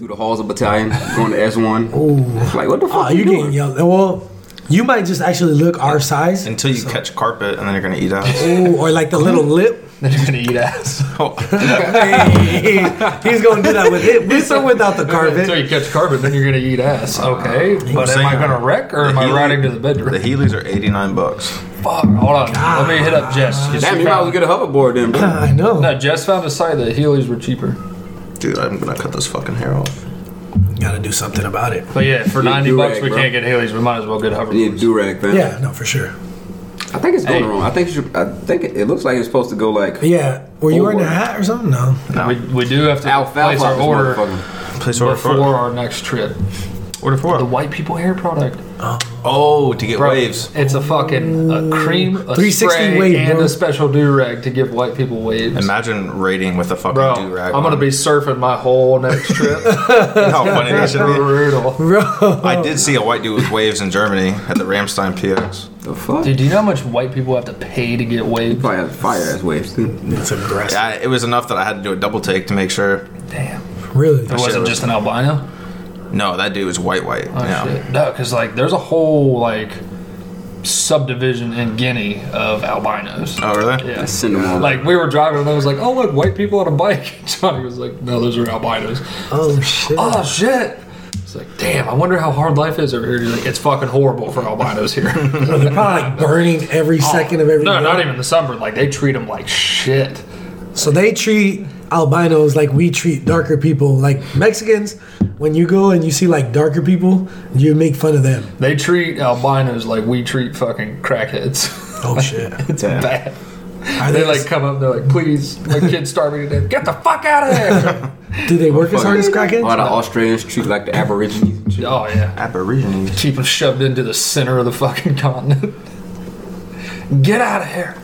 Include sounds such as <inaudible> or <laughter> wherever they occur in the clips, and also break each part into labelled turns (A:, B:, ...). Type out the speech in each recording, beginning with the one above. A: Alza Battalion going to S1. Ooh. Like, what the fuck?
B: Oh,
A: you
B: you're
A: doing?
B: getting yelled at. Well, you might just actually look our size.
C: Until you catch carpet and then you're gonna eat ass.
B: Ooh, or like the little lip.
D: Then you're gonna eat <laughs> ass.
B: Hey, he's going to do that with it. With or without
D: <laughs>
B: the
D: Until
B: carpet.
D: you catch carbon, then you're gonna eat ass. Okay, but am I
C: saying-
D: gonna wreck <laughs> or
C: The
D: am I
C: Heelys-
D: riding to the bedroom?
C: The Heelys are 89 bucks.
D: Fuck, hold on. Let me hit up Jess. 'cause
A: Damn,
D: she
A: you might as well
D: found-
A: get a hoverboard then, <clears throat> bro.
B: <laughs> I know.
D: No, Jess found a site that Heelys were cheaper.
C: Dude, I'm gonna cut this fucking hair off.
B: Got to do something about it.
D: But yeah, for
A: Yeah,
D: 90
A: do-rag,
D: bucks, we
A: bro.
D: can't get Heelys. We might as well get
A: You need a
D: hoverboards.
A: do rag, man.
B: Yeah, no, for sure.
A: I think it's going
D: Hey.
A: wrong. I think you should, I think it, it looks like it's supposed to go like
B: Yeah. Were
D: Oh,
B: you wearing a
A: Forward.
B: hat or something? No. <laughs>
D: we, we do have to place
A: alfalfa.
D: our
A: this
D: order
A: motherfucker.
C: Place order
D: before
C: for
D: our next trip.
C: order for
D: The
C: it.
D: white people hair product.
C: Oh, to get waves.
D: It's a fucking a cream, a
B: 360
D: spray,
B: wave,
D: and
B: bro.
D: a special do rag to give white people waves.
C: Imagine raiding with a fucking
D: Bro,
C: do rag.
D: I'm
C: <laughs>
D: gonna be surfing my whole next trip.
C: How funny that should be.
D: brutal.
B: Bro.
C: I did see a white dude with waves in Germany at the Ramstein PX.
A: The fuck?
D: Dude, do you know how much white people have to pay to get waves?
A: Probably has fire ass waves too.
B: It's aggressive.
C: I, it was enough that I had to do a double take to make sure.
D: Damn.
B: Really.
D: It wasn't
C: was-
D: just an albino?
C: No, that dude was white, white.
D: Oh,
C: yeah.
D: shit. No, because, like, there's a whole, like, subdivision in Guinea of albinos.
C: Oh, really?
D: Yeah.
A: I send them all.
D: Like, we were driving and I was like, oh, look, white people on a bike. <laughs> Johnny was like, no, those are albinos.
B: Oh, shit.
D: Oh, shit. It's like, damn, I wonder how hard life is over here. He's like, it's fucking horrible for albinos here. <laughs>
B: Bro, They're probably like burning every second of every
D: Oh. no,
B: day.
D: not even the sunburn. Like, they treat them like shit.
B: So they treat albinos like we treat darker people. Like Mexicans, when you go and you see like darker people, you make fun of them.
D: They treat albinos like we treat fucking crackheads. <laughs>
B: Oh shit.
D: it's bad.
B: Are
D: They like come up and they're like, please, my kid's starving to death. Get the fuck out of <laughs> there.
B: do they work as hard as
A: All
B: crackheads?
A: the Australians treat like the Aborigines. and shit.
D: oh, yeah.
C: Aborigines.
D: Keep them shoved into the center of the fucking continent. <laughs> Get out of here.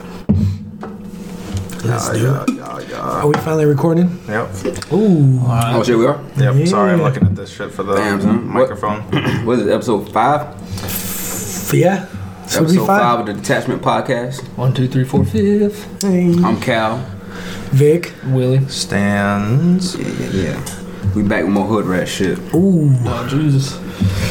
B: Let's do it.
C: Yeah, yeah.
B: Are we finally recording?
C: Yep.
B: Ooh.
A: Oh shit, we are.
C: Yep. Sorry, I'm
B: Yeah.
C: looking at this shit for the
A: Damn, son.
C: microphone.
A: What is it? Episode five.
B: F- Yeah. So we
A: episode five
B: five.
A: of the Detachment Podcast.
D: One, two, three, four, fifth.
B: Hey.
A: I'm Cal.
B: Vic.
D: Willie.
C: Stands.
A: Yeah, yeah, yeah. We back with more hood rat shit.
B: Ooh.
D: Oh, Jesus.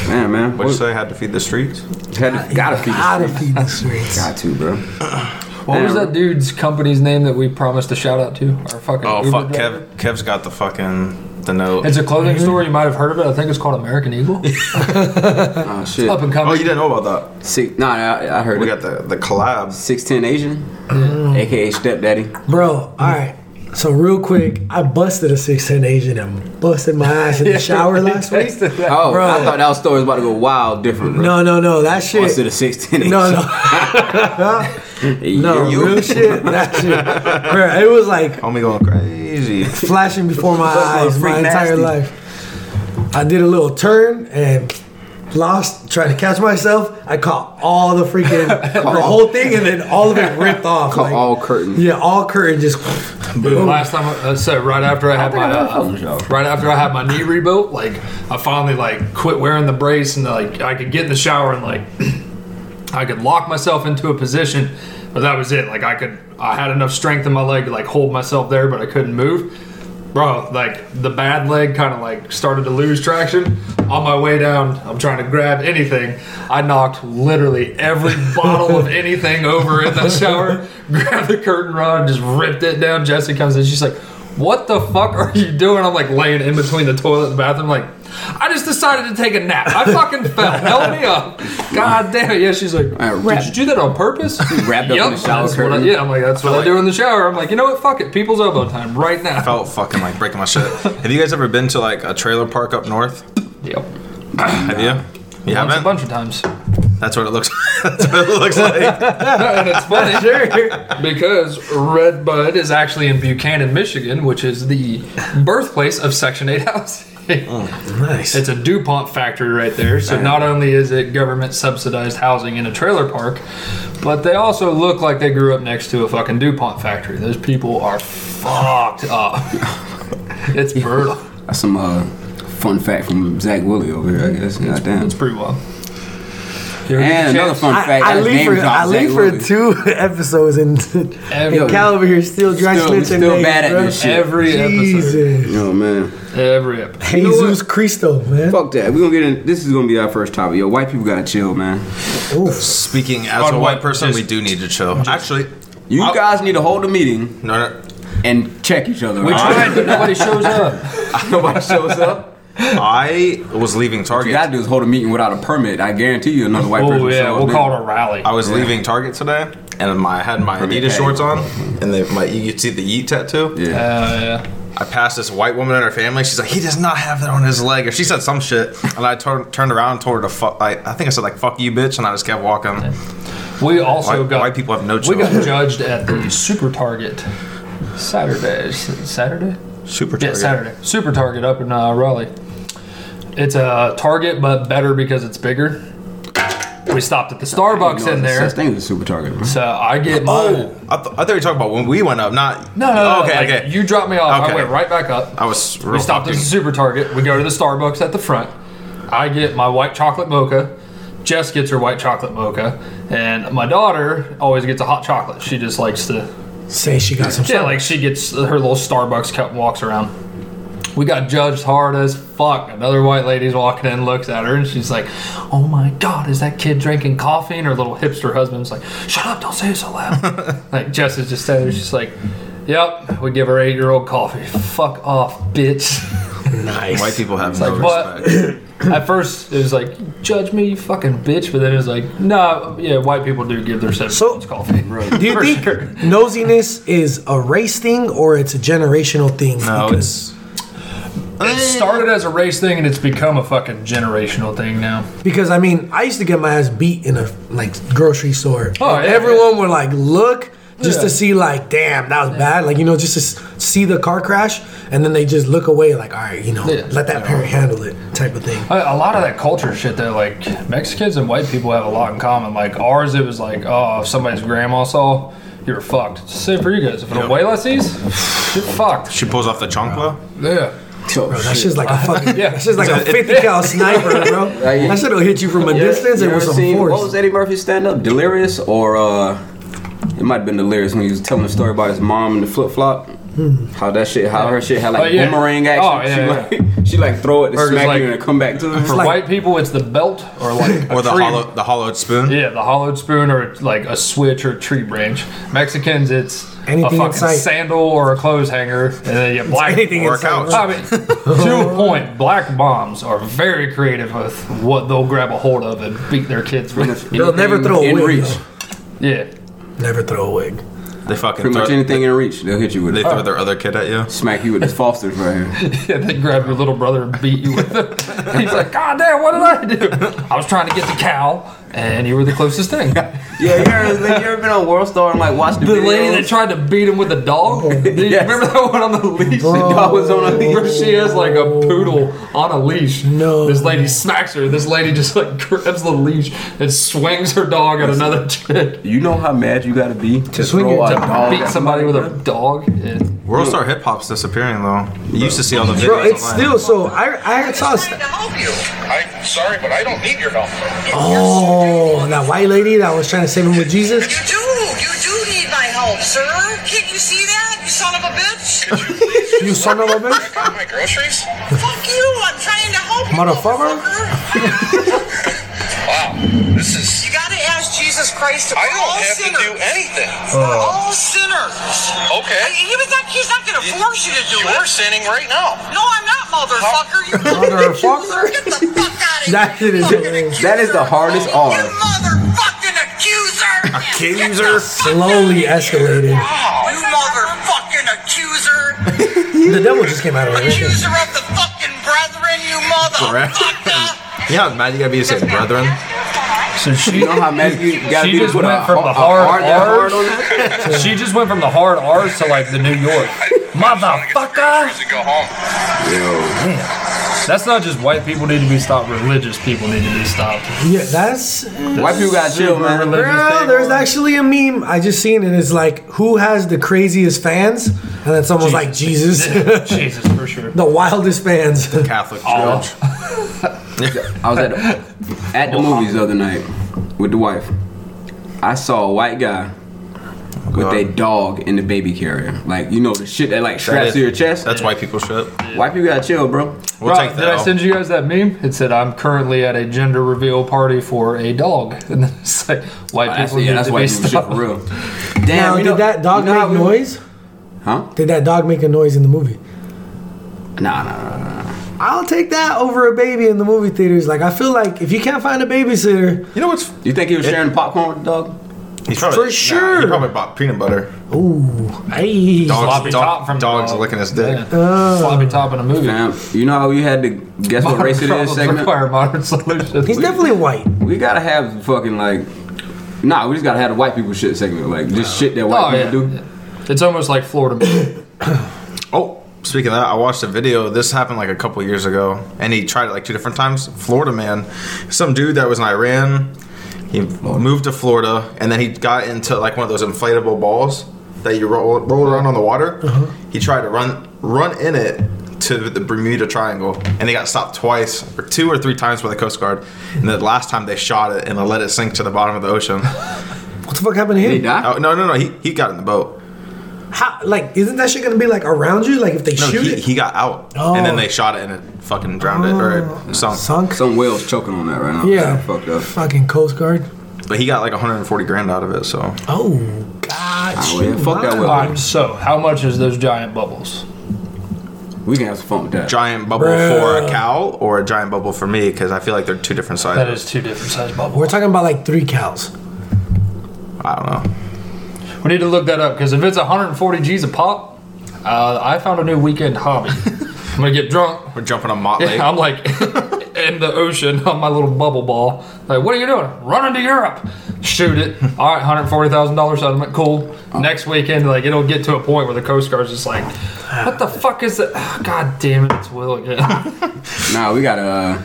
A: Man, man.
C: What'd you
A: What,
C: say? Had to feed the streets?
A: had to, gotta feed the
B: Gotta
A: streets.
B: feed the
A: <laughs>
B: streets.
A: Got to, bro.
D: What was
A: Damn.
D: that dude's company's name that we promised a shout out to? Our fucking.
C: Oh,
D: Uber
C: fuck.
D: driver?
C: Kev, Kev's got the fucking the note.
D: It's a clothing store. You might have heard of it. I think it's called American Eagle.
A: Oh shit.
D: Up and <laughs>
C: oh, you
D: coming.
C: didn't know about
A: Six. Nah, I, I
C: that.
A: heard
C: We
A: it.
C: got the the collab.
A: Six ten Asian, aka stepdaddy.
B: Bro, all right. So real quick, I busted a 610 Asian and busted my
A: <laughs>
B: ass in the shower last week.
A: Oh,
B: Bro.
A: I thought that story was about to go wild different. Bro.
B: No, no, no. That shit.
A: Once to the six ten Asian.
B: no, no.
A: <laughs>
B: No, <laughs>
A: you,
B: real shit. That shit. Bro, it was like
C: Homie going crazy. <laughs>
B: flashing before my
A: Fuck,
B: eyes my
A: freak
B: entire
A: nasty.
B: life. I did a little turn and lost, tried to catch myself. I caught all the freaking,
A: <laughs>
B: the whole thing, and then all of it ripped off.
A: Caught
B: like-
A: all curtain.
B: Yeah, all curtain just.
D: Boom. Last time, uh, so right after I had
A: think
D: my
A: I know
D: uh,
A: Photoshop.
D: right after I had my knee rebuilt, like I finally like quit wearing the brace and like I could get in the shower and like <clears throat> I could lock myself into a position, but that was it. Like I could, I had enough strength in my leg to like hold myself there, but I couldn't move. Bro, like the bad leg kind of like started to lose traction. On my way down, I'm trying to grab anything. I knocked literally every bottle of anything over in the shower, <laughs> grabbed the curtain rod, and just ripped it down. Jesse comes in, she's like, What the fuck are you doing? I'm like laying in between the toilet and the bathroom, like, I just decided to take a nap. I <laughs> fucking fell. Help me up. God damn it. Yeah, she's like,
A: I
D: Did you do that on purpose?
A: <laughs> wrapped up in
D: Yup,
A: the shower
D: that's what I-
A: curtain.
D: Yeah, I'm like, That's what I do in the shower. I'm like, You know what? Fuck it. People's elbow time right now.
C: Felt fucking like breaking my shit.
D: <laughs>
C: Have you guys ever been to like a trailer park up north?
D: Yep.
C: Have you? You
D: Once a
C: haven't?
D: bunch of times.
C: That's what it looks. <laughs> That's what it looks like.
D: <laughs> and it's <laughs> funny because Red Bud is actually in Buchanan, Michigan, which is the birthplace of Section 8 housing.
A: Oh.
B: Nice.
D: It's a DuPont factory right there. So not only is it government subsidized housing in a trailer park, but they also look like they grew up next to a fucking DuPont factory. Those people are fucked up. <laughs> it's brutal.
A: That's some uh, fun fact from Zach Willie over here, I guess. Goddamn.
D: It's pretty wild. There was a
A: And another
D: chance.
A: fun
B: I,
A: fact:
B: I
A: that's
B: leave
A: name
B: for
A: drop
B: I
A: Zach
B: leave for
A: Wilson.
B: two <laughs> episodes and,
D: Every-
B: and Cal over here still dry
A: Still-
B: snitching.
A: still
B: names,
A: bad at
B: bro.
A: this shit.
D: Every episode.
B: Jesus,
A: Oh man,
D: Every episode.
A: You know
B: Jesus Cristo, man.
A: fuck that. We gonna get in. This is gonna be our first topic. Yo, white people gotta chill, man.
B: Oof.
C: Speaking as
D: On
C: a
D: what?
C: white person,
D: Just-
C: we do need to chill. Actually,
A: You
C: I'll-
A: guys need to hold a meeting
C: no, no.
A: and check each other.
D: We
A: all right?
D: tried, but nobody shows up.
A: <laughs> Nobody shows up.
C: I was leaving
A: You
C: Target.
A: gotta do is hold a meeting without a permit. I guarantee you, another white person.
D: Oh
A: will show
D: yeah,
A: up
D: we'll
A: there.
D: call it a rally.
A: Oh.
C: I was leaving Target today, and my, I had my
A: Permit
C: Adidas
A: pay.
C: shorts on, and they, my you could see the Yeet tattoo.
A: Yeah.
D: Uh, yeah.
C: I passed this white woman and her family. She's like, he does not have that on his leg. Or she said some shit, and I turned turned around and told her to fuck. I, I think I said like fuck you, bitch, and I just kept walking.
D: We also
C: White-
D: got
C: white people have no
D: We got
C: chill.
D: judged at the Super Target Saturday. Saturday?
C: Super
D: Yeah,
C: Target.
D: Saturday. Super Target up in uh, Raleigh. It's a Target, but better because it's bigger. We stopped at the Starbucks in there,
A: That thing is a super target. Bro.
D: so I get my.
C: Oh, I, th- I thought you were talking about when we went up, not
D: No, no, no.
C: okay,
D: like,
C: okay.
D: You dropped me off.
C: Okay.
D: I went right back up.
C: I was. Real
D: We stopped at the
C: fucking-
D: Super Target. We go to the Starbucks at the front. I get my white chocolate mocha. Jess gets her white chocolate mocha, and my daughter always gets a hot chocolate. She just likes to
B: Say she got some.
D: Yeah, like she gets her little Starbucks cup and walks around. We got judged hard as fuck. Another white lady's walking in, looks at her, and she's like, "Oh my god, is that kid drinking coffee?" And her little hipster husband's like, "Shut up, don't say it
B: <laughs>
D: so loud." like Jess is just standing there, she's like, "Yep, we give her eight-year-old coffee. Fuck off,
B: <laughs>
D: bitch."
B: Nice.
C: White people have no
D: like, what?
C: respect.
D: at first, it was like, "Judge me, you fucking bitch," but then it was like, "No, nah, yeah, white people do give their seven-year-olds coffee."
B: Do you
D: For
B: think
D: sure.
B: nosiness is a race thing or it's a generational thing?
C: No,
B: Because-
C: it's
D: It
B: uh,
D: started as a race thing, and it's become a fucking generational thing now.
B: because I mean I used to get my ass beat in a like grocery store.
D: Oh,
B: And
D: yeah,
B: everyone would like look just to
D: Yeah.
B: see like damn that was bad like you know just to s- see the car crash and then they just look away like all right you know
D: Yeah.
B: let that parent handle it type of thing.
D: A a lot of that culture shit, though, like Mexicans and white people have a lot in common. Like ours, it was like, oh, if somebody's grandma saw, you're fucked. It's the same for you guys. If an abuela sees, you're fucked.
C: she pulls off the
D: Uh,
C: chancla.
D: Yeah.
A: Oh,
B: Bro, that
A: shit.
B: shit's like a fucking yeah.
D: Yeah.
B: That shit's like a fifty cal sniper, bro.
A: Like-
B: That shit'll hit you from a distance and
A: ever
B: with some
A: seen- What
B: force.
A: was Eddie Murphy's stand up? Delirious or uh it might have been delirious when he was telling the story about his mom and the flip flop.
B: Hmm.
A: How that shit, how her shit had like
D: Oh, yeah.
A: boomerang action.
D: Oh, yeah, yeah.
A: she, Like, <laughs> she like throw it to
D: Or just,
A: smack
D: like-
A: you and it come back to
D: For
A: <laughs> her.
B: like-
D: white people, it's the belt or like
C: <laughs>
D: a
C: Or the
D: tree-
C: hollow, the hollowed spoon.
D: Yeah, the hollowed spoon or like a switch or a tree branch. Mexicans, it's
B: Anything in
D: a fucking
B: sight.
D: sandal or a clothes hanger, and then you black
B: Anything
C: Or a
B: inside,
C: couch.
B: bro.
D: <laughs> I mean, to a point, black moms are very creative with what they'll grab a hold of and beat their kids with.
B: They'll never throw a
A: in
B: wig.
A: reach.
D: Yeah.
B: though. Never throw a wig.
C: They fucking
A: Pretty
C: throw,
A: much anything in reach, they'll hit you with
C: they
A: it.
B: Uh,
C: throw their other kid at you.
A: Smack you with this Foster's right
B: <laughs>
A: here.
D: <laughs> Yeah, they grab your little brother and beat you with it. He's like, God damn, what did I do? I was trying to get the cow, and you were the closest
A: <laughs>
D: thing. The
A: Yeah, you ever, like, you ever been on World Star and like watched the,
D: lady that tried to beat him with a dog. Do you
A: <laughs> Yes.
D: remember that one on the leash?
A: <laughs> The dog was on a
D: Where
B: Oh.
A: leash.
D: she has like a poodle on a leash.
B: No.
D: This lady smacks her. This lady just like grabs the leash and swings her dog at another <laughs> chick.
A: You know how mad you gotta be to
B: swing
A: throw
B: it
A: a
B: to
A: dog
D: Beat
A: at
D: somebody with a dog. Yeah.
C: World Star Hip Hop's disappearing though. You used to see all the videos.
B: Bro, it's
C: online.
B: still so I I saw. a
E: just
B: st-
E: trying to help you. I'm sorry, but I don't need your help.
B: Oh, that white lady that was trying to save him with Jesus.
E: You do. You do need my help, sir. Can't you see that, you son of a
B: <laughs>
E: bitch?
B: You son of a bitch.
E: Got my groceries? Fuck you. I'm trying to help you,
B: Motherfucker. <laughs>
E: wow, Oh, this is. You gotta ask Jesus Christ to
F: I
E: all
F: don't have
E: sinners.
F: to do anything.
E: We're all sinners.
F: Okay.
E: I- he was not, he's not gonna force you to do
F: We're
E: it.
F: sinning right now.
E: No, I'm not, motherfucker. You
B: <laughs> Motherfucker.
E: <laughs> Get the fuck out of here.
B: That shit is
E: fucking
B: hilarious.
A: That is the hardest
E: accuser. You
A: R.
E: motherfucking accuser. Get the
C: Accuser?
E: fuck
B: Slowly
E: out of here.
B: escalated.
E: You motherfucking accuser.
B: The devil just came out of her.
E: accuser of the fucking brethren, you motherfucker.
C: You know how mad you gotta be to say brethren?
D: So she
A: You know <laughs> how mad you gotta
D: She
A: be to
D: just
A: put a,
D: went from
A: a
D: the
A: hard,
D: hard
A: that hard
D: R's.
A: on that?
D: She just went from the hard R's to like the New York. Motherfucker!
F: go home.
D: That's not just white people need to be stopped, religious people need to be stopped.
B: Yeah, that's.
A: White people gotta chill,
D: Super
A: man.
D: religious
B: Bro,
D: thing.
B: there's actually a meme I just seen, and it's like, who has the craziest fans? And then someone's like, Jesus, <laughs>
D: Yeah, <laughs> Jesus, for sure.
B: the wildest fans.
C: Catholic
D: Oh.
C: church.
A: I was at the, at the movies the other night. with the wife. I saw a white guy with
C: God.
A: a dog in the baby carrier. Like you know the shit that like straps
C: is-
A: to your chest.
C: That's white people shit.
A: Why people gotta chill, bro?
C: We'll
D: Rob,
C: take
D: did I
C: that.
D: send
C: out.
D: you guys that meme? It said, "I'm currently at a gender reveal party for a dog," <laughs> and then it's like white
A: That's,
D: people
A: yeah,
D: need
A: that's
D: to
A: why
D: be
A: people shit
D: stopped.
A: for real. Damn,
B: <laughs> Now,
A: you
B: did
A: know-
B: that dog
A: you know how
B: make
A: we-
B: noise?
A: Huh?
B: Did that dog make a noise in the movie?
A: Nah, nah, nah, nah.
B: I'll take that over a baby in the movie theaters. Like I feel like if you can't find a babysitter,
C: You know what's?
A: You think he was sharing popcorn with the dog?
C: He's probably,
B: For
C: nah,
B: sure.
C: he probably bought peanut butter.
B: ooh, hey,
D: Sloppy
C: Dogs,
D: top from
C: dog,
D: the
C: dogs
D: dog.
C: licking his dick.
D: <laughs> Yeah. Sloppy top in a movie.
A: Damn, you know how we had to guess what
D: Modern
A: race
D: <laughs>
A: it is
D: problems
A: segment?
D: require modern solutions. Oh,
B: he's definitely white.
A: We gotta have fucking like, nah, we just gotta have the white people shit segment, like just shit that white
D: Oh,
A: people
D: yeah.
A: do.
D: yeah. It's almost like Florida. <laughs> Man.
C: Oh, speaking of that, I watched a video. This happened like a couple years ago, and he tried it like two different times. Florida man, some dude that was in Iran, he moved to Florida, and then he got into like one of those inflatable balls that you roll, roll around on the water. He tried to run run in it to the Bermuda Triangle, and he got stopped twice, or two or three times by the Coast Guard. And the last time they shot it and let it sink to the bottom of the ocean. <laughs>
B: What the fuck happened to
A: They
B: him?
A: die?
C: oh, no, no, no. He, he got in the boat.
B: How, like, isn't that shit gonna be like around you? Like if they
C: No,
B: shoot
C: he,
B: it, Oh.
C: he got out, and then they shot it and it fucking drowned it or it sunk.
B: sunk.
A: Some whales choking on that right now.
B: yeah,
A: fucked up.
B: Fucking Coast Guard.
C: But he got like 140 grand out of it, so
B: Oh God,
A: Oh, yeah,
B: shoot,
A: fuck that
B: wow.
A: whale.
D: Alright, so how much is those giant bubbles?
A: We can have some fun with that.
C: giant bubble
B: Bruh.
C: for a cow or a giant bubble for me because I feel like they're two different sizes.
D: That is two different size
B: We're
D: bubbles.
B: talking about like three cows.
C: I don't know.
D: We need to look that up because if it's 140 G's a pop, uh, I found a new
A: <laughs>
D: weekend hobby. I'm gonna get drunk.
C: We're jumping on Motley.
D: Yeah, <laughs> I'm like in the ocean on my little bubble ball. Like, what are you doing? Running to Europe.
A: <laughs>
D: Shoot it. All right, hundred forty thousand dollars settlement. Cool.
A: Oh.
D: Next weekend, like it'll get to a point where the Coast Guard's just like, what the <sighs> fuck is that? Ah, God damn it, it's Will again.
A: <laughs> Nah, we gotta. Uh,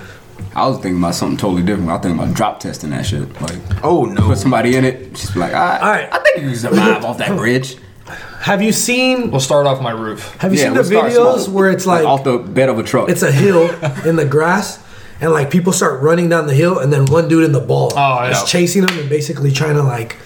A: I was thinking about something totally different. I was thinking about drop testing that shit. Like,
C: oh no!
A: put somebody in it, just be like, all right, all
B: Alright.
A: right. I think you can survive off that bridge.
B: Have you seen?
D: we'll start off my roof.
B: Have <laughs> you seen the
A: we'll start
B: videos
A: small.
B: where it's like
A: off the bed of a truck.
B: it's a hill in the grass, and like people start running down the hill, and then one dude in the ball
D: Oh,
B: is
D: yeah.
B: chasing them and basically trying to like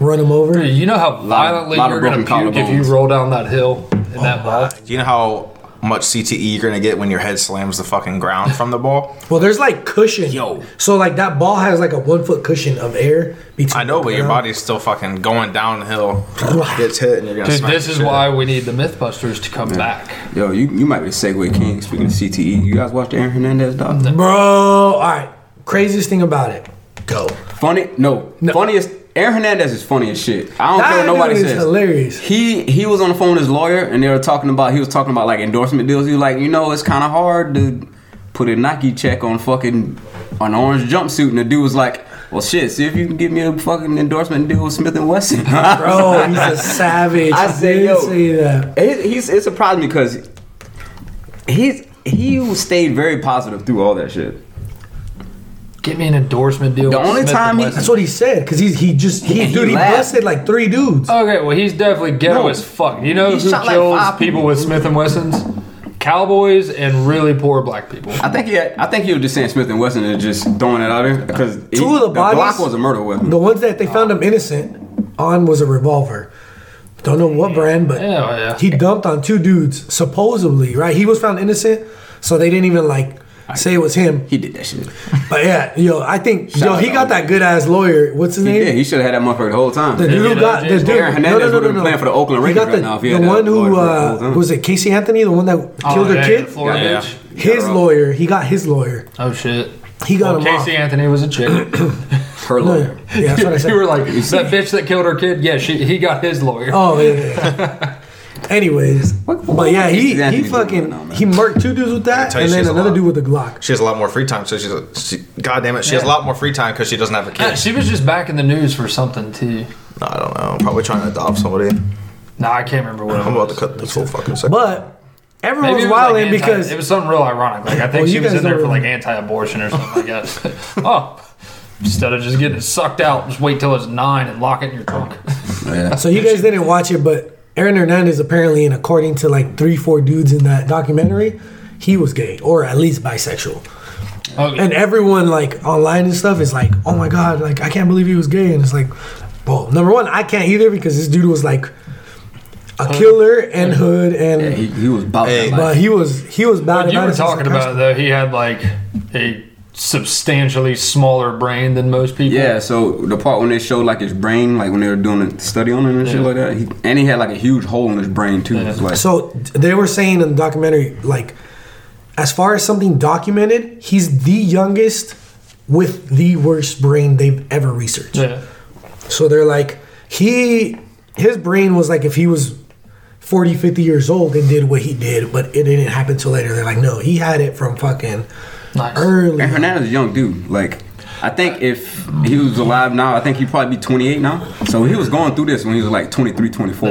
B: run them over.
D: You know how
A: of-
D: violently
A: lot of
D: you're gonna
A: broken
D: puke if you
A: collarbones. Oh,
D: roll down that hill in that ball.
C: Do you know how much CTE you're gonna get when your head slams the fucking ground from the ball?
B: Well, there's like cushion.
A: Yo.
B: So like that ball has like a one foot cushion of air between.
C: I know, but
B: the
C: your
B: ground.
C: body's still fucking going downhill. Gets hit and you're gonna.
D: Dude,
C: smack
D: this
C: the
D: is
C: shit.
D: why we need the MythBusters to come back.
A: Yo, you, you might be the Segway King. Speaking of CTE, you guys watch the Aaron Hernandez doc?
B: Bro, all right. Craziest thing about it. Go.
A: Funny? No. Funniest. Aaron Hernandez is funny as shit. I don't care
B: That
A: what nobody
B: dude is
A: says.
B: hilarious.
A: He he was on the phone with his lawyer and they were talking about he was talking about like endorsement deals. He was like, you know, it's kind of hard to put a Nike check on fucking an orange jumpsuit. And the dude was like, well, shit. See if you can give me a fucking endorsement deal with Smith and Wesson. <laughs>
B: Bro, he's a savage.
A: I
B: He
A: say,
B: did
A: yo.
B: say that.
A: It, he's it surprised me because he's he stayed very positive through all that shit.
D: Get me an endorsement deal.
A: The
D: with
A: only
D: Smith
A: time
D: and
A: he-
D: Wesson.
B: That's what he said. Cause he he just he,
A: And he
B: dude he
A: laughed.
B: busted like three dudes.
D: Okay, well he's definitely ghetto
A: No.
D: as fuck. You know
A: He
D: who
A: shot, like,
D: kills
A: five
D: people with Smith and Wessons? Cowboys and really poor black people.
A: I think he had, I think he was just saying Smith and Wesson and just throwing it out there because two
B: of the bodies-
A: Glock was a murder weapon.
B: The ones that they found him innocent on was a revolver. Don't know what brand, but
D: Yeah, oh, yeah.
B: he dumped on two dudes supposedly. Right, he was found innocent, so they didn't even like say it was him.
A: He did that
B: <laughs>
A: shit.
B: But yeah, yo, I think
A: Shout
B: yo
A: out
B: he
A: to
B: got
A: OJ.
B: that good ass lawyer. What's his
A: He
B: name?
A: did. He should have had that motherfucker the whole time.
B: The dude
D: Yeah,
B: who got the
D: James
B: dude.
A: Aaron Hernandez
B: no, no,
A: would've
B: no,
A: been
B: no, no.
A: playing for the Oakland
B: He
A: Raiders
B: got the,
A: right now if he
B: the
A: had that
B: one who
A: lawyer for
B: uh,
A: the whole time.
B: was it, Casey Anthony, the one that killed
D: oh,
B: her
D: yeah,
B: kid.
D: Florida
C: Yeah,
D: bitch.
B: His
A: Yeah. Oh,
B: lawyer. He got his lawyer.
D: Oh shit.
B: He got
D: Well,
B: him
D: Casey Anthony was a chick.
A: her
B: off.
A: lawyer.
B: Yeah, yeah, that's what
A: <laughs>
B: I said.
D: <laughs> you were like that bitch that killed her kid. Yeah, she he got his lawyer.
B: Oh yeah.
A: <laughs>
B: yeah, yeah. Anyways,
A: What-
B: but yeah, he
A: what
B: he
A: is that
B: fucking
A: dude doing right now, man?
B: he murked two dudes with that,
C: tell you,
B: and then
C: she's a
B: another
C: lot.
B: dude with a Glock.
C: She has a lot more free time, so she's. A, she, God damn it, she has a
D: Yeah.
C: lot more free time because she doesn't have a
D: Yeah,
C: kid.
D: she was just back in the news for something too.
C: No, I don't know. Probably trying to adopt somebody.
D: Nah, I can't remember <laughs> what it
C: I'm
D: was.
C: about to cut this whole fucking section.
B: But everyone
D: Maybe
B: was
D: it was, like,
B: wilding
D: anti-
B: because
D: it was something real ironic. Like I think
B: Well,
D: she
B: you
D: was
B: guys
D: in there for
B: don't-
D: like anti-abortion or something like
B: <laughs>
D: that. oh, instead of just getting it sucked out, just wait till it's nine and lock it in your trunk.
A: Yeah.
B: so you guys didn't watch it, but Aaron Hernandez apparently, and according to like three four dudes in that documentary, he was gay or at least bisexual.
D: Okay.
B: <laughs> and everyone like online and stuff is like, oh my god, like I can't believe he was gay, and it's like, well, number one, I can't either because this dude was like a killer and hood and.
A: Yeah, he, he was about
C: Hey.
A: that life.
B: but he was he was bad.
D: But you
B: about
D: were
B: it since
D: talking
B: the
D: about
B: concert.
D: though he had like a substantially smaller brain than most people.
A: Yeah, so the part when they showed like his brain, like when they were doing a study on him and shit
D: Yeah.
A: like that, he, and he had like a huge hole in his brain too. It's like,
B: So t- they were saying in the documentary, like, as far as something documented, he's the youngest with the worst brain they've ever researched.
D: Yeah.
B: So they're like, he, his brain was like if he was 40, 50 years old and did what he did, but it didn't happen till later. They're like, no, he had it from fucking
D: Nice.
B: early.
A: and Hernandez is a young dude. Like, I think if he was alive now, I think he'd probably be 28 now. So he was going through this when he was like 23, 24.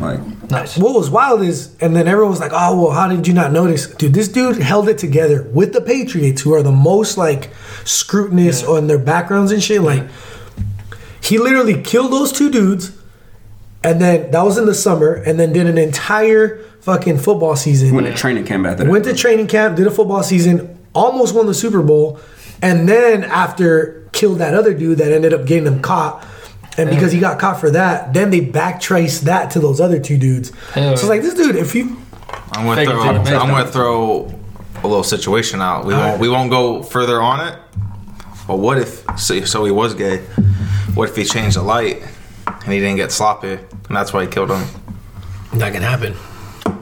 A: Like,
D: Nice.
B: What was wild is, and then everyone was like, "Oh well, how did you not notice, dude? This dude held it together with the Patriots, who are the most like scrutinous on their backgrounds and shit. Like, he literally killed those two dudes, and then that was in the summer, and then did an entire fucking football season.
A: when the training camp after that.
B: Went to training camp, did a football season, almost won the Super Bowl, and then after killed that other dude that ended up getting him caught. And because he got caught for that, then they backtrace that to those other two dudes. So it's like this dude, if you
C: I'm gonna
D: Fake
C: throw.
D: it till you
C: I'm
D: make it.
C: gonna throw a little situation out. We won't. We won't go further on it. But what if? So, so he was gay. What if he changed the light and he didn't get sloppy, and that's why he killed him?
B: that can happen.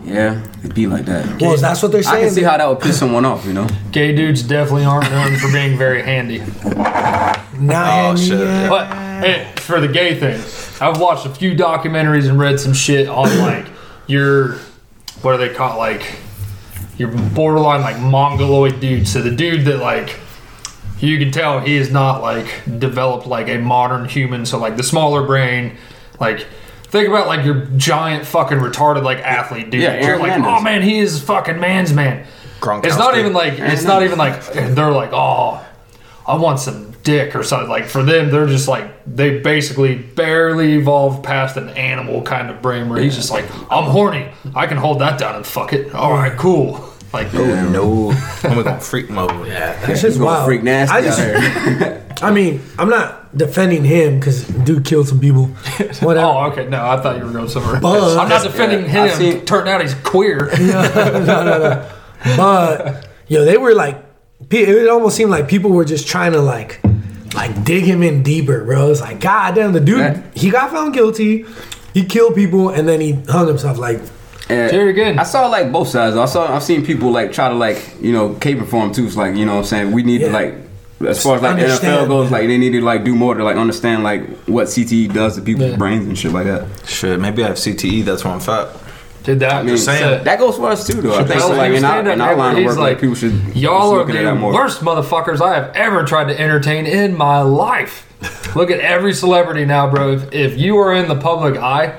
A: Yeah, it'd be like that.
B: Well, that's what they're
A: I
B: saying.
A: can see how that would piss someone off, you know?
D: Gay dudes definitely aren't known for being very handy.
B: Nah,
C: Oh,
B: homie,
C: shit.
B: yeah.
D: But hey, for the gay thing, I've watched a few documentaries and read some shit on like your what are they called like your borderline like mongoloid dude. So the dude that like you can tell he is not like developed like a modern human. So like the smaller brain, like think about like your giant fucking retarded like athlete dude.
A: Yeah,
D: You're
A: Aaron
D: like,
A: Hernandez.
D: oh man, he is fucking man's man. It's not
C: Gronkowski.
D: even like it's not even like they're like oh I want some dick or something. Like for them, they're just like they basically barely evolved past an animal kind of brain where he's just like, I'm horny. I can hold that down and fuck it. All right, cool. Like
C: No, I'm gonna go freak mode. Yeah.
B: That's just
A: He's gonna
B: wild.
A: freak nasty
B: I
A: out
B: just,
D: <laughs>
A: there.
B: I mean, I'm not defending him because dude killed some people. Whatever.
D: Oh, okay. No, I thought you were going somewhere.
B: But-
D: I'm not defending
A: Yeah, I
D: him.
A: see-
D: Turned out he's queer.
A: <laughs>
B: But yo, they were like, pe- it almost seemed like people were just trying to like, like dig him in deeper, bro. It's like, god damn, the dude,
A: Yeah.
B: he got found guilty, he killed people, and then he hung himself. Like,
A: And
D: Very good.
A: I saw like both sides. I saw I've seen people like try to like you know caping for him too. It's like you know what I'm saying we need to
B: Yeah.
A: like as far as like the NFL
B: Understand.
A: goes, like they need to like do more to like understand like what CTE does to people's brains and shit like that.
C: Shit. Maybe I have CTE. That's why I'm fat.
D: Did that?
A: I mean,
D: so-
C: saying.
A: that goes for us too, though. I think
D: Well,
A: so, like
D: you
A: in our,
D: stand up
A: in our
D: there,
A: line of
D: he's
A: work, like, people should
D: y'all
A: just
D: are
A: look at that
D: the
A: more.
D: worst motherfuckers I have ever tried to entertain in my life. look at every celebrity now, bro. If, if you are in the public eye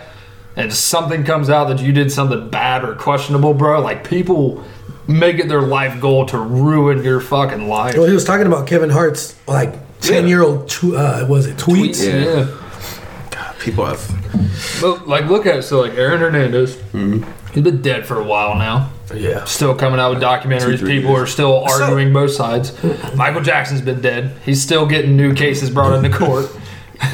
D: and something comes out that you did something bad or questionable, bro, like people make it their life goal to ruin your fucking life.
B: well, he was talking about Kevin Hart's like ten year old, tw- uh, was it tweets?
A: Yeah.
C: People have.
D: But like, look at it. So like, Aaron Hernandez,
A: Mm-hmm.
D: he's been dead for a while now.
B: Yeah.
D: Still coming out with documentaries.
A: three
D: People are still arguing both sides. Michael Jackson's been dead. He's still getting new cases brought into court.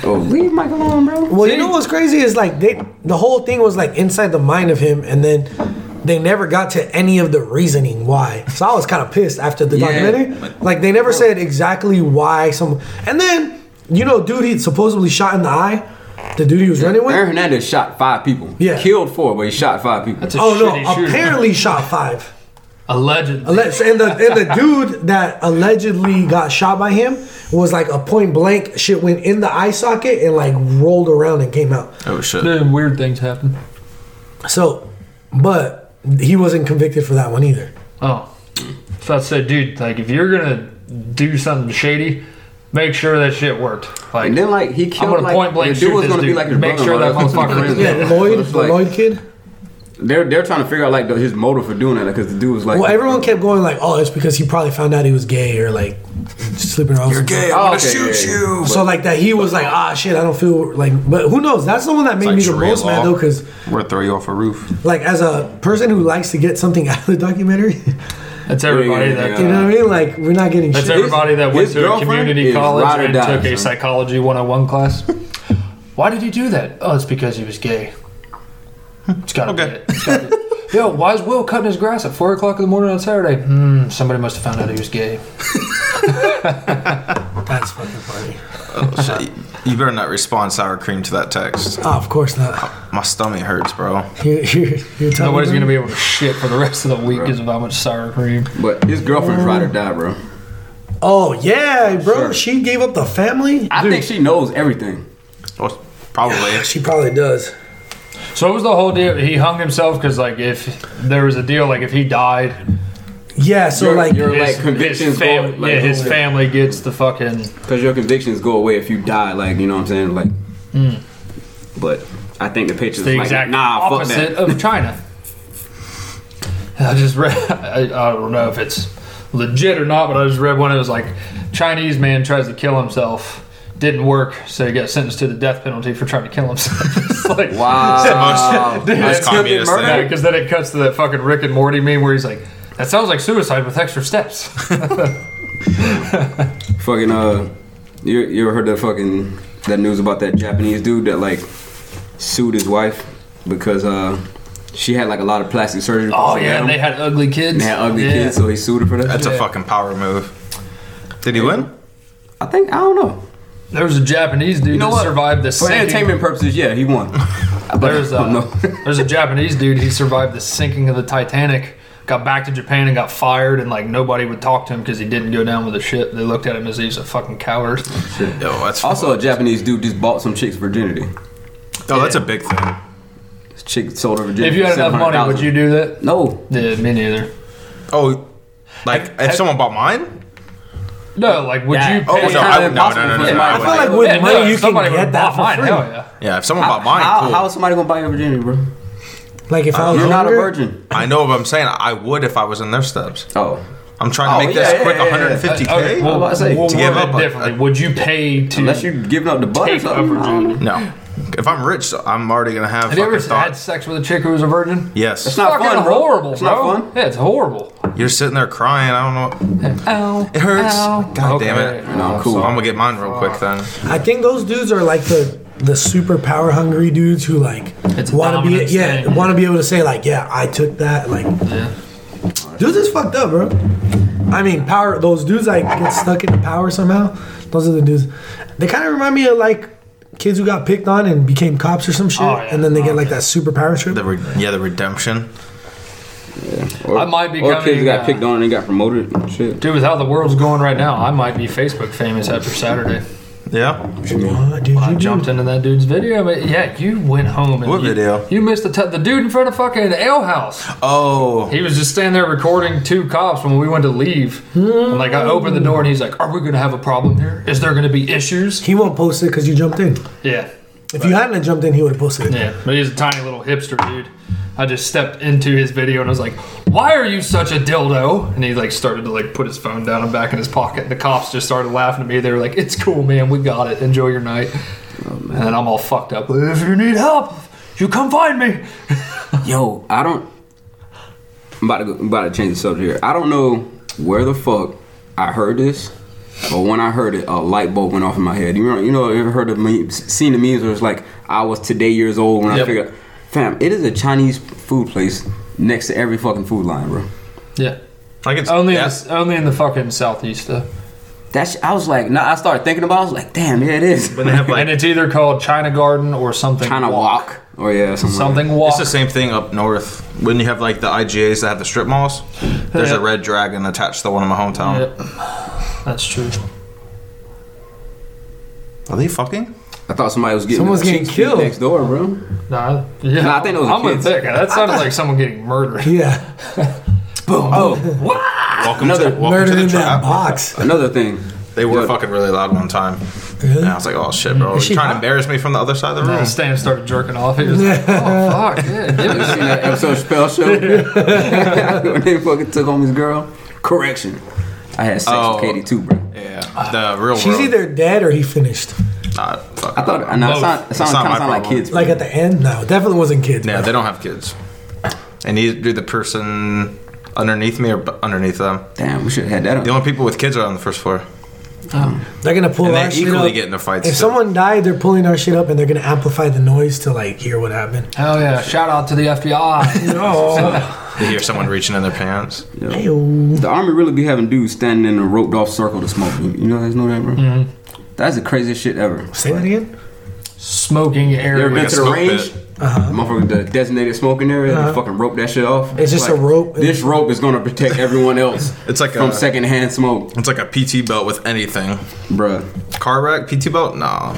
A: Oh, leave Mike alone, bro.
B: Well, you know what's crazy is like they, the whole thing was like inside the mind of him, and then they never got to any of the reasoning why. So I was kind of pissed after the
A: Yeah.
B: documentary. Like they never said exactly why some. And then you know, dude, he supposedly shot in the eye. The dude he was running
A: Aaron
B: with.
A: Hernandez shot five people.
B: Yeah.
A: killed four, but he shot five people.
D: It's a
B: Oh no!
D: shitty shooter.
B: Apparently shot five.
D: allegedly.
B: Let's and the and the dude that allegedly got shot by him was like a point blank shit went in the eye socket and like rolled around and came out.
C: Oh shit.
D: Then weird things happen.
B: So, but he wasn't convicted for that one either.
D: Oh, so I said, dude, like if you're gonna do something shady, make sure that shit worked. Like
A: and then like he
D: I'm
A: killed
D: gonna
A: like
D: point blank
A: the dude
D: shoot
A: was
D: this
A: gonna
D: dude.
A: be like his
D: Make
A: brother,
D: sure that
A: bro. That's what <laughs>
D: motherfucker
A: the
D: is
A: friends
D: dead.
A: were.
B: Lloyd,
A: It's
B: the
A: like-
B: Lloyd kid.
A: They're they're trying to figure out like the, his motive for doing that because the dude was like.
B: Well, everyone kept going like, "Oh, it's because he probably found out he was gay or like sleeping around." You're
C: Gay. I'm
A: Oh,
C: gonna
A: okay,
C: shoot
A: yeah, yeah.
C: you.
B: So like that, he was like, "Ah, shit, I don't feel like." But who knows? That's the one that made
C: Like
B: me the
C: Sharia
B: most mad
C: law.
B: though, because
C: we're throw you off a
B: <laughs>
C: roof.
B: like as a person who likes to get something out of the documentary,
D: That's everybody that
B: You know what I mean? Like we're not getting
D: That's
B: shit.
D: everybody that went
A: his
D: to a
A: girlfriend
D: community
A: is ride or
D: college and
A: die,
D: took
A: son.
D: a psychology 101 class. <laughs> why did he do that? Oh, it's because he was gay. It's gotta be it. It's gotta <laughs> be- Yo, why is Will cutting his grass at 4 o'clock in the morning on Saturday? Hmm, somebody must have found out he was gay.
B: That's fucking funny.
C: Oh,
A: <laughs>
C: Shit, you better not respond sour cream to that text.
B: Oh, of course not. <laughs>
C: My stomach hurts, bro.
B: You're, you're, you're telling
D: Nobody's
B: me-
D: gonna be able to shit for the rest of the week because of how much sour cream.
A: But his girlfriend's ride or die, bro.
B: Oh yeah, bro.
A: Sure.
B: She gave up the family.
A: I think she knows everything.
C: Well, probably.
B: She probably does.
D: So it was the whole deal. He hung himself because, like, if there was a deal, like, if he died,
B: Yeah. So
A: You're-
B: like,
A: you're- Or,
D: his,
A: like, convictions
D: his, fam-
A: go- like,
D: yeah, his
A: go-
D: family gets the fucking.
A: Because your convictions go away if you die, like, you know what I'm saying? Like, but I think the Patriots
D: Hmm. the
A: like,
D: exact
A: nah, fuck
D: opposite
A: that.
D: of China. I just read. I, I don't know if it's legit or not, but I just read one. It was like Chinese man tries to kill himself. Didn't work, so he got sentenced to the death penalty for trying to kill himself. <laughs> It's like, <laughs>
A: Wow.
C: Most, most
D: it's gonna be
C: communist
D: murder.
C: thing.
D: Because then it cuts to that fucking Rick and Morty meme where he's like, "That sounds like suicide with
A: <laughs>
D: extra steps."
A: fucking, uh, you, you ever heard that fucking, that news about that Japanese dude that, like, sued his wife because, uh, she had, like, a lot of plastic surgery.
D: oh
A: performed
D: yeah,
A: on
D: and they
A: him,
D: had ugly kids.
A: and they had ugly
D: Yeah.
A: kids, so he sued her for that.
C: That's
A: shit.
C: a fucking power move. Did he win?
A: I think, I don't know.
D: There was a Japanese dude
A: You know
D: that
A: what?
D: survived the
A: For
D: sinking
A: entertainment purposes, yeah, he
D: <laughs>
A: won. But <laughs>
D: There's uh,
A: I
D: a,
A: don't know.
D: there's a Japanese dude. He survived the sinking of the Titanic. Got back to Japan and got fired, and like nobody would talk to him because he didn't go down with the ship. They looked at him as he's a fucking coward.
C: Yo, that's
A: also, a Japanese dude just bought some chick's virginity.
C: Oh, that's a big thing.
A: This chick sold her virginity.
D: If you had
A: for
D: enough money, would
A: $700,000.
D: you do that?
A: No.
D: Yeah, me neither.
C: Oh, like if
D: have-
C: someone bought mine?
D: No, like would you?
A: Oh,
D: Pay
A: no,
C: no, I, no, no,
A: impossible
C: no, no,
A: for
C: no,
A: somebody-
C: I
A: I
B: I feel
C: wouldn't.
B: like with
D: Yeah,
B: money
D: no,
B: you can
D: somebody would've
B: get that
D: bought
B: for
D: mine,
B: free.
D: hell yeah.
C: Yeah, if someone bought mine,
A: How,
C: cool.
A: how is somebody gonna buy your virginity, bro?
B: Like if I was
A: Uh, You're not a
B: younger,
A: virgin.
C: I know what I'm saying. I would if I was in their steps.
A: Oh.
C: I'm trying to
A: Oh,
C: make
A: yeah,
C: this
A: yeah,
C: quick
A: yeah, yeah.
D: Okay,
C: 150k.
D: well,
A: about to say,
D: we'll
A: to
D: word
C: give
D: it
C: up a-
D: differently. would you pay to?
A: Unless you're giving up the butt or
D: Take
A: something.
D: a
A: I don't know.
D: virgin.
C: No, if I'm rich, I'm already gonna have.
D: have you ever
C: fucking
D: had
C: thoughts.
D: sex with a chick who was a virgin?
C: Yes,
A: It's not
D: fucking
A: fun, bro.
D: horrible,
A: It's
D: bro.
A: not fun.
D: Yeah, it's horrible.
C: You're sitting there crying. I don't know.
D: Ow,
C: It hurts.
D: ow.
C: God damn
D: Okay.
C: it.
A: No, cool.
C: So I'm gonna get mine real quick then.
B: I think those dudes are like the the super power hungry dudes who like
D: It's a
B: want to be
D: dominance
B: yeah
D: thing.
B: want to be able to say like yeah I took that like dudes is fucked up bro. I mean power those dudes like get stuck in power somehow. Those are the dudes. They kind of remind me of like kids who got picked on and became cops or some shit,
D: Oh, yeah.
B: and then they get
D: Oh,
B: like that super power trip.
C: The re- yeah, the redemption.
A: Or,
D: I might be
A: Or kids
D: coming,
A: got
D: uh,
A: picked on and got promoted. and Shit.
D: Dude, with how the world's going right now, I might be Facebook famous after Saturday.
C: Yeah.
B: What did
D: I
B: you do?
D: jumped into that dude's video, but yeah, you went home. And
C: What
D: you,
C: video?
D: You missed the t- the dude in front of fucking ale house.
C: Oh,
D: He was just standing there recording two cops when we went to leave. And like I opened the door and he's like, "Are we gonna have a problem here? Is there gonna be issues?"
B: He won't post it because you jumped in.
D: Yeah,
B: If you hadn't have jumped in, he would have posted it.
D: yeah. But he's a tiny little hipster dude. I just stepped into his video and I was like, "Why are you such a dildo?" And he like started to like put his phone down and back in his pocket. And the cops just started laughing at me. They were like, "It's cool, man. We got it. Enjoy your night."
A: Oh,
D: And then I'm all fucked up. If you need help, you come find me. <laughs>
A: Yo, I don't. I'm about to go, I'm about to change the subject here. I don't know where the fuck I heard this, but when I heard it, a light bulb went off in my head. You know, you know, you ever heard of me seen the memes where it's like I was today years old when I
D: Yep.
A: figured, fam, it is a Chinese food place next to every fucking food line, bro.
D: Yeah.
C: like it's
D: Only
C: yeah.
D: in the, only in the fucking southeast though.
A: That's I was like, nah, I started thinking about. it. I was like, damn, yeah, it is.
C: When they have
D: and
C: like
D: it's either called China Garden or something.
A: Kind of walk or yeah, something.
D: Something
C: it's
D: walk.
C: the same thing up north. When you have like the IGAs that have the strip malls, there's a red dragon attached to one in my hometown.
D: Yep. That's true.
C: Are they fucking?
A: I thought somebody was getting
B: Someone's getting
A: cheeks beat
B: killed.
A: next door, bro.
D: Nah, yeah.
A: Nah, I think those are
D: I'm gonna
A: kids.
D: think
A: <laughs>
D: that sounded like someone getting murdered.
B: Yeah,
A: Oh,
C: Welcome
A: Another
C: to welcome to
B: murdered
C: the
B: in that
C: trap.
B: box.
A: another thing.
C: They were
A: Yeah.
C: fucking really loud one time.
B: Really? Mm.
C: And I was like, oh shit, bro. You're
B: she
C: trying to
B: hot?
C: embarrass me from the other side of the room.
D: And Stan started jerking off. He was
B: <laughs>
D: like, "Oh fuck, yeah, give
A: You
D: it."
A: seen that episode of Spell Show? when they fucking took home his girl. Correction. I had sex
C: Oh.
A: with Katie too, bro.
C: Yeah. The real
B: She's
C: world.
B: either dead or he finished.
C: Not
A: I thought and it
D: Both.
A: sound, it
C: That's
A: sound,
C: not
A: kind
C: my
A: of sound like
C: problem.
A: kids.
B: Like at the end? No, it definitely wasn't kids.
C: Yeah,
B: bro.
C: they don't have kids. And neither do the person underneath me or b- underneath them.
A: Damn, we should have had that.
C: The
A: On.
C: only people with kids are on the first floor.
B: They're gonna pull
C: And they
B: our shit
C: equally
B: up.
C: get into fights,
B: If
C: too.
B: someone died, they're pulling our shit up and they're gonna amplify the noise to like hear what
D: <laughs>
B: happened.
D: Hell yeah! Shout out to the FBI.
B: No.
C: You hear someone reaching in their pants.
A: The army really be having dudes standing in a roped off circle to smoke. You you know, guys know that, bro.
B: Mm-hmm.
A: That's the craziest shit ever.
B: Say that again.
D: Smoking
A: You ever
D: area.
A: been
C: a
A: to the
C: smoke
A: range?
C: pit.
A: Uh-huh. Motherfucker, the designated smoking area, they fucking rope that shit off.
B: It's just a rope.
A: This rope is gonna protect everyone else.
C: <laughs> It's like
A: from
C: a-
A: secondhand smoke,
C: It's like a PT belt with anything.
A: bruh.
C: Car wreck, PT belt? Nah.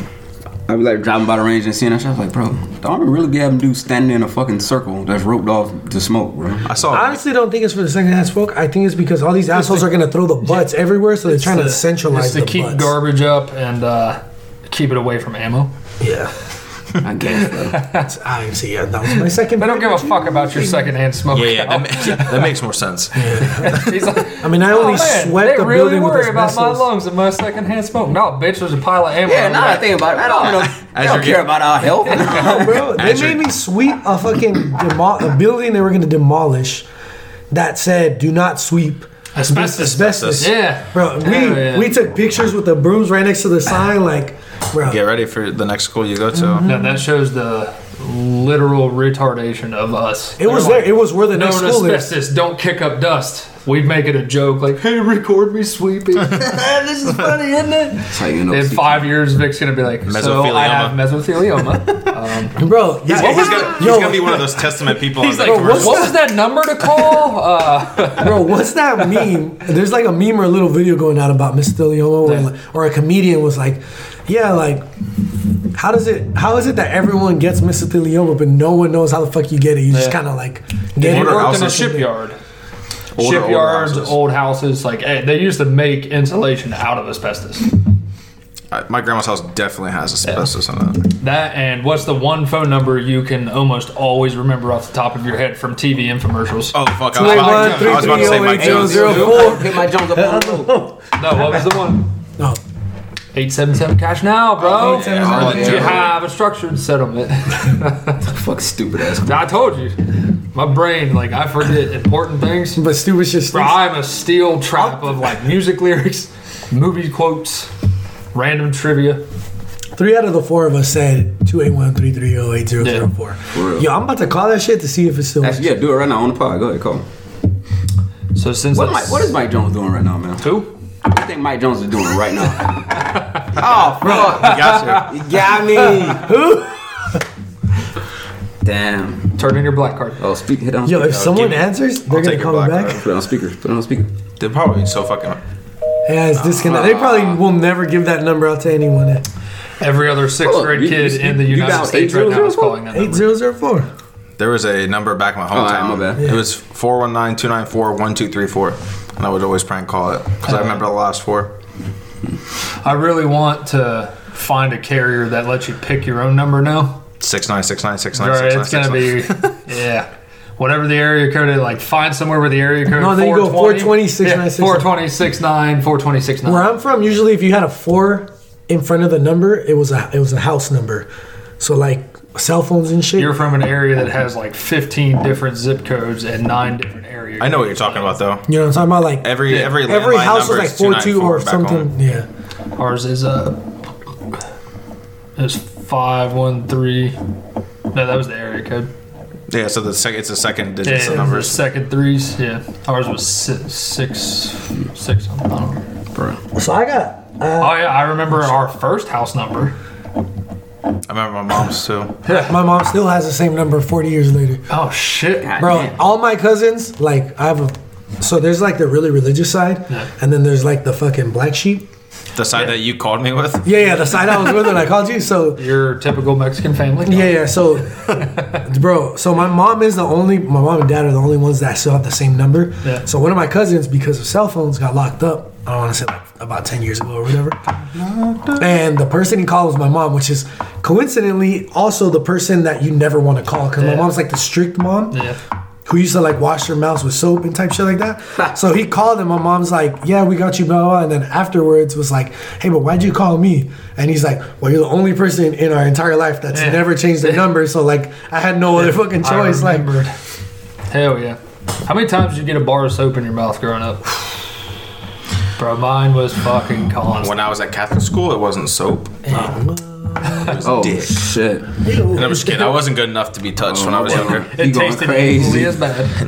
A: I was like driving by the range and seeing that shit. I was like, bro, the army really be having dudes standing in a fucking circle that's roped off to smoke, bro.
C: <laughs> I saw.
B: I honestly don't think it's for the second hand smoke. I think it's because all these assholes are gonna throw the butts everywhere, so they're trying to
D: It's to-
B: centralize
D: it's to
B: the
D: keep
B: butts.
D: garbage up and uh, keep it away from ammo.
B: yeah.
A: I guess,
C: <laughs>
A: bro.
B: That's I see. Yeah, that was my second.
D: They don't give a fuck about your secondhand smoke.
C: yeah, yeah,
D: though.
C: that,
D: <laughs>
C: ma- that makes more sense. <laughs>
B: <laughs>
D: He's like,
B: I mean, I only
D: "Oh, man,
B: swept
D: they
B: the
D: really
B: building with
D: worry about my
B: asbestos.
D: lungs and my secondhand smoke. No, bitch, there's a pile of ammo.
A: yeah,
D: in
A: now that I
D: there.
A: think about it, I don't, know, I
C: As
A: don't
C: you're
A: care
C: getting-
A: about our
C: <laughs>
A: health.
B: No, bro. They made
C: Patrick.
B: me sweep a fucking demo- a building they were gonna demolish. That said, do not sweep
D: Asbestos.
B: asbestos.
D: Yeah.
B: bro. We
D: Hell yeah.
B: we took pictures with the brooms right next to the sign, like, bro.
C: Get ready for the next school you go to.
D: No, that shows the literal retardation of us.
B: It was there. It was where the
D: No
B: next school is.
D: asbestos. Don't kick up dust. We'd make it a joke like, "Hey, record me <laughs> sweeping." this is funny, isn't it?
A: That's how you know
D: In
A: it's-
D: five years, Vic's gonna be like, "So I
C: Mesothelioma.
D: have
C: <laughs>
D: mesothelioma."
B: Bro, that-
C: He's, he's <laughs> gonna, he's
B: yo,
C: gonna be one of those testament people.
D: He's
C: on
D: like,
C: that
D: "What
C: commercial.
D: was that number to
C: <laughs>
D: call?" Uh,
B: bro, what's that meme? There's like a meme or a little video going out about mesothelioma, where, like- or a comedian was like, "Yeah, like, how does it? How is it that everyone gets mesothelioma, but no one knows how the fuck you get it? You just
D: Yeah.
B: kind of like get
D: he
C: Order
D: worked in a
C: houses.
D: shipyard.
C: Older- older
D: Shipyards,
C: houses.
D: old houses, like eh, they used to make insulation out of asbestos.
C: Uh, My grandma's house definitely has asbestos in it.
D: That and what's the one phone number you can almost always remember off the top of your head from TV infomercials?
C: Oh fuck! I was, about, I was about to say Mike Jones. uh-huh.
A: <laughs>
B: 281-330-8004.
A: Hit my Jones up on the loop.
D: No, what was the one?
B: No,
D: 877 cash now,
C: Oh,
D: bro.
C: Or the
A: Yeah.
D: You
C: Jones.
D: have a structured settlement.
A: <laughs> Fuck stupid ass.
D: I told you. My brain, like, I forget important things.
B: but stupid shit. sticks.
D: Bro, I'm a steel trap of like music lyrics, movie quotes, random trivia.
B: Three out of the four of us said two eight one three three zero eight zero zero four.
A: real.
B: Yo, I'm about to call that shit to see if it's still.
A: Actually, yeah, do it right now on the pod. Go ahead, call him.
D: So since
A: What,
D: that's-
A: Mike, what is Mike Jones doing right now, man?
D: who?
A: What do you think Mike Jones is doing right <laughs> now? oh, fuck.
C: Gotcha.
A: You got me. <laughs> Who? Damn.
D: Turn in your black card.
A: Oh, speak. Hit on
B: Yo,
A: speaker.
B: if someone
C: me-
B: answers, they're
C: I'll
B: gonna
C: take your
B: call me
C: black
B: back.
C: card.
A: Put it on speaker. Put it on speaker.
C: They're probably so fucking.
B: Yeah, it's disconnected. They probably will never give that number out to anyone.
D: Every other sixth
A: Hold on,
D: grade
A: you-
D: kid
A: you-
D: in the
A: you
D: United
A: dialed
D: States right now is
A: 8004?
D: calling that
B: Eight
D: number.
B: zero zero four.
C: There was a number back in my
A: alright,
C: hometown.
A: my bad.
C: It was 419-294-1234. and I would always prank call it because I remember the last four.
D: I really want to find a carrier that lets you pick your own number now.
C: Six nine six nine six nine
D: Right,
C: six nine
D: it's
C: six nine.
D: gonna
C: <laughs>
D: be yeah. Whatever the area code is, like find somewhere with the area code.
B: No, then you go 420, 696.
D: 420, 69, 420, 69.
B: Where I'm from, usually if you had a four in front of the number, it was a it was a house number. So like cell phones and shit.
D: You're from an area that has like 15 different zip codes and nine different areas.
C: I know what you're talking about though.
B: you know what I'm talking about? Like
C: Every every
B: every
C: landline
B: house was
C: number
B: like
C: is
B: four two or
C: 294 back
B: something.
C: home.
B: Yeah.
D: Ours is uh, is five one three. No, that was the area code.
C: Yeah, so the second it's the second
D: Yeah,
C: digits
D: it
C: of
D: was
C: numbers.
D: the second threes. Yeah, ours was six, six, six. I don't know.
A: Bro.
B: So I got
D: Oh yeah, I remember our first house number.
C: I remember my mom's too.
B: my mom still has the same number 40 years later.
D: Oh shit.
B: bro
A: Damn.
B: all my cousins like i have a so there's like the really religious side
D: Yeah.
B: and then there's like the fucking black sheep
C: The side that you called me with.
B: yeah yeah the side i was with when i called you
D: <laughs>
B: so
D: Your typical Mexican family.
B: yeah yeah so bro so my mom is the only my mom and dad are the only ones that still have the same number
D: Yeah.
B: so one of my cousins because of cell phones got locked up i don't want to say like about 10 years ago or whatever and the person he called was my mom which is coincidentally also the person that you never want to call because my
D: Yeah.
B: mom's like the strict mom
D: Yeah.
B: who used to like wash their mouths with soap and type shit like
D: <laughs>
B: that. so he called and my mom's like, Yeah, we got you, blah, blah, blah. And then afterwards was like, Hey, but why'd you call me? And he's like, Well, you're the only person in our entire life that's
D: Yeah. <laughs>
B: never changed their number. So like, I had no other fucking <laughs>
D: I
B: choice. Like,
D: remembered. Hell yeah. How many times did you get a bar of soap in your mouth growing up? Bro, mine was fucking constant.
C: When I was at Catholic school, it wasn't soap.
A: Oh
C: Dick.
A: shit!
C: And I'm
B: <laughs>
C: just kidding. I wasn't good enough to be touched when I was younger.
A: You
D: It
A: going
D: tasted equally
A: crazy?
D: as bad.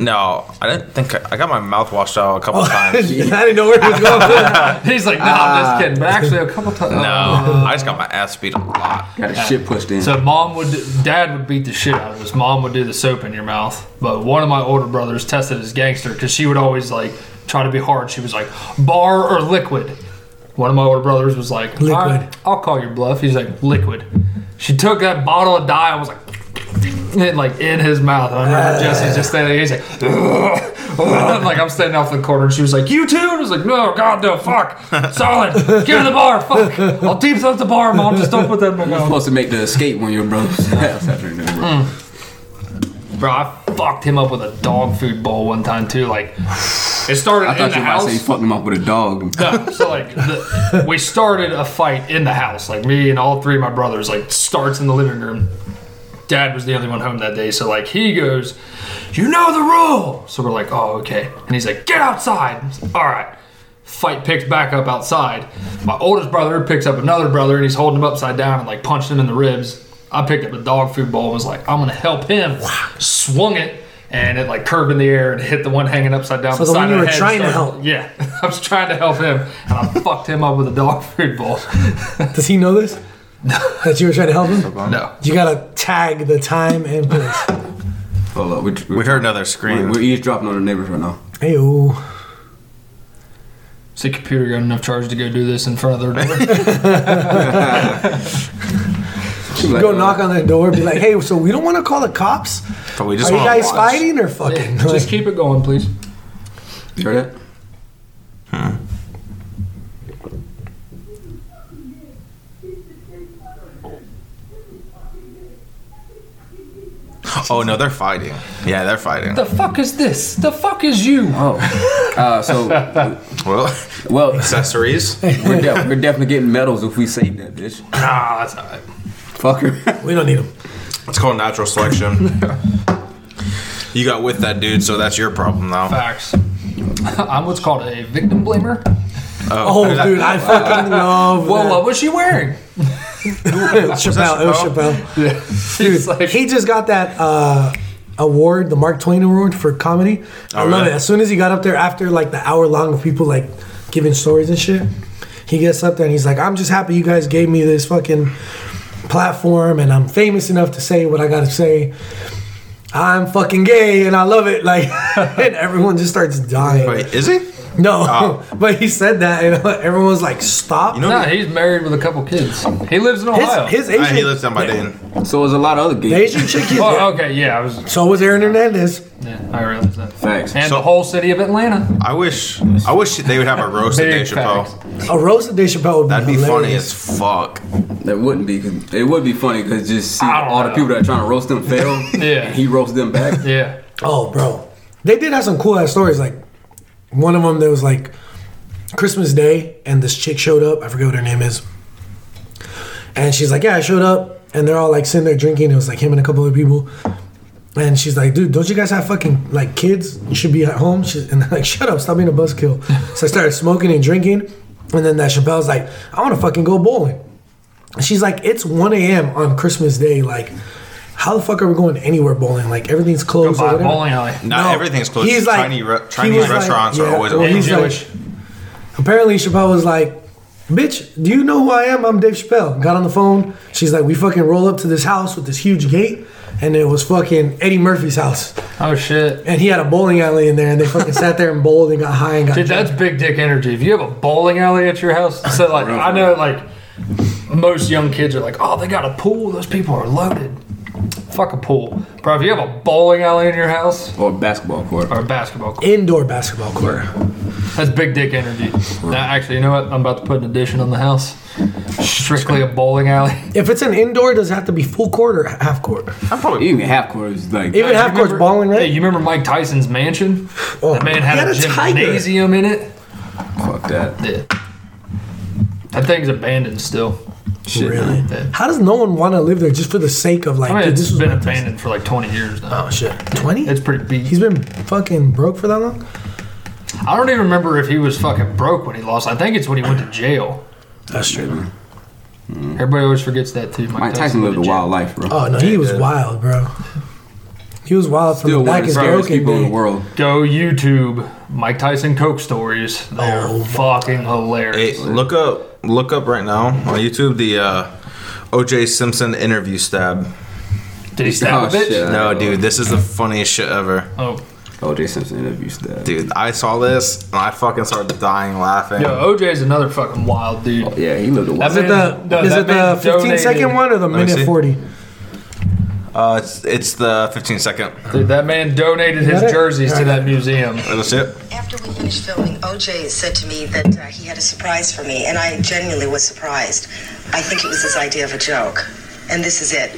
A: <laughs>
C: No, I didn't think I, I got my mouth washed out a couple
B: I <laughs>
C: times.
B: didn't know where it was going.
D: <laughs> He's like, nah, I'm just kidding. But actually, a
A: <laughs>
D: couple times.
C: No, I just got my ass beat a lot.
A: Got a shit pushed in.
D: So mom would, dad would beat the shit out of us. Mom would do the soap in your mouth. But one of my older brothers tested as gangster because she would always like try to be hard. She was like, bar or liquid. One of my older brothers was like, liquid.
B: Liquid.
D: I'll call your bluff. He's like, liquid. She took that bottle of dye and was like, and like in his mouth. And I remember Jesse's just standing there. He's like, "Ugh." like <laughs> I'm standing off in the corner, and she was like, "You too?" And I was like, "No, God, no, fuck, solid. Give her the bar, fuck. I'll deep throat the bar, mom. Just don't put that in my
A: You're
D: mouth."
A: supposed to make the escape when <laughs> your brother's house after you do it, bro.
D: Bro, I fucked him up with a dog food bowl one time too. Like, it started
A: I
D: in
A: thought
D: the
A: you were about to say you
D: house.
A: fucked him up with a dog.
D: No, so like, the, we started a fight in the house. Like me and all three of my brothers. Like starts in the living room. Dad was the only one home that day, so like he goes, "You know the rule." So we're like, "Oh, okay." And he's like, "Get outside." I'm like, all right. Fight picks back up outside. My oldest brother picks up another brother, and he's holding him upside down and like punched him in the ribs. I picked up a dog food bowl and was like, "I'm gonna help him." Swung it. And it like curved in the air and hit the one hanging upside down.
B: So the
D: beside
B: one you
D: her
B: were
D: head and
B: trying to
D: started-
B: help.
D: yeah, <laughs> I was trying to help him, and I fucked him up with a dog food bowl. <laughs>
B: Does he know this? that you were trying to help him?
D: No,
B: You gotta tag the time and place.
A: Hold up, we, we,
C: We heard another
A: we're,
C: scream.
A: we're eavesdropping on the neighbors right now.
B: Hey,
D: is the computer got enough charge to go do this in front of their door?
A: Like,
B: go
A: uh,
B: knock on their door, be like, hey, so we don't wanna call the cops?
C: but we
B: Are
C: just
B: you
C: want
B: guys
C: to watch.
B: fighting or fucking?
D: <laughs> Just keep it going, please.
A: You heard that?
C: Oh no, they're fighting. Yeah, they're fighting.
D: The fuck is this? The fuck is you?
A: <laughs> Oh, uh, so
C: Well,
A: well,
C: accessories.
A: we're, def- we're definitely getting medals if we save that bitch.
D: Nah, that's all right.
A: Fucker.
B: we don't need them.
C: It's called natural selection. you got with that dude, so that's your problem now.
D: Facts. <laughs> I'm what's called a victim blamer.
B: Oh, dude,
C: <laughs>
B: I fucking love
D: Well,
B: that.
D: what was she wearing?
B: Chappelle, El Chappelle.
D: She's
C: <laughs>
D: like,
B: He just got that uh, award, the Mark Twain Award for comedy. I
C: Oh,
B: love
C: really?
B: it. As soon as he got up there after like the hour long of people like giving stories and shit, he gets up there and he's like, I'm just happy you guys gave me this fucking platform and I'm famous enough to say what I gotta say. I'm fucking gay and I love it. <laughs>
C: <laughs>
B: Like, and everyone just starts dying.
C: Wait, is he?
B: No,
C: Oh.
B: <laughs> but he said that and <laughs> everyone was like, stop.
C: You know-
D: nah, he's married with a couple kids. He lives in Ohio.
B: his, his
C: Uh,
B: Asian,
C: he lives down by
B: the,
C: Dayton.
A: <laughs> So there's a lot of other
B: the
A: games.
B: Asian chick is.
D: Oh, okay, yeah, I was.
B: So was Aaron Hernandez.
D: Yeah, I realized that.
A: Facts.
D: And
C: So-
D: the whole city of Atlanta.
C: I wish. I wish they would have a roast at
D: Big
C: Dave Chappelle.
B: A roasted Dave Chappelle would be
C: That'd be funny
B: hilarious.
C: as fuck.
A: That wouldn't be. 'cause- It would be funny because just see
D: I don't
A: all the
D: know.
A: people that are trying to roast him fail.
D: <laughs> Yeah.
A: and he roasts them back.
D: Yeah.
B: Oh, bro, they did have some cool ass stories. Like one of them, there was like Christmas Day, and this chick showed up. I forget what her name is, and she's like, "Yeah, I showed up," and they're all like sitting there drinking. It was like him and a couple other people. And she's like, dude, don't you guys have fucking like kids? You should be at home. She, and they're like, shut up, stop being a buzzkill. So I started smoking and drinking. And then that Chappelle's like, I want to fucking go bowling. And she's like, it's 1 a.m. on Christmas Day. Like, how the fuck are we going anywhere bowling? Like, everything's closed. or
D: By
B: Oh, whatever."
D: bowling alley.
C: Not everything's closed.
B: He's like-
C: Chinese, re-
B: he
C: Chinese
B: was like-
C: restaurants
B: yeah,
C: are always
B: well,
C: open.
B: he's
D: Jewish.
B: Like, apparently, Chappelle was like, "Bitch, do you know who I am? I'm Dave Chappelle." Got on the phone. She's like, "We fucking roll up to this house with this huge gate, and it was fucking Eddie Murphy's house,
D: Oh, shit.
B: and he had a bowling alley in there, and they fucking sat there and bowled and got high and got
D: Dude,
B: drunk.
D: that's big dick energy. If you have a bowling alley at your house, so like I know like most young kids are like, oh, they got a pool. Those people are loaded. Fuck a pool, bro. If you have a bowling alley in your house
A: Or basketball court.
D: or a basketball court,
B: indoor basketball court.
D: that's big dick energy. Now, actually, you know what? I'm about to put an addition on the house. Strictly a
B: <laughs>
D: bowling alley.
B: If it's an indoor, does it have to be full court or half court?
C: I'm probably.
A: Even half court is like.
B: Even half court's
D: Remember-
B: bowling,
D: Hey,
B: right?
D: you remember Mike Tyson's mansion?
B: oh,
D: That man
B: he
D: had a gymnasium in it.
A: Fuck that.
D: Yeah. That thing's abandoned still.
A: Shit.
B: Really?
D: Yeah.
B: How does no one want to live there just for the sake of like?
D: I mean,
B: dude,
D: Oh, it's
B: this was
D: been
B: my place?
D: abandoned for like 20 years now.
B: Oh shit, twenty?
D: It's pretty beat.
B: He's been fucking broke for that long.
D: I don't even remember if he was fucking broke when he lost. I think it's when he went to jail.
B: That's
A: Mm-hmm.
B: true.
D: Everybody always forgets that too. Mike,
A: Mike Tyson lived a
D: went to jail.
A: wild life, bro.
B: Oh no, he was
C: dude.
B: wild, bro. He was wild from
A: Still one
B: back
A: of the
B: in
A: scariest
B: broken
A: people in the
B: day.
A: world.
D: Go YouTube Mike Tyson Coke stories. They're
B: Oh,
D: fucking hilarious.
C: Hey, look up, look up right now on YouTube the uh, O.J. Simpson interview stab. Uh,
D: Did he stab
A: Oh,
D: a bitch?
A: shit.
C: No, dude, this is the funniest shit ever.
D: Oh,
A: OJ Simpson interview stuff.
C: Dude, I saw this and I fucking started dying laughing.
D: yo, OJ's another fucking wild dude.
A: Yeah, he lived a wild
D: That's
B: Is it
A: life.
B: the
D: No,
B: is
D: that
B: it the
D: man
B: fifteen second
D: donated-
B: one or the
C: me see.
B: minute forty?
C: Uh, it's, it's the 15 second.
D: Dude, that man donated his
B: got it?
D: jerseys to that museum.
C: That's it.
E: After we finished filming, OJ said to me that uh, he had a surprise for me, and I genuinely was surprised. I think it was his idea of a joke, and this is it.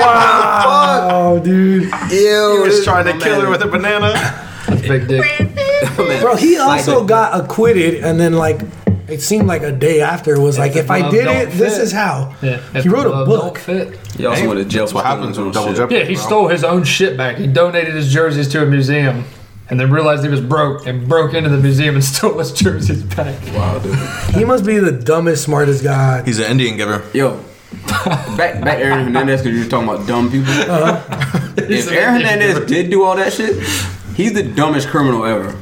B: Oh, dude,
C: He was
A: this
C: trying to
A: is my
C: kill her
A: man.
C: with a banana.
D: Big dick.
B: bro. He also got acquitted, and then like it seemed like a day after was like,
D: the
B: if I
D: glove
B: did
D: don't
B: it, this
D: fit.
B: is how.
D: Yeah, if
B: He wrote
D: the
B: a
D: glove
B: book.
D: don't fit.
A: He also went to jail.
C: That's what
A: for
C: happens
A: stealing
C: with
A: some
C: double
A: shit.
C: jeopardy.
D: Yeah, he
C: bro.
D: stole his own shit back. He donated his jerseys to a museum and then realized he was broke and broke into the museum and <laughs> stole his jerseys back.
B: He must be the dumbest, smartest guy.
C: He's an Indian giver. <laughs>
A: Yo, back back Aaron Hernandez because you were talking about dumb people.
B: Uh-huh.
A: If
D: He's an
A: Aaron
D: idiot.
A: Hernandez did do all that shit, he's the dumbest criminal ever.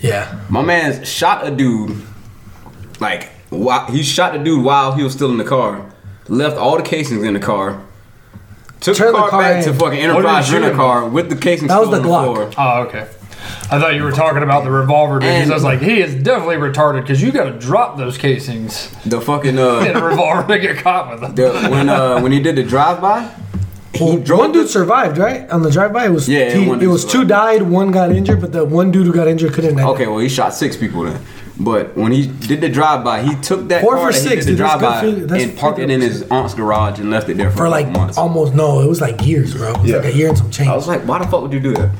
B: Yeah,
A: My man shot a dude. Like whi- he shot the dude while he was still in the car. Left all the casings in the car. Took
B: Turned
A: the car
B: the car
A: back
B: in.
A: to fucking
D: he
A: Enterprise
D: shoot him
A: rental car with the casings
B: That was
A: still
B: the
A: on
B: Glock.
A: floor.
D: Oh, okay. I thought you were talking about the revolver because
A: And-
D: I was like, he is definitely retarded because you got to drop those casings
A: The fucking
D: in
A: uh,
D: a revolver to get caught with them.
A: the, when uh when he did the drive by,
B: well,
A: drove
B: one dude
A: the-
B: survived, right? On the drive-by, it was
A: Yeah,
B: he-
A: one
B: it
A: dude
B: was two
A: survived.
B: died, one got injured, but the one dude who got injured couldn't. die.
A: Okay, well he shot six people then. But when he did the drive by, he took that
B: Four
A: car
B: for
A: that
B: six,
A: he did
B: dude,
A: the drive
B: that's good
A: by
B: for you. That's
A: and parked it in his aunt's garage and left it there for,
B: for like oh
A: like months.
B: almost no, it was like years, bro. It was like
A: Yeah.
B: a year and some change.
A: I was like, why the fuck would you do that?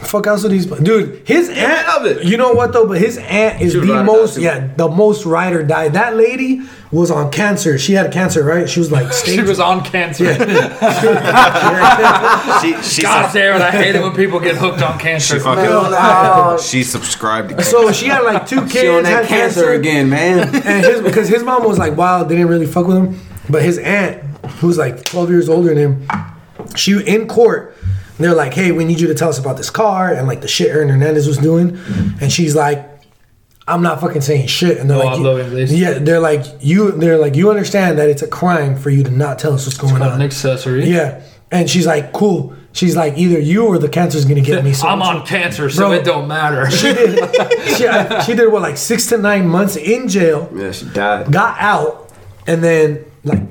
B: Fuck else would these dude? His aunt
A: love it.
B: You know what though? But his aunt is
A: She was ride
B: the
A: or die,
B: most
A: too.
B: yeah the most ride or die. That lady was on cancer. She had cancer, right? She
A: <laughs>
B: was like stage.
D: <laughs> She was on cancer.
C: She, she,
D: <laughs> God damn it, I hate it when people get hooked on cancer.
C: she fucking.
B: Hell no.
C: <laughs> She subscribed.
B: <laughs>
C: To
B: so she had like two kids.
A: She on that
B: had
A: cancer, again, man.
B: <laughs> and his because his mom was like wild, didn't really fuck with him. But his aunt, who was like 12 years older than him, she in court. They're like, hey, we need you to tell us about this car and like the shit Aaron Hernandez was doing, and she's like, I'm not fucking saying shit. And they're
D: No
B: like,
D: uploading this.
B: yeah, they're like you, they're like you understand that it's a crime for you to not tell us what's going
D: Not
B: on.
D: an accessory.
B: Yeah, and she's like, cool. She's like, either you or the cancer's gonna
D: <laughs>
B: get me.
D: I'm
B: it's-
D: on cancer, so
B: Bro.
D: it don't matter.
B: She did. <laughs> she, she did what like six to nine months in jail
A: yeah, she died.
B: got out and then like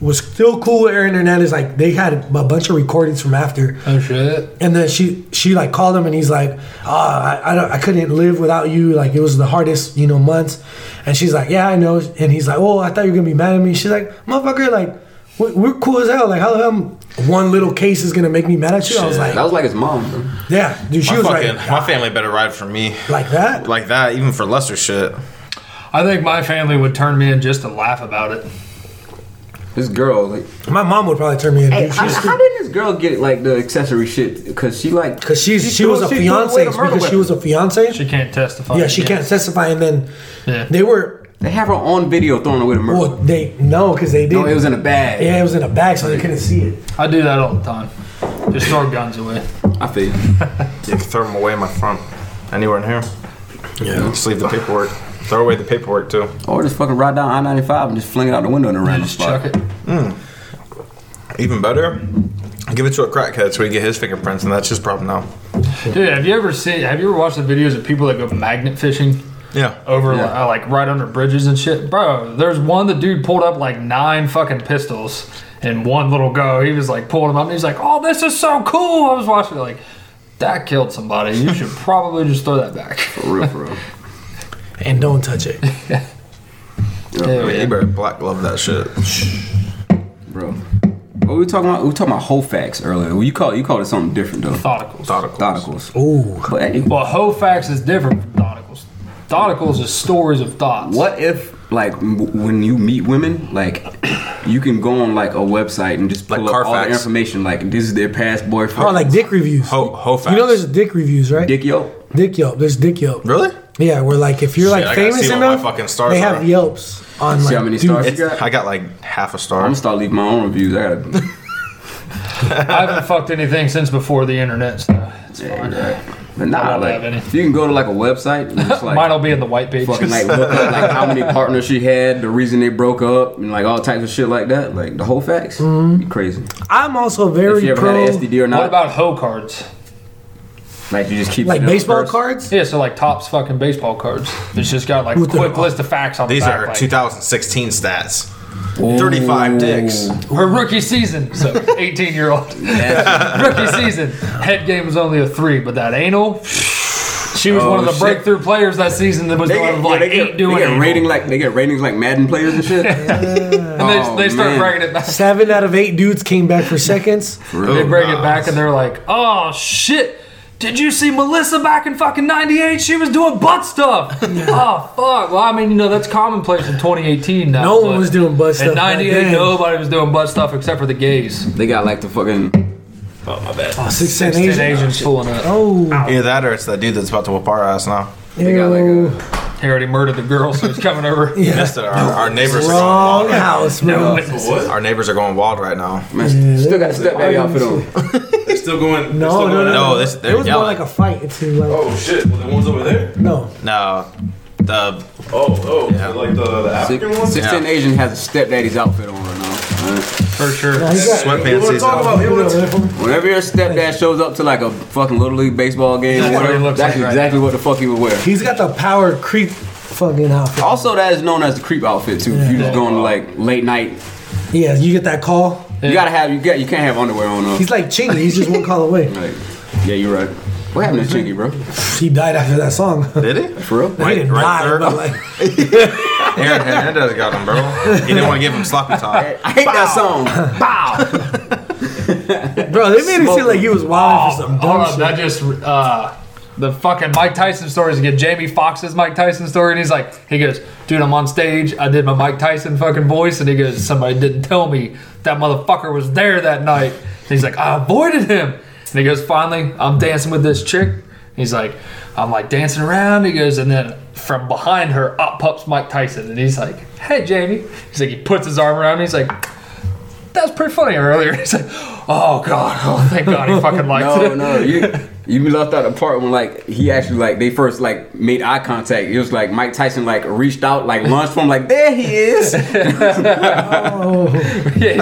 B: was still cool with Aaron Hernandez. Like they had a bunch of recordings from after,
D: <laughs> Oh shit.
B: and then she she like called him and he's like, ah, I I, don't, I couldn't live without you. Like it was the hardest you know months, and she's like, yeah, I know. And he's like, oh, I thought you were gonna be mad at me. She's like, motherfucker, like we- we're cool as hell. Like how the hell one little case is gonna make me mad at you? I was
A: That
B: like,
A: was like his mom, bro.
B: yeah, dude, she
C: my,
B: was
C: fucking,
B: right.
C: my family better ride for me.
B: Like that?
C: Like that, even for lesser shit.
D: I think my family would turn me in just to laugh about it.
A: This girl, like,
B: My mom would probably turn me in.
A: hey,
B: dude.
A: how,
B: She's-
A: how did this girl get like the accessory shit? Because she like,
B: Cause she's she,
A: threw-
B: was a
A: she threw away
B: fiance
A: the murder
B: because she
A: weapon.
B: was a fiance.
D: She can't testify.
B: Yeah, she can't testify, and then
D: Yeah.
B: they were
A: They have her on video throwing away the murder.
B: well, they no, because they didn't.
A: no, it was in a bag.
B: yeah, it was in a bag, so they couldn't see it.
D: I do that all the time. Just throw guns away.
A: I feel. you.
C: You can throw them away in my front. Anywhere in here. Yeah. Just leave the paperwork. Throw away the paperwork too.
A: Or just fucking ride down I ninety five and just fling it out the window in a random
D: Just
A: spot.
D: chuck it.
C: Even better, give it to a crackhead so we get his fingerprints, and that's his problem now.
D: Dude, have you ever seen? Have you ever watched the videos of people that go magnet fishing
C: Yeah.
D: over
A: Yeah.
D: like, uh, like right under bridges and shit, bro? There's one the dude pulled up like nine fucking pistols in one little go. He was like pulling them up, and he's like, "Oh, this is so cool." I was watching it like. That killed somebody. You should <laughs> probably just throw that back. <laughs>
A: For real, for real.
B: And don't touch <laughs> it.
D: Hell
C: Oh, You
D: yeah.
C: better black glove that shit.
A: Bro. What we were talking about? We were talking about whole facts earlier. Well, you call you called it something different though.
D: Thoticals.
C: Thought of course.
A: Thoticals.
B: Ooh,
A: But hey,
D: Well, Hofax is different from Thoticals. Thoughtacles is stories of thoughts.
A: What if like m- when you meet women, like <clears throat> you can go on like a website and just pull
C: Like
A: up all their
C: Carfax.
A: information, like this is their past boyfriend,
B: Oh, like dick reviews.
C: Oh, Ho- Hofax.
B: You know, there's dick reviews, right? Dick,
A: dick yo.
B: Yelp. There's Dick Yelp.
C: Really?
B: Yeah, where like if you're
C: Shit,
B: like
C: I gotta
B: famous
C: see what my
B: enough,
C: fucking stars
B: they have
C: are.
B: Yelps on like.
A: See how many
B: dudes.
A: stars?
C: It's, I got like half a star.
A: I'm gonna start leaving my own reviews. I gotta.
B: <laughs>
D: I haven't <laughs> fucked anything since before the internet. So it's fine.
A: But
D: I
A: nah,
D: don't
A: like
D: have any.
A: if you can go to like a website, and
D: <laughs>
A: just like
D: Mine'll be in the white pages.
A: fucking like look up like how
D: <laughs>
A: many partners she had, the reason they broke up, and like all types of shit like that, like the whole facts.
B: Mm-hmm.
A: Be crazy.
B: I'm also
A: If
B: very
A: you ever
B: pro,
A: had an STD or not,
D: what about hoe cards?
A: like you just keep it
B: like
A: in the
B: baseball
A: purse.
B: cards.
D: Yeah, so like tops fucking baseball cards. It's just got like a
B: With the-
D: quick list of facts on
C: These
D: the back.
C: are
D: like,
C: 2016 stats. 35 dicks.
D: her rookie season. So 18
A: <laughs>
D: year old
A: That's-
D: rookie season. Head game was only a three, but that anal. She was
A: Oh,
D: one of the
A: shit.
D: breakthrough players that season that was
A: They
D: going
A: get,
D: like
A: yeah, they
D: eight
A: get,
D: doing
A: they get
D: anal.
A: rating like they get ratings like Madden players and shit.
B: <laughs>
D: and they, they start
A: man.
D: breaking it back.
B: Seven out of eight dudes came back for <laughs> seconds.
D: They
C: Oh,
D: bring
C: nah.
D: it back and they're like, oh shit. Did you see Melissa back in fucking 98? She was doing
B: <laughs>
D: butt stuff. oh, fuck. Well, I mean, you know, that's commonplace in 2018 now.
B: No
D: but
B: one was doing butt stuff.
D: In
B: back
D: 98,
B: then.
D: nobody was doing butt stuff except for the gays.
A: They got like the fucking
D: Oh, my bad.
B: Oh, six cent
D: Six ten
B: Asian.
D: Asians pulling up.
B: Oh,
C: Either that or it's that dude that's about to whoop our ass now.
A: they got like
B: ew.
A: a
D: He already murdered the girl, so he's coming over.
B: <laughs> Yeah.
C: Missed it. Our, our neighbors are
B: wrong
C: going wild right now.
B: house, bro.
C: Our neighbors are going wild right now.
A: man,
B: Yeah,
A: still
B: they-
A: got a step baby outfit on.
G: They're still
B: No, no,
G: going. they're still going
B: no,
G: out.
B: no.
C: No, this-
B: it was
C: they're
B: more
C: yelling.
B: like a fight. It's like
G: Oh shit! Well, the ones over there.
B: no.
C: No. The
G: Oh, oh,
C: Yeah.
G: like the, the African
A: Six-
G: ones.
A: Sixteen
C: Yeah.
A: Asian has a stepdaddy's outfit on right now. Alright.
D: For sure.
B: No, he's got-
G: You
C: sweatpants
G: want to
C: season.
G: talk about? You want to
A: Whenever your stepdad shows up to like a fucking little league baseball game,
D: That's
A: or
D: what
A: whatever,
D: he looks
A: that's
D: like right
A: exactly what the fuck he would wear.
B: He's got the power creep fucking outfit.
A: Also, that is known as the creep outfit too. If you just going to like late night,
B: Yeah, you get that call.
A: you gotta have you got you can't have underwear on. though.
B: He's like Chingy. He's just one call away.
A: Like, yeah, you're right. What happened
D: Mm-hmm.
A: to Chingy, bro?
B: He died after that song. <laughs>
C: did he?
A: For real?
B: he
C: Right,
B: didn't
C: right
B: die,
C: there.
B: but like,
C: Aaron Hernandez got him, bro. He didn't want to give him sloppy <laughs> top.
A: I hate that song.
D: <laughs>
A: Bow.
B: bro, they made it seem like he was wild for some
D: Hold
B: dumb
D: up, Oh, that
B: shit.
D: just uh, the fucking Mike Tyson stories again. Jamie Foxx's Mike Tyson story, and he's like, he goes, "Dude, I'm on stage. I did my Mike Tyson fucking voice," and he goes, "Somebody didn't tell me that motherfucker was there that night." And he's like, "I avoided him," and he goes, "Finally, I'm dancing with this chick." And he's like, "I'm like dancing around." He goes, and then from behind her up pops Mike Tyson, and he's like, "Hey, Jamie." He's like, he puts his arm around me. He's like. That was pretty funny earlier. <laughs> He's like, "Oh God, oh thank
A: <laughs>
D: God, he fucking likes it."
A: No, no, you you left out the part when like he actually like they first like made eye contact. It was like Mike Tyson like reached out like lunged for him like there he
D: <laughs>
A: is.
D: <laughs> Yeah, he's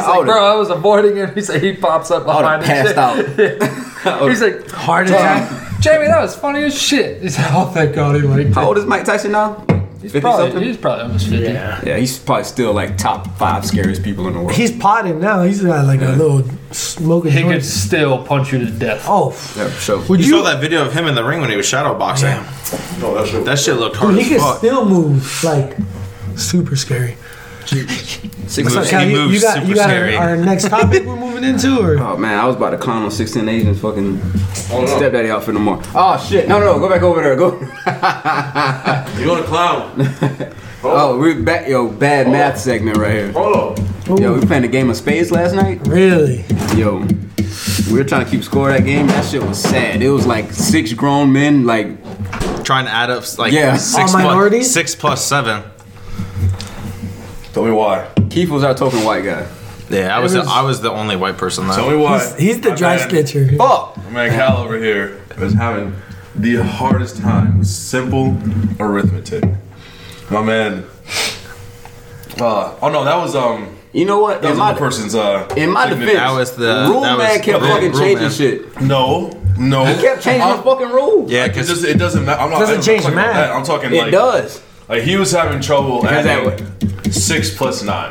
A: I
D: like,
A: would've-
D: bro, I was avoiding him. <laughs> He's like, he pops up
A: I
D: behind
A: would have
D: me.
A: passed out.
D: <laughs>
A: <laughs>
D: He's like,
B: Heart attack.
D: Jamie, that was funny as shit. He's like, oh, thank God he liked
A: How
D: it.
A: old is Mike Tyson now?
D: He's
A: 50
D: probably,
A: something?
D: he's probably almost 50.
A: Yeah, he's probably still like top five scariest people in the world.
B: He's potting now. He's got like a little smoking.
D: He
B: joint.
D: could still punch you to death.
B: Oh,
A: Yeah, for sure.
B: would
C: You
B: you?
C: saw that video of him in the ring when he was shadow boxing.
G: No, that's your.
C: That shit looked hard
B: Dude, <laughs> he
C: as
B: could
C: fuck.
B: still move like super scary.
C: he moves,
B: Cal,
C: he
B: you,
C: moves
B: you got,
C: super
B: you got our-
C: scary.
B: Our, next topic we're moving into,
A: <laughs>
B: or
A: Oh man, I was about to clown on 16 Asians fucking stepdaddy outfit no more. Oh shit, no, no, no, go back over there. Go.
G: You're going to clown.
A: Oh, we back, yo, bad
C: Oh.
A: math segment right here.
G: Hold up.
A: Yo, we playing a game of spades last night.
B: really?
A: Yo, we were trying to keep score that game. That shit was sad. It was like six grown men, like
C: Trying to add up like
A: Yeah.
C: six,
B: All minorities?
C: plus, six plus seven.
G: Tell me why.
A: Keith was our token white guy.
C: Yeah, I was,
B: was-
C: the, I was the only white person there.
G: Tell me why.
B: He's, he's the
G: My
B: dry
G: man-
B: snitcher.
A: Fuck.
G: My man Cal over here was having the hardest time with simple arithmetic. My man. Uh, oh no, that was um.
A: You know what?
G: That
A: In
G: was
A: my,
G: another person's uh.
A: in my defense,
C: That was the-
A: rule
C: that
A: man
C: was-
A: kept
C: yeah,
A: fucking
C: rule
A: changing
C: man.
A: shit.
G: No, no.
A: Kept changing the
G: I'm-
A: fucking rule.
C: yeah,
G: It,
C: because
G: just, it doesn't matter. I'm not.
B: Doesn't
G: I'm
B: change
G: talking about
B: math.
G: that. I'm talking
A: It
G: like
A: does.
G: Like he was having trouble
A: Because that
G: adding six plus nine.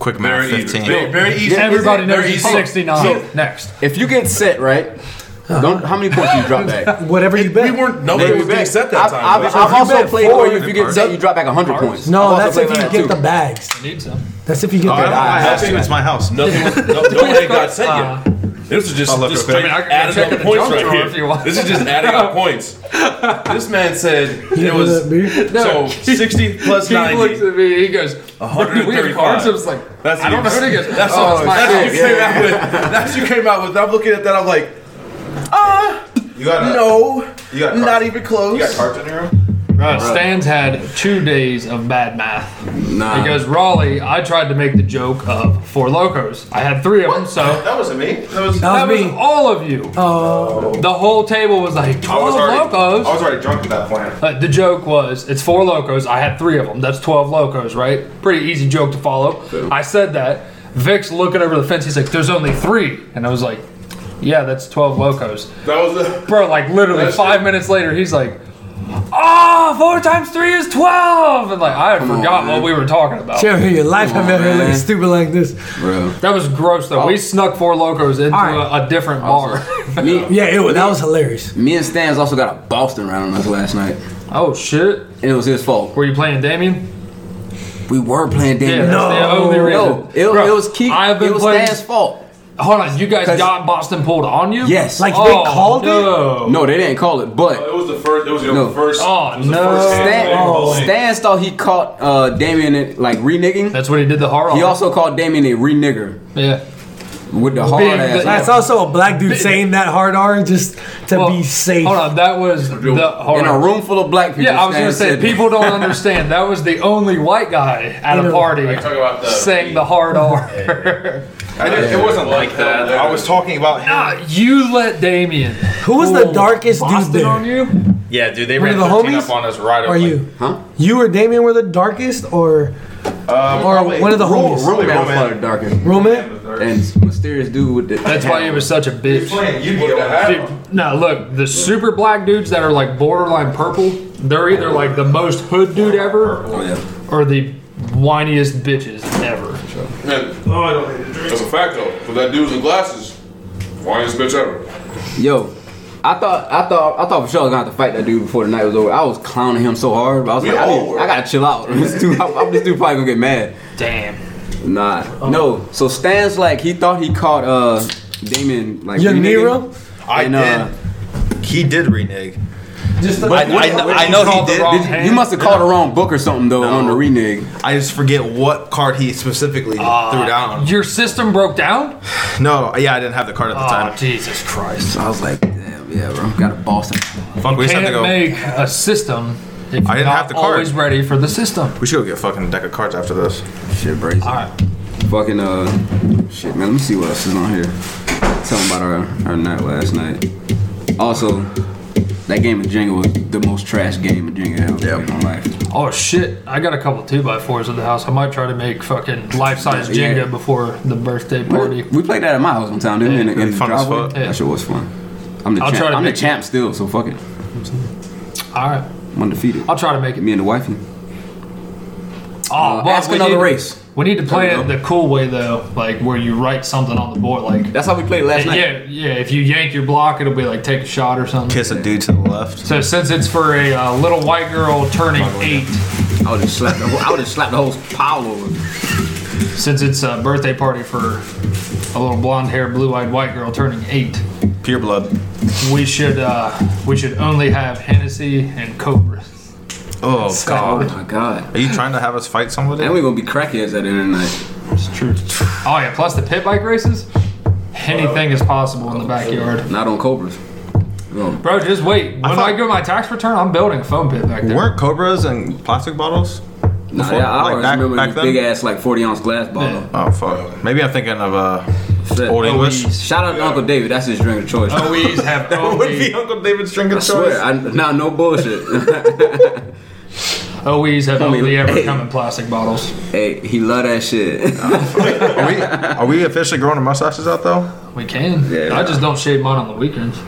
C: quick math,
G: Very easy.
C: 15.
G: Very, very easy.
D: Everybody
G: Very
D: knows he's
G: easy.
D: 69.
G: So,
D: Next.
A: If you get set right, don't, how many points do you drop
D: <laughs>
A: back?
B: Whatever you
G: we
B: bet.
G: weren't.
A: They
G: Nobody was
A: bet-
G: being set that
A: I've,
G: time.
A: I've,
G: but-
A: I've
B: you
A: also
B: bet
A: played where
B: four-
A: if you get set, you drop back 100 points. I've
B: no,
A: also
B: that's
A: played
B: if
A: like
B: you
A: that,
B: get
A: too.
B: the bags.
D: Need some.
B: That's if you get the
C: Oh, I don't know, I
B: bags.
D: <laughs>
C: have to. It's my house.
G: Nothing. was- no- Nobody got set
D: Uh,
G: yet. This is just,
C: I'll look
G: just
C: real quick.
G: straight
D: I mean, I can
G: adding
D: check
G: up
D: the
G: points
D: junk
G: right
D: drawer
G: here.
D: if you want.
G: This is just adding
D: <laughs>
G: up points. This man said it
B: know that,
G: was
B: B?
G: so
D: No. <laughs>
G: 60 plus
D: He looks
G: 90.
D: at me. He goes, "Do we have
G: 135.
D: cards?" I was like,
G: That's
D: "I don't know
G: you.
D: who to get."
G: That's,
D: oh,
G: what,
D: it's my
G: that's what
D: face.
G: you came out with. That's what you came out with. I'm looking at that. I'm like, ah,
C: You got a,
G: no,
C: You got
G: not
C: cards.
G: even close.
C: You got cards in here?
D: Bruh, Stan's had two days of bad math.
A: Nah.
D: Because Raleigh, I tried to make the joke of four locos. I had three of them, so
C: That wasn't me. That was.
B: That
D: that
B: was
D: was
B: me. Oh.
D: all of you. the whole table was like
C: I was
D: twelve
C: already.
D: locos.
C: I was already drunk at that point.
D: Uh, the joke was, it's four locos. I had three of them. That's 12 locos, right? Pretty easy joke to follow. I said that. Vic's looking over the fence. He's like, there's only three. And I was like, yeah, that's 12 locos.
G: That was a,
D: Bro, like literally five minutes later, he's like, oh, four times three is 12. And like, I had forgot
A: man.
D: what we were talking about.
B: Can't hear your life. I'm
A: on,
B: out here
A: man.
B: looking stupid like this.
A: bro.
D: That was gross, though.
C: Oh.
D: We snuck four locos into
B: Alright.
D: a, a different bar. <laughs>
A: Me,
B: Yeah, it was, that was hilarious.
A: me and Stans also got a Boston round on us last night,
D: oh, shit.
A: and it was his fault.
D: Were you playing Damien?
A: We were playing
D: Yeah,
A: Damien.
D: that's the
B: No.
D: only reason.
A: no, it,
D: Bro,
A: it was Keith.
D: I've been
A: It was
D: playing.
A: Stans' fault.
D: Hold on, you guys
A: 'Cause-
D: got Boston pulled on you?
A: Yes.
B: Like
D: Oh,
B: they called it.
D: no.
A: No, they didn't call it, but
G: it was the first. It was your
A: No. Oh,
G: first.
D: Oh,
G: it was the
D: no.
G: first hand
A: Stan,
G: playing bowling.
A: Stans thought he caught uh, Damien in, like reneging.
D: That's what he did the hard on.
A: He also called Damien a renigger
D: yeah.
A: with the hard
D: Being
A: ass.
D: the-
B: That's also a black dude saying that hard R just to
D: Well,
B: be safe.
D: Hold on, that was the hold
A: in a
D: on.
A: room full of black people.
D: Yeah, I was gonna
A: Stan
D: say
A: said-
D: people don't understand. That was the only white guy at
B: You
D: a
B: know,
D: party
G: talking about the-
D: saying the hard R.
C: I didn't, it wasn't like that. I was talking about him.
D: Ah, you let Damien.
B: Who was the
D: pull
B: darkest
D: Boston
B: dude there?
D: on you?
C: Yeah, dude, they
B: Were
C: ran
B: the
C: 15
B: homies?
C: up on us right
B: Or
C: away.
B: you?
A: Huh?
B: You or Damien were the darkest, or or one of the homies?
C: Roman.
A: Man, I was darker.
B: Roman?
A: And mysterious dude with the.
D: That's why he was such a bitch.
C: Playing Yu-Gi-Oh.
D: Dude, no, look, the super black dudes that are like borderline purple, they're either like the most hood dude ever
A: Oh, yeah.
D: or the whiniest bitches ever.
G: Man,
C: Oh,
G: that's a fact though. Cause that dude with the glasses, whiniest bitch ever.
A: Yo, I thought I thought I thought for sure I was gonna have to fight that dude before the night was over. I was clowning him so hard. but I was
G: We
A: like, I,
G: all
A: need-
G: were.
A: I gotta chill out. <laughs> this dude, I, am this dude probably gonna get mad.
D: Damn.
A: Nah,
D: Uh-huh.
A: no. So Stan's like he thought he caught uh Damon like
B: Young
A: reneging.
B: Nero?
C: I
A: And, uh,
C: did. He did renege.
B: Just the,
C: I, I, kn- I know he did.
D: Wrong
A: Did you,
D: hand?
A: you must have caught the wrong book or something though on the renege.
C: I just forget what card he specifically
B: Ah.
C: threw down.
D: Your system broke down?
C: No, yeah, I didn't have the card at
B: Ah.
C: the
D: Oh,
C: time.
D: Jesus Christ.
A: So I was like, damn, yeah, bro, got a Boston.
C: Fuck, we just have to
D: Can't
C: go.
D: make a system if you're
C: didn't
D: not
C: have the card.
D: always ready for the system.
C: We should go get a fucking deck of cards after this.
A: Shit, brazy.
D: All right.
A: Fucking uh, shit, man. Let me see what else is on here. Tell me about our our night last night. Also, that game of Jenga was the most trash game of Jenga I've ever played in my life.
D: Oh shit! I got a couple two by fours in the house. I might try to make fucking life size
A: Yeah.
D: Jenga before the birthday party.
A: We played that at my house one time, didn't we? In, the- in the
C: Fun as
A: driveway.
C: fuck.
D: Yeah.
A: That shit was fun. I'm the
D: I'll try
A: champ.
D: to
A: I'm the
D: make it.
A: champ still, so fuck it.
D: All right.
A: I'm undefeated.
D: I'll try to make it.
A: Me and the wifey.
D: Oh,
A: Uh,
D: but
A: ask
D: we
A: another
D: need-
A: race.
D: We need to play
A: There
D: it
A: we
D: the cool way though, like where you write something on the board, like.
A: That's how we played last night.
D: Yeah, yeah. If you yank your block, it'll be like take a shot or something.
C: Kiss a dude to the left.
D: So since it's for a uh, little white girl turning eight,
A: I would have slapped. The whole, I would have slapped the whole pile over.
D: since it's a birthday party for a little blonde haired, blue eyed white girl turning eight,
C: Pure blood.
D: we should uh, we should only have Hennessy and Cobra.
C: Oh
A: Oh
C: god.
A: my god.
C: Are you trying to have us fight somebody?
A: And we gonna be crackheads at the end of the night.
D: It's true. Oh yeah. Plus the pit bike races. Anything is possible in the backyard,
A: Not on Cobras. No.
D: bro. Just wait. When I,
C: thought-
D: get my tax return, I'm building a foam pit back there.
C: Weren't cobras and plastic bottles?
A: Nah,
C: Before-
A: yeah, I
C: like
A: always
C: back-
A: remember
C: back
A: this
C: then?
A: big ass like 40 ounce glass bottle.
D: Yeah.
C: Oh fuck. Maybe I'm thinking of uh
A: Shit.
C: old English.
D: OEs.
A: Shout out to Uncle David. That's his drink of choice.
D: OEs have
C: Would be
D: OEs.
C: Uncle David's drink
A: I
C: of Oh,
A: swear.
C: choice.
A: I, nah, no bullshit. <laughs>
D: OEs have only ever
A: hey.
D: come in plastic bottles.
A: hey, he love that shit. <laughs>
C: Are we are we officially growing our mustaches out though?
D: We can.
A: Yeah.
D: I just don't shave mine on the weekends.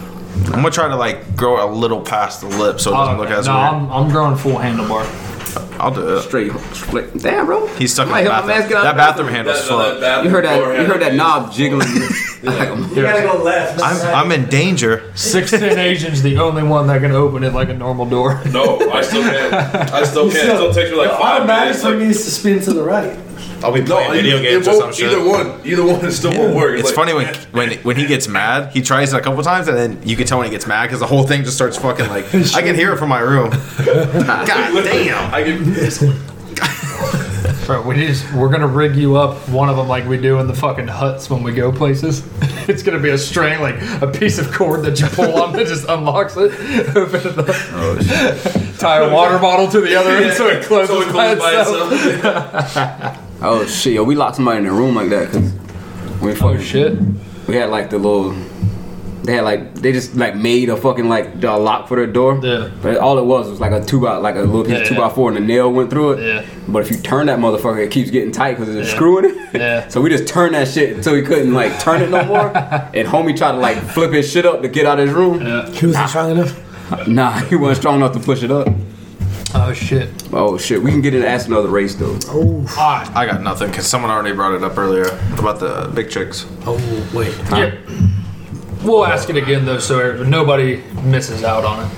C: I'm gonna try to like grow a little past the lip so it doesn't
D: Oh,
C: look
D: okay.
C: as
D: no,
C: weird.
D: I'm, I'm growing full handlebar.
C: I'll do it.
A: Straight, straight. Damn, bro.
C: He's stuck in
A: Might
C: the
A: help my
C: bathroom.
A: man get out
C: That
A: the
C: bathroom handle's fucked.
A: You heard that? You heard that knob
C: <laughs>
A: jiggling? <laughs> Like,
B: You gotta go left.
C: I'm I'm in danger.
D: Six ten Asian's the only one that can open it like a normal door.
H: <laughs>
G: No, I still can. I still can. It still takes me like five minutes. Like,
B: needs to spin to the right.
H: I'll be playing
G: No,
H: video
G: it-
H: games
G: it
H: or some
G: won't-
H: shit.
G: either one, either one, it still won't work.
C: It's
G: Like,
C: funny when, when when he gets mad, he tries it a couple times, and then you can tell when he gets mad because the whole thing just starts fucking like. I can hear it from my room. God damn!
G: I get,
D: Bro, we just, we're gonna rig you up one of them like we do in the fucking huts when we go places. <laughs> It's gonna be a string, like a piece of cord that you pull on that just unlocks it. <laughs> Open it up. <laughs> Tie a water bottle to the other end so it closes,
G: so it
D: by
G: closes by
D: itself.
G: itself.
A: Oh shit, yo, we locked somebody in a room like that. 'cause we
D: Oh
A: fucking-
D: shit!
A: We had like the little. They had like they just like made a fucking like a lock for their door.
D: Yeah.
A: But all it was was like a two by like a little piece
D: Yeah,
A: two
D: yeah.
A: by four, and a nail went through it.
D: Yeah.
A: But if you turn that motherfucker, it keeps getting tight because it's
D: Yeah.
A: screwing it.
D: Yeah.
A: <laughs> so we just turned that shit until he couldn't like turn it no
D: <laughs>
A: more. and homie tried to like flip his shit up to get out of his room.
B: He wasn't strong enough.
A: Nah, <laughs> he wasn't strong enough to push it up.
D: Oh shit!
A: Oh shit, we can get it asked another race though.
B: Oh,
D: All right.
C: I got nothing because someone already brought it up earlier about the big chicks. <laughs>
B: oh wait.
D: Yeah. We'll ask it again though, so er, nobody misses out on it.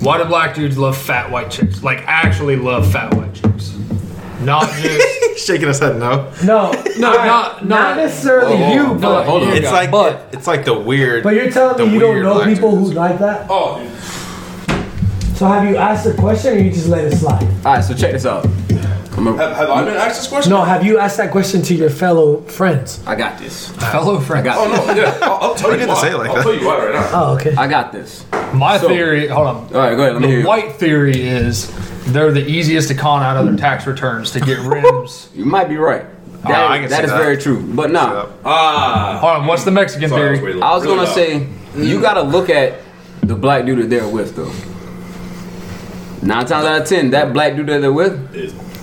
D: Why do black dudes love fat white chicks? Like actually love fat white chicks,
G: <laughs>
D: not just.
C: Shaking his head no.
B: Oh <laughs>
I: No,
D: No, not- not-
I: necessarily
A: Whoa, whoa,
I: you,
A: hold
I: but
A: on, hold on.
C: It's like
I: but-
C: it's like the weird.
I: but you're telling
C: the
I: me you don't
C: weird
I: know
C: black
I: people
C: dudes.
I: who like that.
G: Oh, dude.
I: So have you asked the question or you just let it slide?
A: All right, so check this out. I'm a,
G: have, have I been asked this question?
I: No, have you asked that question to your fellow friends?
A: I got this.
D: Fellow friends.
A: got
G: Oh
H: <laughs>
G: no, yeah. I'll, I'll tell you
C: didn't
G: why.
C: say it like
G: I'll
C: that.
G: tell you why right now.
I: Oh, okay.
A: I got this. All
D: My
A: So-
D: theory, hold on.
A: right, go ahead. Let me hear.
D: The
A: you.
D: white theory is they're the easiest to con out of their tax returns to get
G: <laughs>
D: rims.
A: You might be right. That,
C: Oh, I can
A: that
C: see
A: is
C: that.
A: very true. But nah,
G: Ah,
D: Hold on, what's the Mexican
G: sorry,
D: theory?
G: was way loud.
A: I was
G: Really
A: gonna
G: loud.
A: say you gotta look at the black dude that they're with though. Nine times out of ten, that black dude that they're with,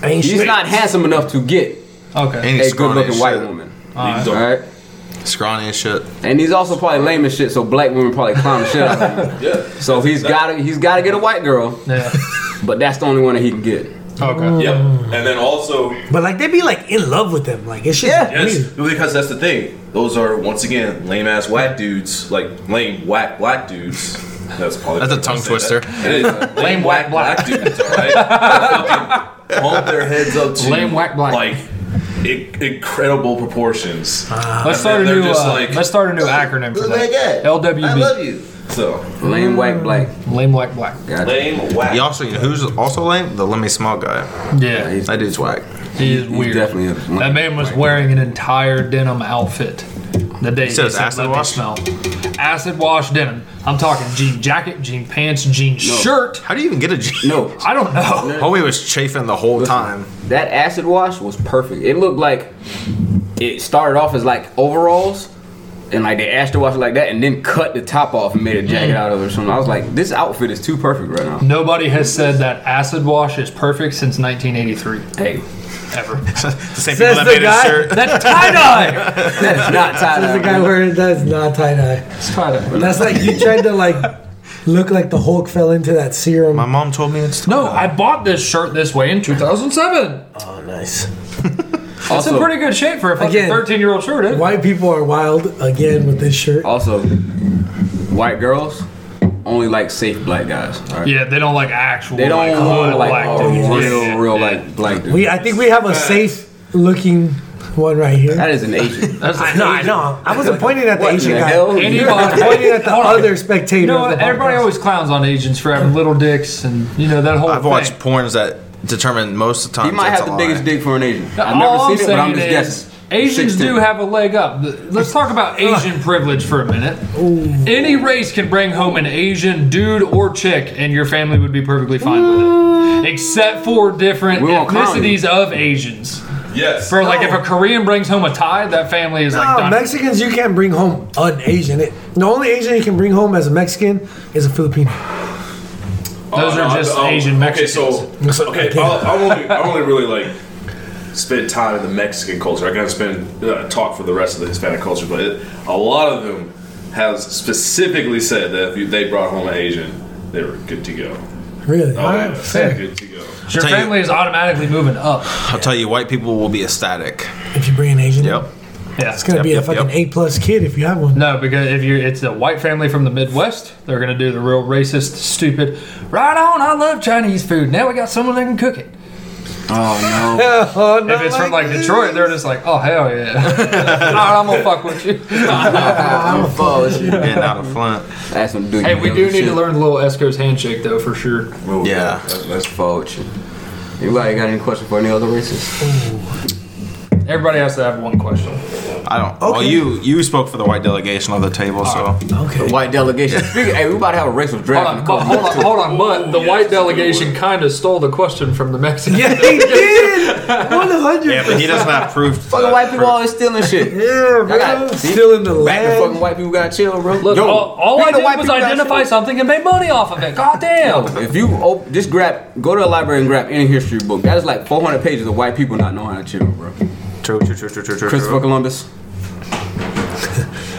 B: Ain't
A: he's
B: shit.
A: not handsome enough to get
D: Okay.
C: And
A: a
C: he's
A: good-looking white
C: shit.
A: woman.
G: These
A: All
G: are-
A: right,
C: Scrawny as shit.
A: and he's also probably lame as shit, so black women probably clown the shit out of him.
G: Yeah.
A: So he's gotta he's gotta get a white girl,
D: Yeah.
A: but that's the only one that he can get.
G: <laughs>
D: Okay.
G: Yep. And then also,
B: But like they be like in love with them. Like it's just
G: yes,
B: weird.
G: because that's the thing. Those are once again lame ass whack dudes, like lame whack black dudes. That's probably
C: That's a tongue
G: I say that.
C: twister.
D: <laughs>
G: It is uh, lame
D: whack
G: whack black dudes. All
D: <laughs>
G: right, They fucking pump their heads up to
D: Lame whack black.
G: like in- incredible proportions.
D: Let's
G: And
D: start a
G: they're
D: new.
G: just
D: Uh,
G: like-
D: let's start a new acronym for that.
G: I
D: LWB.
G: love you. So
A: Lame white black.
D: Lame like black.
A: Got it.
G: lame whack.
C: You also you know who's also lame? The Lemmy Small guy.
D: Yeah.
C: That dude's whack.
D: He is
A: He's
D: weird.
A: definitely a-
D: that man was wearing an entire denim outfit. The day he
C: says
D: said,
C: acid
D: "Let me
C: wash?
D: smell." Acid wash denim. I'm talking jean jacket, jean pants, jean shirt.
C: How do you even get a G?
A: No,
D: I don't know.
C: <laughs> Homie was chafing the whole time.
A: That acid wash was perfect. It looked like it started off as like overalls, and like they acid washed it like that, and then cut the top off and made a jacket out of it or something. I was like, this outfit is too perfect right now.
D: Nobody has said that acid wash is perfect since 1983.
A: Hey,
C: <laughs>
D: Ever.
C: The same
I: Says
C: people that
I: the
C: made his
I: guy.
C: shirt.
D: <laughs> That's tie dye.
A: that is not tied
I: That's the guy
A: up.
I: wearing that's not tie dye.
D: It's tie dye.
I: That's like you tried to <laughs> like look like the Hulk fell into that serum.
C: My mom told me it's
D: No, I bought this shirt this way in 2007.
I: Oh, nice.
D: It's in
A: Also,
D: pretty good shape for a fucking
I: Again,
D: 13 year old shirt. Eh?
I: White people are wild again with this shirt.
A: also, white girls only like safe black guys. All right?
D: Yeah, they don't like actual.
A: They don't
D: like,
A: want
D: hood
A: like
D: black
A: a
D: dudes.
A: real,
D: Yeah,
A: real
D: yeah.
A: like black dude.
I: We I think we have a safe looking one right here.
A: that is an
I: <laughs>
A: Asian.
D: That's
I: I know, I know. I wasn't pointing at the
A: What
I: Asian
A: the
I: guy.
A: hell?
I: I
D: Anybody-
I: was pointing at the other spectator.
D: You know,
I: of the
D: everybody
I: podcast.
D: always clowns on Asians for having little dicks and you know that whole.
C: I've watched
D: thing.
C: porns that determine most of the time.
A: He might have the biggest dick for an Asian. I've never
D: All I'm
A: seen it, but I'm just
D: saying is,
A: guessing.
D: Asians
A: 16.
D: do have a leg up. Let's talk about Asian privilege for a minute. Any race can bring home an Asian dude or chick, and your family would be perfectly fine with it, except for different
A: We won't clown you.
D: ethnicities of Asians.
G: Yes.
D: For like, if a Korean brings home a tie, that family is like
I: No,
D: done.
I: Mexicans, you can't bring home an Asian. It- the only Asian you can bring home as a Mexican is a Filipino.
D: Those are
G: I-
D: just
G: Oh, I-
D: Asian Mexicans.
G: Okay, so okay, I'll, I only I only really like spend time in the Mexican culture. I kind of spend uh, talk for the rest of the Hispanic culture, but it, a lot of them have specifically said that if you, they brought home an Asian, they were good to go.
I: Really?
G: Oh, yeah,
D: fair.
G: good to go.
D: Your
C: Tell you-
D: family is automatically moving up.
C: I'll tell you, white people will be ecstatic.
I: If you bring an Asian,
C: Yep.
D: Yeah.
I: it's gonna be
C: Yep,
I: a
C: yep,
I: fucking
C: yep.
I: A plus kid if you have one.
D: No, because if you it's a white family from the Midwest, they're gonna do the real racist, stupid. Right on, I love Chinese food. Now we got someone that can cook it.
A: Oh no.
D: <laughs>
B: oh, no,
D: If it's from like Detroit, they're just like, oh hell yeah, <laughs> All right, I'm gonna
A: <laughs>
D: fuck with you.
A: I'm a fool.
C: Getting out of Flint.
A: That's some dude.
D: hey, we do need to learn the little Esco's handshake though for sure.
G: Ooh,
C: Yeah.
G: That's, that's
A: Fudge. Anybody got any question for any other races?
D: Everybody has to have one question.
C: I don't. Well,
B: Okay.
C: you you spoke for the white delegation of the table, so
B: okay.
A: The white delegation. Speaking, <laughs> hey, we about to have a racial
D: Hold
A: draft. in
D: on,
A: a
D: but,
A: couple
D: hold on, hold on. But the
G: Ooh,
D: white
G: yeah, that's a good
D: delegation
G: word.
D: kind of stole the question from the Mexican.
B: Yeah, he did. One hundred.
C: yeah, but he doesn't have proof.
A: Fucking white people always stealing shit.
B: Yeah,
A: I got-
B: bro.
A: see?
B: Still in the
A: Back the fucking
B: lab.
A: white people got chill, bro.
D: <laughs> Look,
A: Yo,
D: all, all
A: speaking
D: I
A: of
D: did
A: white
D: was
A: people gotta
D: identify
A: chill.
D: something and make money off of it. God damn.
A: If you op- just grab, go to a library and grab any history book. That is like 400 pages of white people not knowing how to chill, bro.
C: True, true, true, true, true, true.
A: Christopher Columbus.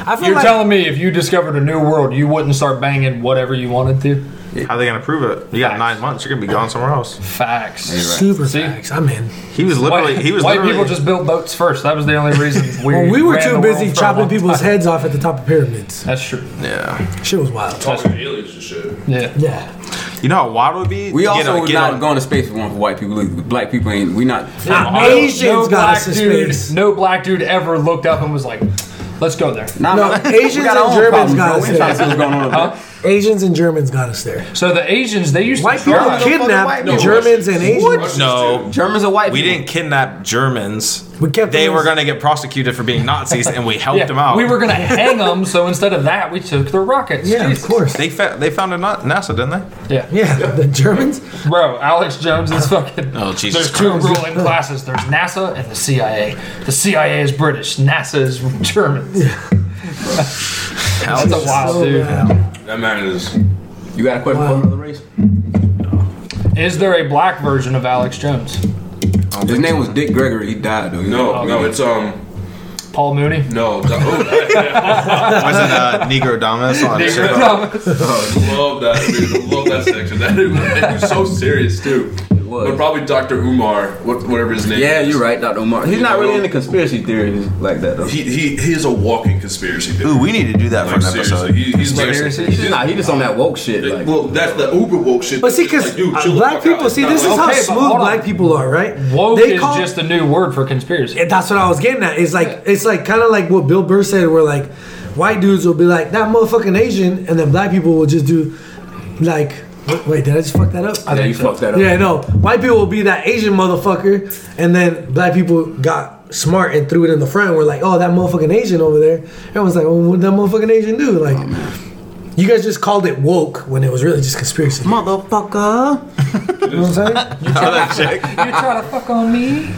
B: I feel
D: You're
B: like
D: telling me if you discovered a new world, you wouldn't start banging whatever you wanted to?
C: How they gonna prove it? You got nine months. You're gonna be gone somewhere else.
D: Facts.
B: super
D: See?
B: facts. I'm in.
C: He was literally.
D: White,
C: he was
D: white
C: literally,
D: people just built boats first. That was the only
B: <laughs>
D: reason we.
B: Well, we were
D: ran
B: too
D: the world
B: busy
D: for a
B: chopping
D: long
B: people's
D: time.
B: heads off at the top of pyramids.
D: That's true.
C: Yeah.
B: Shit was wild.
G: talking to aliens and shit.
D: Yeah.
B: Yeah.
C: You know how wild it would be?
A: We
C: Get
A: also
C: on-
A: was
C: get
A: not
C: on-
A: going to space for one for white people. Either. Black people ain't. We not.
B: Asians got us
D: black
B: to
D: dude.
B: space.
D: No black dude ever looked up and was like, "Let's go there."
A: Nah,
B: No,
A: bro,
B: Asians
A: we got
B: and
A: our own
B: Germans
A: problems,
B: got
A: bro.
B: us
A: We ain't trying to see what's going on.
D: Huh?
B: Asians and Germans got us there.
D: So the Asians, they used
B: White
D: to
B: people
D: try.
B: kidnapped
G: No,
B: Germans and Asians.
C: No.
A: Germans are white.
C: We
A: people.
C: didn't kidnap Germans.
B: We kept
C: They
B: them
C: were
B: as-
C: going to get prosecuted for being Nazis, and we helped
D: <laughs> Yeah,
C: them out.
D: We were gonna hang them, so instead of that, we took their rockets.
B: Yeah,
D: Jesus.
B: of course.
C: They fa- they founded Na- NASA, didn't they?
D: Yeah.
B: Yeah, the Germans.
D: Bro, Alex Jones is fucking.
C: Oh, Jesus
D: There's two ruling classes. There's NASA and the CIA. The CIA is British. NASA is German. That's a wild
B: So
D: dude.
B: bad.
G: That man is.
A: You got a question for another race?
D: Is there a black version of Alex Jones?
A: His name was Dick Gregory. He died though. He was
G: No,
D: Oh,
A: like,
G: no, it's um,
D: Paul Mooney?
G: no. it's- oh,
D: <laughs>
C: Wasn't uh, Negro Domus on <laughs>
G: I love that dude. I love that section. That dude, that dude's so serious too.
A: was.
G: But probably Dr. Umar, what, whatever his name.
A: Yeah,
G: is.
A: you're right, Dr. Omar. He's not really into conspiracy theories like that though.
G: He he he is a walking conspiracy dude.
C: Ooh, we need to do that for
G: Like,
C: an
G: seriously,
C: episode.
G: he, he's like.
D: Conspiracy?
A: He's just not. He just on that woke shit. Like,
G: well, that's the uber woke shit.
B: But see,
G: It's like,
B: because
G: dude, chill the
B: black
G: fuck out.
B: people, see,
G: It's
B: this is
G: not
B: how
G: like-
D: Okay, but
B: smooth
D: hold on.
B: black people are, right?
D: Woke
B: They
D: is
B: call-
D: just a new word for conspiracy.
B: And that's what I was getting at. It's like it's like kind of like what Bill Burr said, where like white dudes will be like that motherfucking Asian, and then black people will just do like. Wait, did I just fuck that up?
A: yeah, you fucked that up.
B: Yeah, no. White people will be that Asian motherfucker, and then black people got smart and threw it in the front. We're like, oh, that motherfucking Asian over there. Everyone's like, well, what that motherfucking Asian do? Like,
A: Oh,
B: you guys just called it woke when it was really just conspiracy. You
A: Motherfucker.
B: know what I'm
A: <laughs>
B: saying?
D: you try to fuck on me?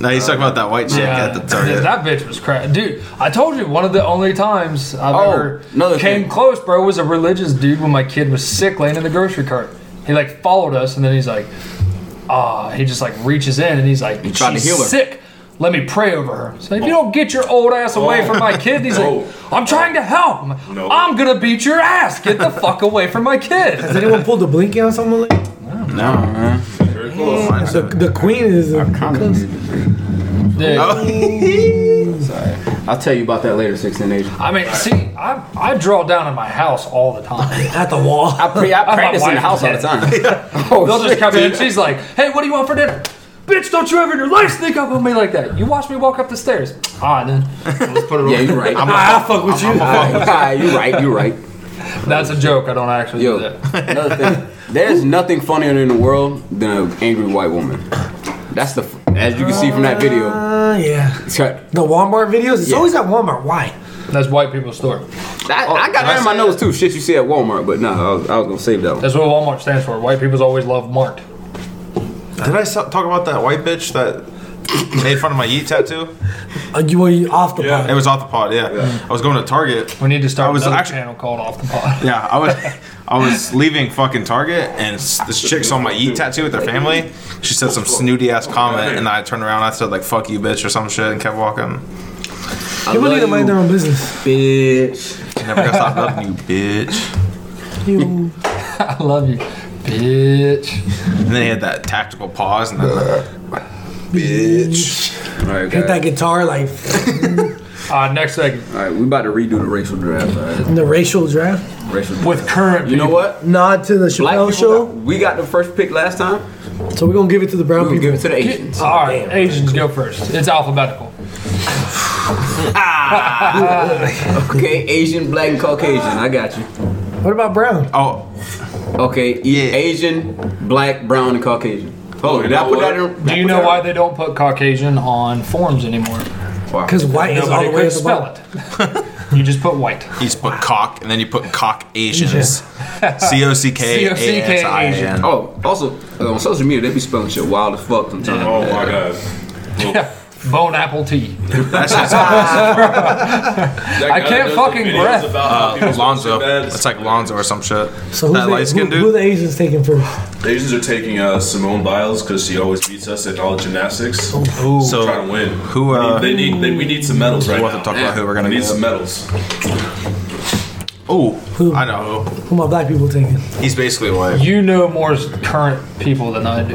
C: No, he's talking about that white chick at the
D: Yeah,
C: target.
D: <laughs> that bitch was crap, dude. I told you one of the only times I've
A: Oh,
D: ever
A: another
D: came
A: thing.
D: close, bro, was a religious dude when my kid was sick, laying in the grocery cart. He like followed us, and then he's like, ah, he just like reaches in and he's like,
A: tried to
D: she's
A: heal her.
D: sick. Let me pray over her. So if you don't get your old ass away from my kid, he's
G: Oh.
D: like, I'm trying to help. I'm, like,
G: No.
D: I'm gonna beat your ass. Get the fuck away from
A: <laughs>
D: my kid.
B: Anyone pulled a blinky on someone? Like,
A: No, man.
G: Very close.
B: the, the queen is.
D: Dude,
A: Sorry. I'll tell you about that later, 16 Asian.
D: I mean, see, I, I draw down in my house all the time.
B: at the wall.
A: I, pre- I
D: my
A: practice in the
D: wife
A: house all the
D: did.
A: time. <laughs> Oh,
D: They'll just
A: shit.
D: come in. She's like, "Hey, what do you want for dinner?" Bitch, don't you ever in your life sneak up on me like that. You watch me walk up the stairs. Ah, then let's put it
A: Yeah,
D: on.
A: you're right.
B: I fuck with you.
A: Alright, you're right. You're right.
D: <laughs> That's a joke. I don't actually
A: Yo,
D: do that.
A: another thing. There's nothing funnier in the world than an angry white woman. That's the as you can see from that video.
B: Uh, yeah.
A: It's got-
B: The Walmart videos. It's
A: Yeah.
B: always at Walmart. Why?
D: That's white people's store.
A: I, Oh, I got that in my nose too. Shit you see at Walmart, but no, I was, I was gonna save that one.
D: That's what Walmart stands for. White people's always love Mart.
C: Did I so- talk about that white bitch that made fun of my yeet tattoo?
B: Uh, you were you off the
C: It
B: yeah.
C: was off the pod. Yeah, I was going to Target.
D: We need to start
C: I was
D: another
C: actually-
D: channel called Off the Pot.
C: Yeah, I was I was leaving fucking Target, and s- this chick saw my eat tattoo with her family. She said some snooty ass comment, and I turned around. and I said like "fuck you, bitch" or some shit, and kept walking.
A: I
B: People
A: love
B: need to mind
A: you,
B: their own business.
A: bitch.
C: Never gonna stop loving you, bitch.
B: You.
D: <laughs> I love you, bitch.
C: And then he had that tactical pause, and then like, bitch.
A: All right, guys.
B: Hit that guitar like
D: Uh, next segment
A: All right, we about to redo the racial draft. All right?
B: The racial draft.
A: Racial draft.
D: with current.
A: You know what?
B: Nod to the
A: Black
B: Chappelle
A: people
B: show.
A: got- we got the first pick last time.
B: so we're gonna give it to the brown
A: We gonna
B: people.
A: give it to the Asians.
D: All right, Asians go first. It's alphabetical.
A: Okay, Asian, black, and Caucasian. I got you.
B: what about brown?
C: Oh,
A: Okay, e-
C: Yeah.
A: Asian, black, brown, and Caucasian. Hold on,
G: you
A: did I
G: know
A: put that
G: what?
A: in?
D: Do you know why they don't put Caucasian on forms anymore?
B: Because white is all
D: Nobody
B: the way at
D: could
B: the
D: spell
B: bottom.
D: it. <laughs> You just put white.
C: you just put cock, and then you put cock Asians. C O C K A S I N.
A: Oh, also uh, on social media they be spelling shit wild as fuck sometimes.
G: Oh my god.
D: Bone apple tea.
C: That's just
G: That
D: I
G: guy
D: can't
G: does the
D: fucking
G: videos
D: breath.
G: about how
B: Uh,
G: people smoke
C: Lonzo.
G: cigarettes.
C: It's like Lonzo or some shit.
B: So who's
C: that light
B: the, who,
C: skinned dude.
B: who the Asians taking first?
G: Asians are taking uh, Simone Biles because she always beats us in all gymnastics.
C: so
G: trying to win.
C: who? Uh,
G: They need. They, we need some medals right
C: we'll have to
G: now.
C: talk about who we're gonna
G: we need
C: get. <laughs>
G: some medals.
C: oh, I know. who.
B: Who my black people taking?
C: He's basically white.
D: You know more current people than I do.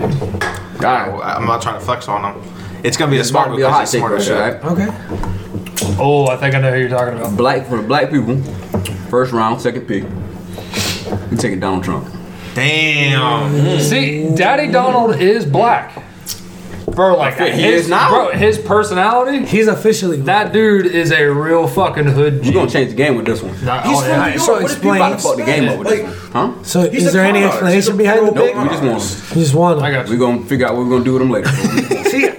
C: Well, I'm not trying to flex on him. It's gonna be a
A: It's about
C: smart
A: to be a hot
C: because
A: take
C: he's smarter.
A: right
C: shit.
A: here, right?
B: Okay.
D: Oh, I think I know who you're talking about.
A: Black for the black people. First round, second pick. We taking Donald Trump.
C: Damn.
D: See, Daddy Donald is black. Bro, like
A: Okay,
D: his,
A: he is now.
D: Bro, his personality.
B: He's officially
D: That dude is a real fucking hood.
A: You
D: G.
A: gonna change the game with this one?
D: Nah,
A: He's
D: oh, yeah, I-
B: So
A: You about to
B: explain.
A: fuck the game up with this one, huh?
B: So
G: He's
B: is
G: a
B: there
G: con
B: any
G: artist.
B: explanation
G: He's a
B: behind the
G: pro
B: pick?
A: Nope, we just want him. <laughs>
B: You just want
D: I
B: him.
D: got
A: We
D: you.
A: gonna figure out what we're gonna do with him <laughs> later.
B: See,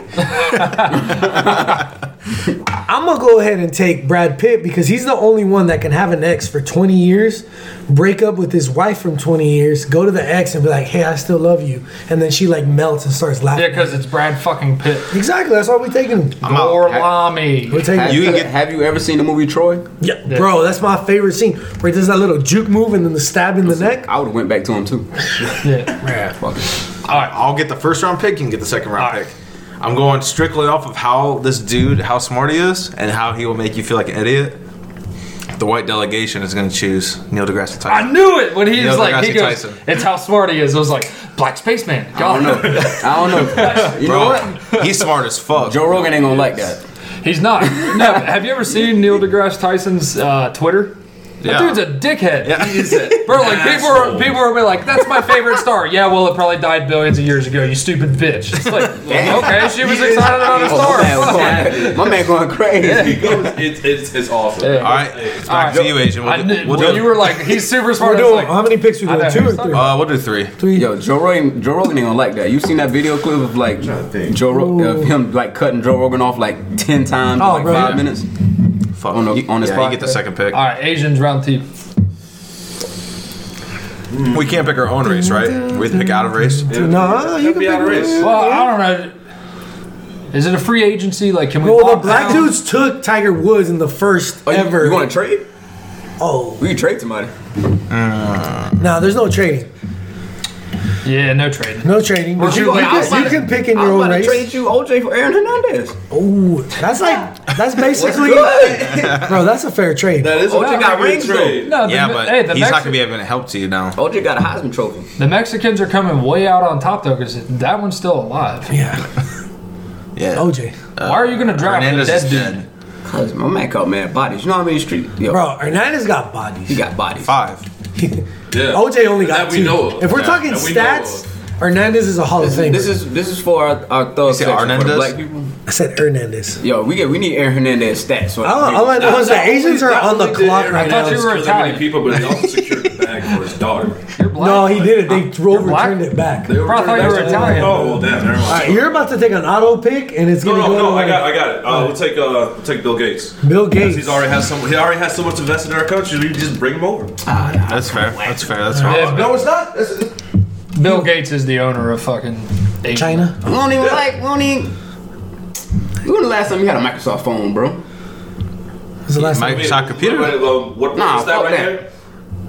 B: I'm gonna go ahead and take Brad Pitt because he's the only one that can have an ex for 20 years, break up with his wife from 20 years, go to the ex and be like, "Hey, I still love you," and then she like melts and starts laughing.
D: Yeah, because it's Brad fucking Pitt.
B: Exactly. That's why we're taking him.
C: I'm out.
D: Or Lamy.
B: We're taking
A: have,
B: him.
A: you have you ever seen the movie Troy?
B: Yeah, bro, that's my favorite scene where he does that little juke move and then the stab in the neck.
A: I would have went back to him <laughs> too.
D: Yeah.
A: Fuck it.
C: I'll get the first round pick. You can get the second round
D: Alright.
C: pick. I'm going strictly off of how this dude, how smart he is, and how he will make you feel like an idiot. The white delegation is going to choose Neil deGrasse Tyson.
D: I knew it when he
C: Neil
D: was like, he
C: deGrasse
D: goes,
C: Tyson.
D: it's how smart he is. I was like, black spaceman.
A: I
D: God,
A: don't know. I don't know. You know what?
C: Bro, <laughs> he's smart as fuck.
A: Joe Rogan ain't gonna like that.
C: <laughs>
D: He's not. No, have you ever seen Neil deGrasse Tyson's uh, Twitter?
C: Yeah.
D: That dude's a dickhead.
C: Yeah. <laughs>
D: Bro, like people are,
G: Asshole.
D: people are be like, "That's my favorite star." Yeah, well, it probably died billions of years ago. You stupid bitch. It's
C: <laughs>
D: like, okay, she was excited about a
A: Oh, my, man was
D: star.
A: going, <laughs> my man going crazy.
G: It goes- it's it's it's awesome.
C: All right, it's back to you, Asian. We'll,
D: I
C: do-
D: knew,
C: we'll
D: when
C: do,
D: you were like, "He's super
B: We're
D: smart," I was
B: doing,
D: like,
B: how many picks we
D: I
B: doing?
D: know.
B: Two or three?
C: uh, we'll do three.
B: three.
A: Yo, Joe Rogan, Joe Rogan ain't gonna like that. You seen that video clip of like
G: trying to think.
A: Joe Rog- of him like cutting Joe Rogan off like ten times in
B: Oh,
A: like
B: bro.
A: five minutes?
C: Fuck.
A: On the-
C: you,
A: on the
C: yeah,
A: spot.
C: you get the second pick.
D: "All right, Asians round two.
C: We can't pick our own race, right? We have to pick out of race.
B: Nah, you can
G: be out of
B: pick
G: race.
B: one.
D: Well, I don't know. Is it a free agency? Like, can we?
B: Well,
D: lock
B: the black
D: down-
B: dudes took Tiger Woods in the first
A: Oh, you-
B: ever.
A: You, want to trade?
B: oh,
A: We can trade somebody.
B: no, there's no trading.
D: Yeah, no trading.
B: No trading. But
D: you
B: you,
D: going
B: you,
D: outside
B: can, you
D: of-
B: can pick in
A: I'm
B: your
A: about
B: own
A: to
B: race.
A: trade you OJ for Aaron Hernandez.
B: Ooh, that's
G: <laughs>
B: like that's basically,
A: Good.
B: bro. That's a fair trade.
G: That is
A: OJ got rings though.
D: No, the,
C: Yeah, but
D: hey, the,
C: he's not
D: Mexi-
C: going to be able to help to you now.
A: OJ got a Heisman trophy.
D: the Mexicans are coming way out on top though, because that one's still alive.
B: yeah, <laughs>
C: Yeah.
B: OJ,
D: Why are you gonna draft a
C: Hernandez
D: dead
C: is
D: dude?
C: dead.
A: Cause my man called mad bodies. You know how many street? Yo,
B: bro. Hernandez got bodies.
A: he got bodies.
C: Five.
B: <laughs>
G: Yeah.
B: OJ only got
G: That we
B: two.
G: know of.
B: If we're
G: Yeah,
B: talking
G: that we know
B: stats, Hernandez is a Hall of
A: This is,
B: Famer.
A: this is this is for our, our thug
C: say
A: section for the
C: Hernandez?
A: black people.
B: I said Hernandez.
A: Yo, we get we need Aaron Hernandez stats. So
B: I don't, I like the ones that Asians are on the clock right
D: thought
B: now.
D: you
G: He's
D: were
G: killing that many
D: Italian.
G: people, but
C: <laughs>
G: he also secured the bag for his daughter.
D: You're black.
B: No, he did it. They drove
D: black?
B: returned it back.
G: They were
D: Bro, I thought you were Italian.
G: Oh, well, damn. Never
B: All right,
G: mind.
B: you're about to take an auto pick, and it's
G: No,
B: gonna
G: no,
B: go to
G: no. I
B: like
G: got, I got it. Uh, we'll take, uh, we'll take Bill Gates.
B: Bill Gates.
G: Because he's already has so he already has so much invested in our country. We just bring him over.
C: That's fair. That's fair. That's fair.
D: Yeah,
G: it's not. That's-
D: Bill Gates is the owner of fucking Asian.
B: China.
A: We don't even like. We don't even. When the last time you had a Microsoft phone, bro?
B: That's the last
C: Mike-
B: time.
C: It's not computer.
G: Wait, um, what,
A: Nah,
G: what's that
A: fuck
G: right
A: that.
G: there?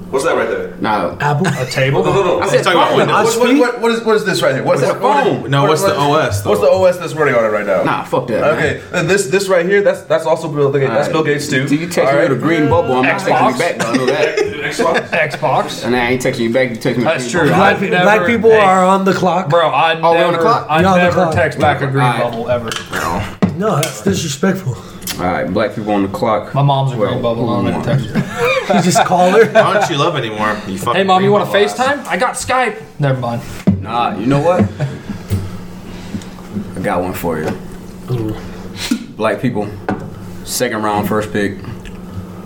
G: What's that right there?
A: Nah. <laughs>
B: Apple.
D: A table?
G: No, no, no.
A: I
G: What's
A: said
G: that?
C: talking about
A: phone.
C: Windows.
A: What's-
G: What, what, what, what, is, what is this right here? What
A: Is
G: is
A: that a phone?
C: No, what's the OS? though?
H: What's the OS that's running on it right now?
A: Nah, fuck that. man.
H: Okay, and this this right here, that's that's also Bill Gates. That's
A: Alright.
H: Bill Gates too.
A: So you text me with a green bubble, I'm not texting
D: Xbox.
A: you back. though, I know that.
G: <laughs>
A: <laughs>
G: Xbox?
D: Xbox?
A: And I ain't texting you back. You text me. a
D: That's
A: green
D: true.
A: bubble.
D: Black,
B: Black, pe- black people are on the clock.
D: Bro, I
A: Oh, we
D: never,
A: on the clock?
D: I
B: We on the
D: never
B: clock.
D: text back a green
A: Alright.
D: bubble ever.
B: No, that's disrespectful.
A: All right, black people on the clock.
D: My mom's a
A: Well,
D: green bubble. I don't know
A: one.
D: text her.
B: You just call her.
C: Why don't you love anymore? You fucking
D: Hey, mom, you want to
C: green bubble ass.
D: FaceTime? I got Skype. Never mind.
A: Nah, you know what? I got one for you. Black people, second round, first pick.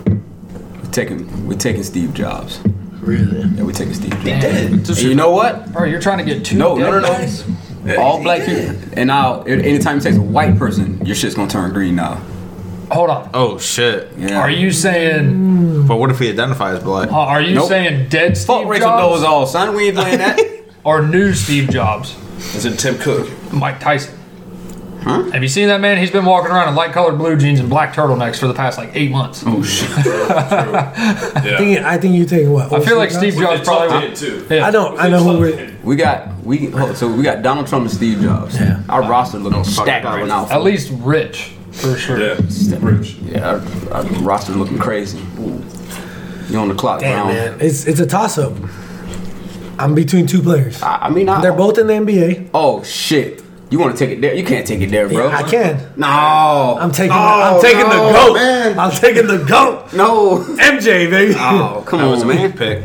A: We're taking, we're taking Steve Jobs. Really? Yeah, we're taking Steve Jobs. And you know what?
D: Bro, you're trying to get two.
A: No, no, no,
D: dead guys?
A: no. All black people, and now anytime you take a white person, your shit's gonna turn green now.
D: Hold on.
C: Oh shit!
A: Yeah.
D: Are you saying?
C: But what if he identifies black?
D: Uh, are you
A: Nope.
D: saying dead Steve
A: Fuck Rachel
D: Jobs
A: Dolezal, son. We ain't playing
D: <laughs>
A: that.
D: or new Steve Jobs?
G: Is it Tim Cook?
D: Mike Tyson.
A: Huh?
D: Have you seen that man? He's been walking around in light colored blue jeans and black turtlenecks for the past like eight months.
A: oh shit.
B: I think, I think you take what?
D: I feel like Steve Jobs probably.
G: Did too.
D: Yeah.
B: I don't. Oh, I know who we're.
A: We got we hold- so we got Donald Trump and Steve Jobs.
B: Yeah.
A: Our roster looking stacked
C: that
A: right
C: was-
A: now.
D: At least rich, for sure.
G: Yeah, Rich.
A: Yeah, our, our roster looking crazy. You on the clock,
B: Damn,
A: Brown?
B: man. It's it's a toss up. I'm between two players.
A: I, I mean, I,
B: They're both in the NBA.
A: Oh shit! You want to take it there? You can't take it there, bro.
B: I can.
A: No,
B: I'm taking.
A: Oh,
B: I'm taking
A: no,
B: the goat.
A: man.
B: I'm taking the goat.
A: no. <laughs>
B: MJ, baby.
A: Oh come
C: That was a
A: on, man.
C: weak pick.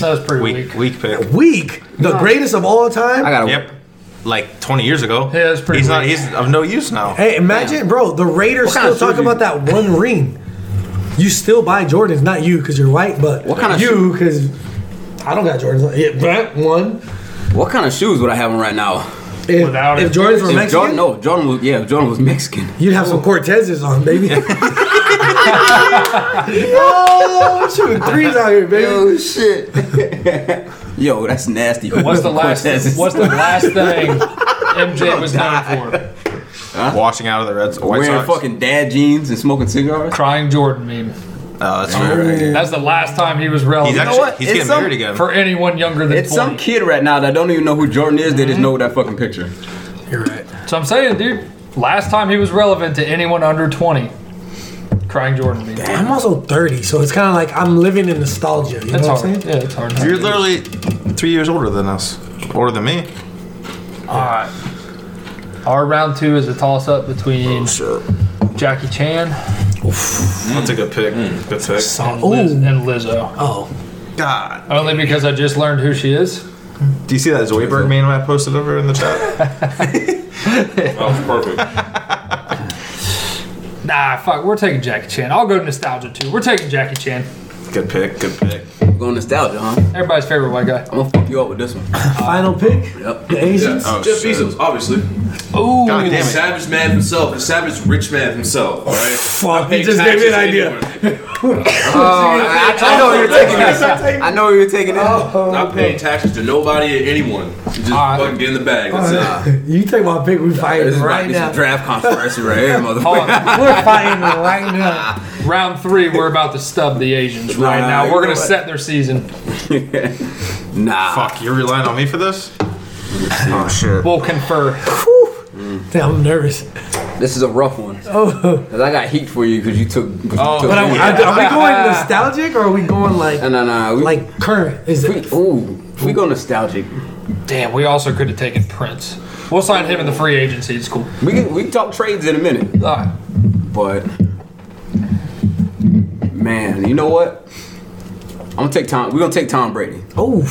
D: That was pretty weak.
C: Weak, weak pick.
B: Weak. The greatest of all time.
A: I gotta.
C: Yep. Like 20 years ago.
D: Yeah, it's pretty
C: He's not.
D: weak.
C: He's of no use now.
B: Hey, imagine, bro, the Raiders
A: kind
B: still
A: of shoes
B: talking
A: you-
B: about that one ring. You still buy Jordans, not you because you're white, but
A: What kind of
B: you because I don't got Jordans. Yeah, but one.
A: What kind of shoes would I have on right now?
B: If,
D: Without
B: if
D: it.
B: Jordans were
A: If
B: Mexican,
A: Jordan, no, Jordan was yeah, if Jordan was Mexican.
B: you'd have some Cortezes on, baby. <laughs> oh, I'm shooting threes out here, baby.
A: Oh shit. <laughs> Yo, that's nasty. <laughs>
D: What's the last?
A: Cortezes.
D: What's the last thing MJ was known for?
C: Washing out of the Reds. White
A: Wearing
C: Sox.
A: fucking dad jeans and smoking cigars.
D: Crying Jordan meme.
C: Oh, that's weird.
D: That's the last time he was relevant
C: He's actually.
A: what?
C: He's
A: It's
C: getting
A: some-
C: married again.
D: for anyone younger than
A: It's some
D: 20.
A: kid right now that don't even know who Jordan is. They just know that fucking picture.
B: You're right.
D: so I'm saying, dude, last time he was relevant to anyone under 20, crying Jordan meme.
B: I'm also 30, so it's kind of like I'm living in nostalgia. You
D: That's
B: know what I'm
D: hard.
B: saying?
D: Yeah, it's hard.
C: You're literally three years older than us. Older than me.
D: Mm. All right. Our round two is a toss up between Jackie Chan
C: That's a good pick.
D: Mm.
C: Good pick.
D: and, Liz- and Lizzo.
B: Oh,
C: God.
D: Only because I just learned who she is.
C: Do you see that Zoidberg meme I posted over in the
D: <laughs>
C: chat?
G: That was
B: <laughs>
G: perfect.
D: Nah, fuck, we're taking Jackie Chan. I'll go nostalgia too. We're taking Jackie Chan.
C: good pick. Good pick.
A: Going nostalgia, huh?
D: Everybody's favorite white guy.
A: I'm gonna fuck you up with this one.
B: final pick.
A: Yep.
B: The Asians.
C: Oh,
G: Jeff
C: shit.
G: Bezos, obviously.
D: Ooh,
C: God
G: The
C: damn it.
G: savage man himself, the savage rich man himself. All right.
B: Fuck, <laughs> he just gave me an idea.
A: Oh, I, I know you're taking this. I know you're taking this.
B: Oh,
G: Not paying taxes to nobody or anyone. You just
B: Uh,
D: Alright.
G: fucking get in the bag. That's
B: <laughs>
G: it.
B: You take my pick. We
A: This
B: fighting
A: is
B: right
A: right
B: now.
A: some draft controversy right here,
D: <laughs> Hold
A: motherfucker.
B: <laughs>
D: on.
B: We're fighting right now.
D: round three, we're about to stub the Asians right
A: Nah,
D: now.
A: you
D: We're
A: know
D: going to
A: what?
D: set their season.
A: <laughs> Nah.
C: Fuck, you're relying on me for this? Oh, shit.
D: We'll confer.
B: Damn, I'm nervous.
A: This is a rough one.
B: Oh,
A: Cause I got heat for you because you took. Oh,
B: but I, I- are we going nostalgic or are we going like
A: no, no, no. We,
B: like current? Is
A: we,
B: it?
A: ooh, we go nostalgic.
D: Damn, we also could have taken Prince. We'll sign him in the free agency. It's cool.
A: We can, we can talk trades in a minute.
D: All right.
A: But man, you know what? I'm gonna take Tom. We're gonna take Tom Brady.
B: Oh,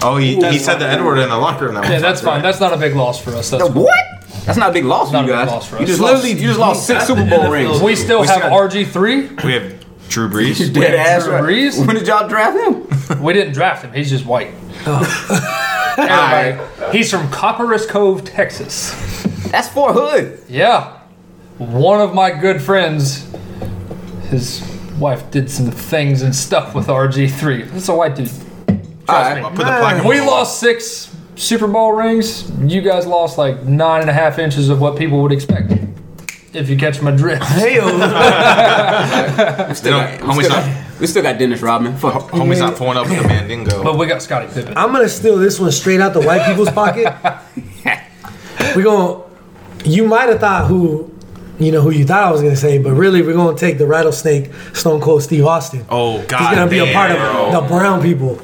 C: Oh, he, he said the N word in the
B: <laughs>
C: locker room. That
D: Yeah,
C: one
D: that's
C: time,
D: fine. That's not a big loss for us. That's cool.
A: What? That's not a big loss for
D: Not
A: you
D: a big
A: guys.
D: loss for us.
A: you just literally you just lost six Super Bowl rings.
D: We still
C: We
D: have
C: still-
D: RG3.
C: right? We have Drew
B: <laughs>
C: Brees.
A: Dead
D: Drew
A: ass. right?
D: Brees?
A: When did y'all draft him?
D: We didn't draft him. He's just white.
B: Oh.
D: <laughs> Everybody. He's from Copperas Cove, Texas.
A: That's for Hood.
D: Yeah. One of my good friends, his wife did some things and stuff with RG3. That's a white dude.
A: All
C: I'll
A: right.
C: put the plaque
D: We lost six Super Bowl rings. You guys lost like nine and a half inches of what people would expect. If you catch my drift.
B: hey, oh.
C: They don't,
A: we,
C: homie's
A: still
C: not,
A: got, we still got Dennis Rodman. Fuck.
C: homie's not pulling up with the Mandingo.
D: But we got Scottie Pippen.
B: I'm gonna steal this one straight out the white people's
C: <laughs>
B: pocket. We're going. to You might have thought who, you know, who you thought I was gonna say, but really we're gonna take the rattlesnake Stone Cold Steve Austin.
C: Oh, God.
B: He's gonna be a part
C: damn.
B: of the brown people.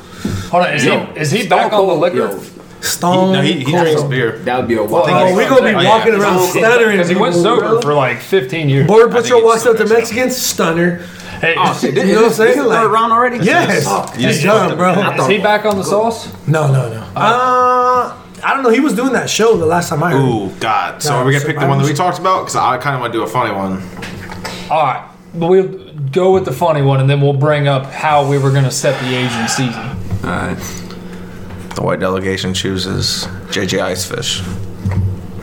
D: Hold on, is
A: Yo,
D: he is he
A: Stone
D: back on the
A: Cold-
D: liquor?
A: yo,
B: Stone.
C: no, he, he
B: cold.
C: drinks beer.
A: That would be a
C: I
B: Oh,
C: think
A: wild.
B: we gonna be
C: Oh, yeah.
B: walking around
C: Because he-
B: stuttering.
D: Because he went
B: people,
D: sober
B: bro.
D: for like 15 years.
B: Border
C: think
B: Patrol
C: it's
B: walks up to
C: still
B: Mexicans, stunner.
D: Hey,
A: Oh shit! This,
B: You know what I'm
A: this, this
B: saying?
A: is the third
B: Like-
A: round already.
B: Yes, he's done, bro.
D: is he back on the sauce?
B: No, no, no. Uh, I don't know. He was doing that show the last time I heard.
C: Ooh, God. So
B: No,
C: are we gonna
B: so
C: pick the
B: I'm
C: one that we
B: just-
C: talked about? Because I kind of want to do a funny one.
D: All right, but we'll go with the funny one, and then we'll bring up how we were going to set the Asian season.
A: All right.
C: The white delegation chooses JJ Icefish.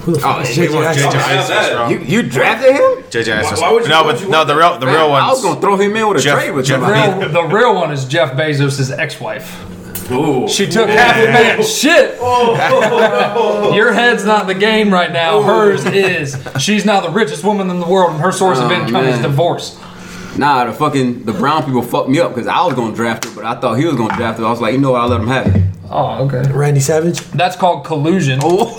B: Who the fuck is
C: Oh, we want JJ
B: Iceman?
C: Icefish, bro.
A: You you drafted him?
C: JJ Icefish.
G: why would you-
C: no,
G: why would
C: but
G: you
C: no,
G: want
C: the real, the real
A: I was gonna
C: ones.
A: throw him in with a
C: Jeff-
A: trade with
C: Jeff
A: somebody.
C: Real-
D: The real one is Jeff Bezos' ex-wife.
G: Ooh.
D: She took half the
B: Oh.
D: man's
B: <laughs>
D: shit. Your head's not in the game right
B: Oh.
D: now. Hers is. She's now the richest woman in the world, and her source of
A: Oh,
D: income is
A: man.
D: divorce.
A: Nah, the fucking the brown people fucked me up because I was gonna draft it, but I thought he was gonna draft it. I was like, you know what? I let him have it.
D: Oh, okay.
B: Randy Savage,
D: That's called collusion.
B: Oh.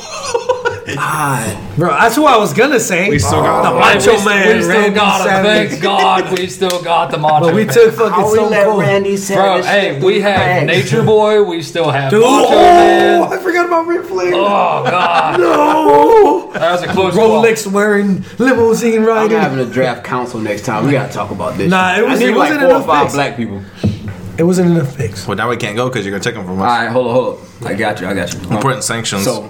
A: Ah,
B: bro. That's who I was gonna say.
C: We still got
B: the
C: him.
D: Hey,
B: Macho
D: we,
B: Man.
D: we still
B: Randy
D: got him.
B: Savage.
D: Thank God, we still got the macho.
B: But we
D: Man.
B: took fucking Stone Cold.
D: Bro, hey, we have Nature Boy. We still have
B: Dude,
D: Macho Man.
B: oh, <laughs> I forgot about Ric Flair.
D: Oh God,
B: No,
D: that was a close call.
B: Rolex Oh, wearing limousine
A: I'm
B: rider.
A: having a draft council next time. We gotta talk about this.
B: Nah,
A: shit.
B: it was-
A: I
B: it
A: need like
B: wasn't
A: four or
B: enough
A: five
B: picks.
A: black people.
B: It wasn't enough picks.
C: Well, now we can't go because you're gonna take them from us.
A: All right, hold up, hold up. I got you. I got you.
C: I'm putting sanctions.
A: So,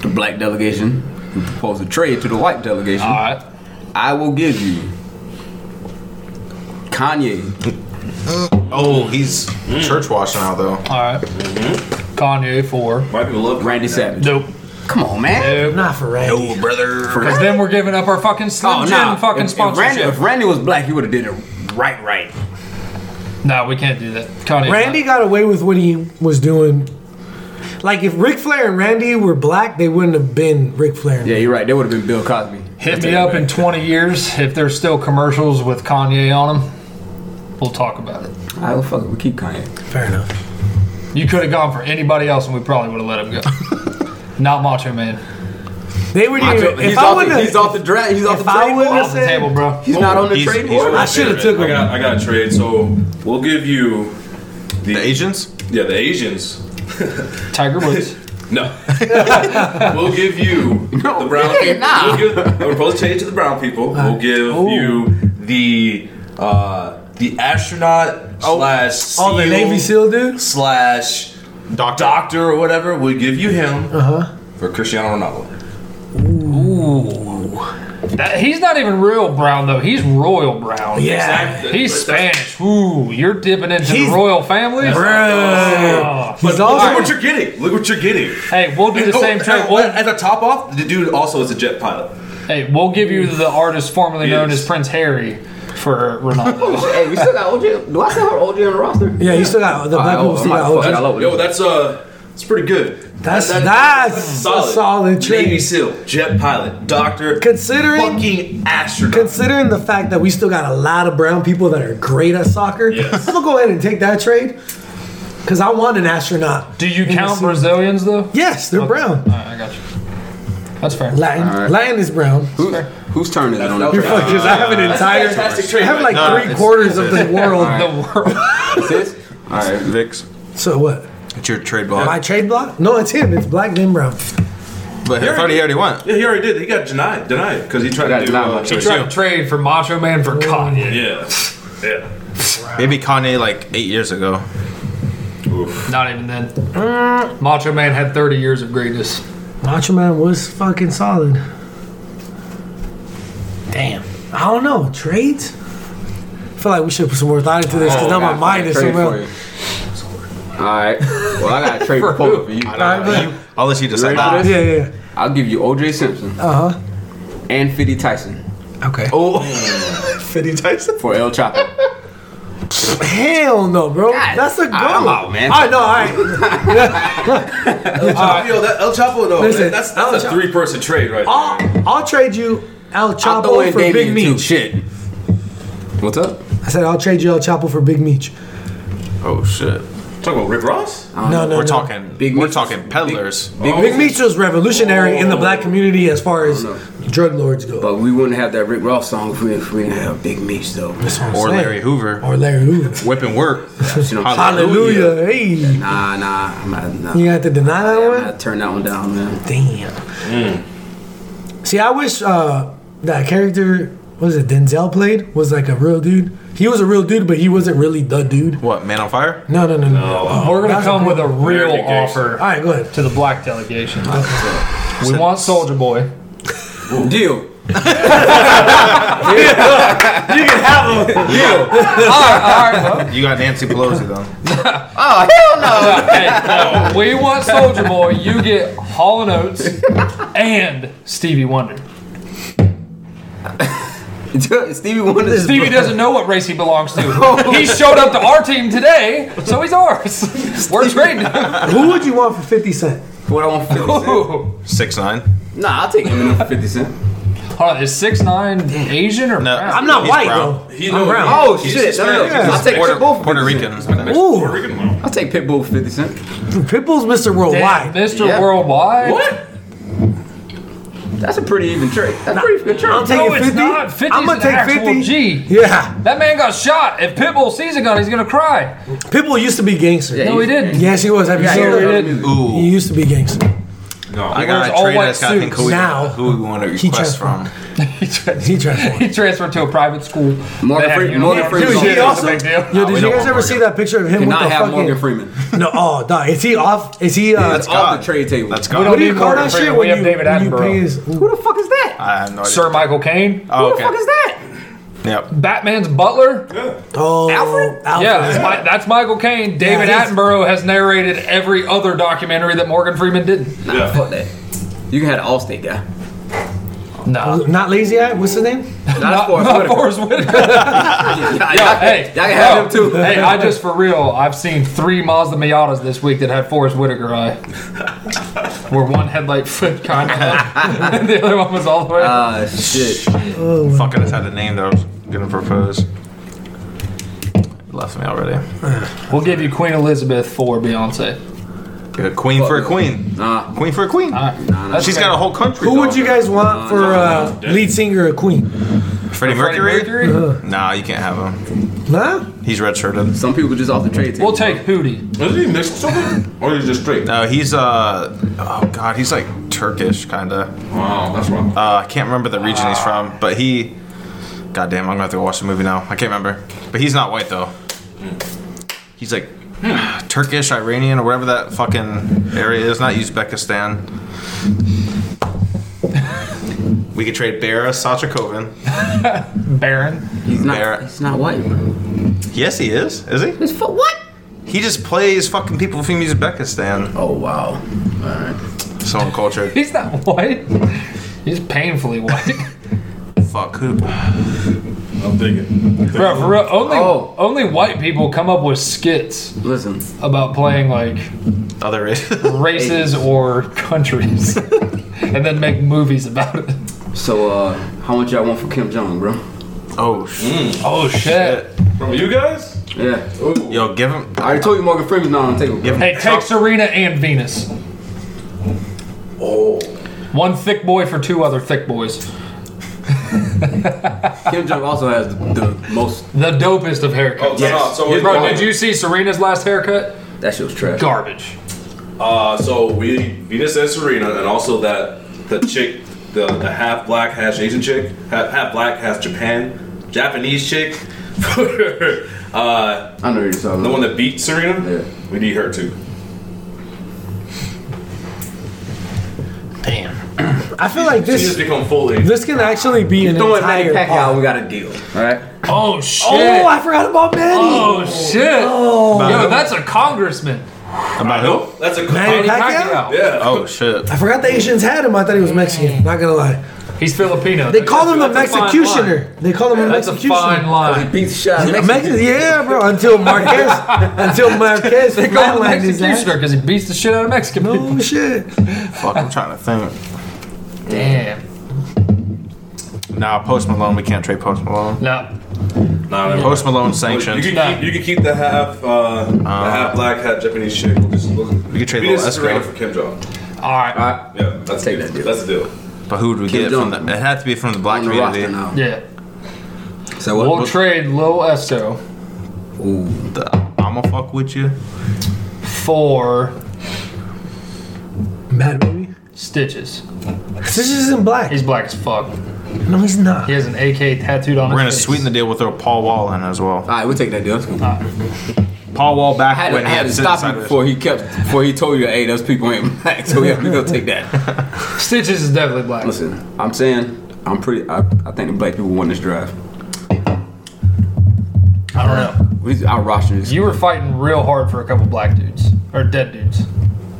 A: the black delegation who proposed a trade to the white delegation.
D: All right.
A: I will give you Kanye,
C: oh, he's church washing out though.
D: All right.
A: Mm-hmm.
D: Kanye for
G: Might be love.
A: Randy Savage.
D: nope.
A: Come on, man.
D: Nope.
B: Not for Randy.
C: Oh, brother. <laughs>
D: Because then we're giving up our fucking Slim Jim
A: Oh, nah.
D: fucking
A: if, if Randy,
D: sponsorship.
A: if Randy was black, he would have did it right, right.
D: no, we can't do that. Kanye.
B: Randy got away with what he was doing. Like if Ric Flair and Randy were black, they wouldn't have been Ric Flair.
A: Yeah, you're right. That would have been Bill Cosby.
D: hit me up in 20 years if there's still commercials with Kanye on them. We'll talk about it.
A: All right, well, fuck it. We keep Kanye.
B: Fair enough.
D: You could have gone for anybody else, and we probably would have let him go.
A: <laughs>
D: Not Macho Man.
B: They were. Even,
A: he's,
B: if I
A: off
B: would
A: the, he's off
B: have,
A: the draft. He's off
B: if
A: the
B: I
A: trade board.
B: would've-
D: Off the table, bro.
A: He's not on the
C: He's-
A: trade
C: he's-
A: board.
B: I should have took
G: I
B: him.
G: got, I got a trade. So we'll give you the,
C: The Asians?
G: Yeah, the Asians.
D: Tiger Woods.
G: No. <laughs> we'll give you the brown people. We'll give we'll propose change to the brown people. We'll give you the uh, the astronaut slash SEAL
B: All the Navy SEAL dudes.
G: slash
C: Doctor.
G: doctor or whatever. We'll give you him for Cristiano Ronaldo.
D: That, he's not even real brown, though. He's royal brown.
B: Yeah,
G: Exactly.
D: He's
G: But that's-
D: Spanish. Ooh, you're dipping into the
B: He's-
D: royal family? Oh.
B: bro. He's
G: Look
B: also
G: what you're getting. Look what you're getting.
D: Hey, we'll do the
G: Oh,
D: same trade.
G: and-
D: We'll,
G: As a top off, the dude also is a jet pilot.
D: hey, we'll give you the artist formerly known
G: Yes.
D: as Prince Harry for <laughs> Ronaldo.
A: Hey, we still got OJ. Do I still have OJ on the roster?
B: Yeah, you still got the black
A: oh,
B: people still
A: I'm
B: got
A: like, fuck,
B: OJ.
A: I love it.
G: Yo, that's uh, it's pretty good.
B: That's
G: That-
B: that's, a solid
G: Navy
B: trade.
G: SEAL, jet pilot, doctor,
B: Considering
G: fucking astronaut.
B: considering the fact that we still got a lot of brown people that are great at soccer,
G: Yes.
B: I'm gonna go ahead and take that trade because I want an astronaut.
D: do you
B: in the
D: count
B: season.
D: Brazilians, though?
B: Yes, they're brown.
D: Alright, I got you. That's fair.
B: Latin,
A: right.
B: Latin is brown. <laughs>
A: Who, whose turn is it on the
B: You're
A: trade?
B: fucked because I have an
G: That's a
B: entire,
G: fantastic
B: I <laughs>
G: trade.
B: have like
C: No,
B: three
C: it's-
B: quarters of the world.
D: The world. <laughs>
A: Is this? All right.
C: Vix.
B: So what?
C: It's your trade block.
B: My trade block? No, it's him. It's black then brown.
C: But I thought he already went.
A: <laughs>
G: yeah, he already did. He got denied, denied because he tried
A: got
G: to do.
A: denied.
G: Uh,
A: He
D: He
G: trade.
D: tried to trade for Macho Man for Kanye.
G: yeah, yeah.
C: Maybe Kanye like eight years ago.
D: Not even then. Macho Man had 30 years of greatness.
B: Macho Man was fucking solid. Damn. I don't know. Trades? I feel like we should put some more thought into this because now my mind is somewhere else.
A: All right. Well, I got a trade
D: For
A: proposal <laughs>
D: who?
A: for you.
B: All right,
C: You- I'll let you decide
A: You ready
C: that.
A: for
B: but- Yeah, yeah.
A: I'll give you OJ Simpson
B: Uh huh.
A: and 50 Tyson
B: Okay.
C: Oh, Fitty Tyson.
A: for El
B: <laughs>
A: Chapo.
B: Hell no, bro. That's a goal.
A: I'm out, man.
B: I know. All right.
G: Yo, that El Chapo though.
B: Listen,
G: that's that's
B: El
G: a
B: Chapo-
G: three person trade right there.
B: I'll, I'll trade you El
A: I'll throw
B: Chapo
A: in
B: for Big
A: Davian too.
B: Meech.
A: Shit. What's up?
B: I said I'll trade you El Chapo for Big Meech.
C: Oh shit.
G: Talk about Rick Ross.
B: No, no,
C: we're
B: no.
C: talking.
A: Big
C: we're
A: Meech-
C: talking
A: Big-
C: peddlers.
A: Big
B: Big Meech was revolutionary in the black community as far as drug lords go.
A: But we wouldn't have that Rick Ross song if we, if we didn't have Big Meech though.
B: That's what I'm
C: or
B: saying.
C: Larry Hoover.
B: Or Larry Hoover.
C: <laughs> Whip and work.
A: You know,
B: Hallelujah. Hey.
A: Nah, nah, I'm not. Nah.
B: You got to deny that
A: I'm
B: one?
A: not turn that one down, man.
B: Damn. See, I wish uh, that character, what is it, Denzel played, was like a real dude. He was a real dude, but he wasn't really the dude.
C: What? Man on fire?
B: No, no, no, no. Oh,
D: We're gonna
B: that's
D: come
B: a-
D: with a real
G: American gangster.
D: offer
B: All right, go ahead.
D: to the black delegation. we want Soldier Boy.
A: Deal.
C: You got Nancy Pelosi though.
D: Oh, <laughs> we want Soldier Boy. You get Hall and Oates and Stevie Wonder.
A: <laughs> Stevie Wonder.
D: Stevie doesn't know what race he belongs <laughs> to. He showed up to our team today, so he's <laughs> ours. We're trading him.
B: Who would you want for 50 Cent?
A: What I want for 50 cent.
D: Hold
C: Six nine.
A: Nah, I'll take Eminem for 50 cent.
D: on, is six nine Asian or
C: No,
D: brown?
C: I'm not He's white, brown.
B: bro.
G: He knows.
B: brown.
A: <laughs> Oh, shit. No, no, no. I'll take
C: Puerto,
A: Pitbull for
C: Puerto
A: 50
C: Rican.
A: cent.
B: Ooh,
A: I'll take Pitbull for 50 cent.
B: Pitbull's Mr.
D: Damn,
B: Oh, Worldwide.
D: Mr.
A: Yeah.
D: Worldwide.
A: What? That's a pretty even trade. That's pretty good trade.
B: I'm taking
D: No, it's
B: 50.
D: not. 50's
B: I'm gonna
D: an
B: take
D: actual
B: 50.
D: G.
B: Yeah,
D: That man got shot. If Pitbull sees a gun, he's gonna cry.
B: Pitbull used to be gangster.
A: Yeah,
D: No, he didn't.
B: Yes, he was. Have you
A: Yeah,
B: seen
A: he did.
B: him?
C: Ooh.
B: He used to be gangster.
C: I
D: wears
C: got
D: all
C: a trade
D: white
C: that's got to think who we,
B: Now,
C: who we want to
B: he
C: request
B: transformed.
C: from.
D: He, tra-
B: He transformed.
D: he transferred to a private school.
A: Morgan
D: They have
A: Freeman-
D: uniforms.
A: Morgan Freeman's
B: Dude,
A: on
B: he
A: there.
B: also. Yo,
D: Big deal.
C: Nah, we
B: did
C: don't
B: you guys
C: want
B: ever
C: Morgan.
B: see that picture of him
A: Did
B: with
A: not
B: the
A: have
B: fucking?
A: Morgan Freeman.
B: No, oh, dog. Is he off? Is he? Uh,
A: That's off the trade table.
C: Let's
D: We
C: go.
D: don't
B: what do you
D: need
B: call
D: Morgan
B: that
D: Freeman.
B: shit
D: We
B: when you,
D: have David
B: when you
D: Attenborough.
B: pay his?
A: Who the fuck is that?
C: I have no idea.
D: Sir Michael Caine,
C: Oh,
A: Who
C: okay.
A: the fuck is that?
C: Yep.
D: Batman's butler.
B: Oh,
A: Alfred?
D: Yeah, that's, Mi- that's Michael Caine. David
B: Yeah, he's-
D: Attenborough has narrated every other documentary that Morgan Freeman didn't.
A: Nah, fuck that. You can have the Allstate <laughs> guy.
D: No.
B: Not lazy eye. What's his name?
A: Not
D: Not,
A: for
D: not Forrest <laughs> Whitaker.
A: Yeah,
D: Yeah,
A: y'all,
D: hey,
A: hey, y'all can have him
D: bro,
A: too.
D: Hey, I just for real, I've seen three Mazda Miatas this week that had Forrest Whitaker eye, where one headlight flipped kind of, <laughs> up, and the other one was all the way. up.
A: Ah, shit.
C: Fuck, I just had a name that I was gonna propose. It left me already.
A: Uh,
D: we'll give you Queen Elizabeth for Beyonce.
C: A Uh, queen for a queen.
A: Nah.
C: Queen for a queen.
D: That's
C: She's
D: fair.
C: got a whole country.
B: Who would
C: though.
B: you guys want for uh, lead singer of Queen?
C: Freddie
D: Freddie
C: Mercury?
D: Mercury?
C: Nah, you can't have him.
B: Nah.
C: He's redshirted.
A: Some people just off the trade table.
D: We'll take Hootie. <laughs>
G: Is he mixed with something, or is he just straight?
C: No, he's uh oh god, he's like Turkish kinda.
G: Wow, that's wrong.
C: Uh, I can't remember the region he's from, but he. God damn, I'm gonna have to go watch the movie now. I can't remember, but he's not white though. He's like Turkish, Iranian, or whatever that fucking area is. Not Uzbekistan. we could trade Bera Sachakovin.
D: Baron.
A: He's not.
C: Barrett.
A: He's not white.
C: Yes, he is. Is he?
A: It's for what?
C: He just plays fucking people from Uzbekistan.
A: Oh wow. All right.
C: So uncultured.
D: He's not white. He's painfully <laughs> white.
C: Fuck. Who?
G: I'm thinking.
D: Bro, for real, only
A: Oh.
D: only white people come up with skits
A: Listen,
D: about playing like
C: Other race. <laughs>
D: races or countries, and then make movies about it.
A: so uh, how much y'all want for Kim Jong, bro?
C: oh shit.
D: Oh shit!
G: From you guys?
A: Yeah.
C: Yo, give him.
A: I already told you Morgan Freeman's not on the table.
C: Give
A: Bro.
C: him.
D: Hey, take Serena and Venus.
G: Oh.
D: One thick boy for two other thick boys.
A: Kim Jong also has the, the most.
D: The dopest of
G: Oh,
D: haircuts.
G: time out. So, we-
D: Bro, did you see Serena's last haircut?
A: That shit was trash.
D: Garbage.
G: Uh, so we need Venus and Serena, and also that the chick, the, the half black, half Asian chick, half, half black, half Japan, Japanese chick. <laughs> uh,
A: I know you're talking.
G: the
A: about.
G: one that beat Serena.
A: Yeah.
G: We need her too.
B: I feel like
G: She just
B: this.
G: become fully.
B: This can actually be an
A: Throwing Manny
B: entire.
A: Pacquiao, we
B: pod.
A: got a deal. All right.
D: Oh shit!
B: Oh,
D: Oh,
B: I forgot about Manny.
D: shit! Yo, that's a congressman.
C: About who?
G: That's a
B: Manny
G: yeah.
B: Pacquiao.
C: Oh shit.
B: I forgot the Asians had him. I thought he was Mexican. Not gonna lie.
D: He's Filipino.
B: They call him the
D: That's a fine
B: Mexicutioner. They call him a
D: line. That's a fine
B: Mexicutioner.
D: line.
A: Beat the shot.
B: A
A: Mexican.
B: Mexican, yeah, bro. Until Marquez,
D: <laughs>
B: until Marquez
D: They call him
B: flatlined his ass.
D: Mexicutioner because he beats the shit out of Mexican people.
B: Oh shit!
C: Fuck. I'm trying to think.
D: Damn.
C: Nah, Post Malone. We can't trade Post Malone.
D: No.
G: Not ever.
C: Post Malone
H: You
C: sanctioned.
H: can, keep, you can keep the half, uh, the half black, half Japanese chick. We'll just look.
C: We could trade
H: we
C: little
H: just
C: escrow.
H: trade her for Kim Jong.
D: All right.
H: Yeah, that's
A: Take
H: the-
A: that deal.
H: That's the deal.
C: But who would we
A: Kim
C: get
A: Jong.
C: from the It had to be from the black
A: on the roster
C: community.
A: now.
D: Yeah.
A: So
D: We'll
A: what?
D: trade Lil Esto
C: The, I'ma fuck with you.
D: for
B: Mad Baby.
D: Stitches.
B: This isn't black.
D: He's black as fuck.
B: No, he's not.
D: He has an AK tattooed on
C: We're gonna
D: his face.
C: sweeten the deal. We'll throw Paul Wall in as well.
A: All right, we'll take that deal. That's cool.
C: Paul Wall
A: I had
C: back
A: to,
C: when
A: I
C: he
A: had
C: had
A: to
C: sit
A: stop
C: side
A: you
C: with-
A: before he kept before he told you, hey, those people ain't <laughs> black, so we have to go take that.
D: Stitches is definitely black.
A: <laughs> Listen, I'm saying I'm pretty. I, I think the black people won this drive.
D: I don't know.
A: We, our roster is
D: You were fighting real hard for a couple black dudes or dead dudes.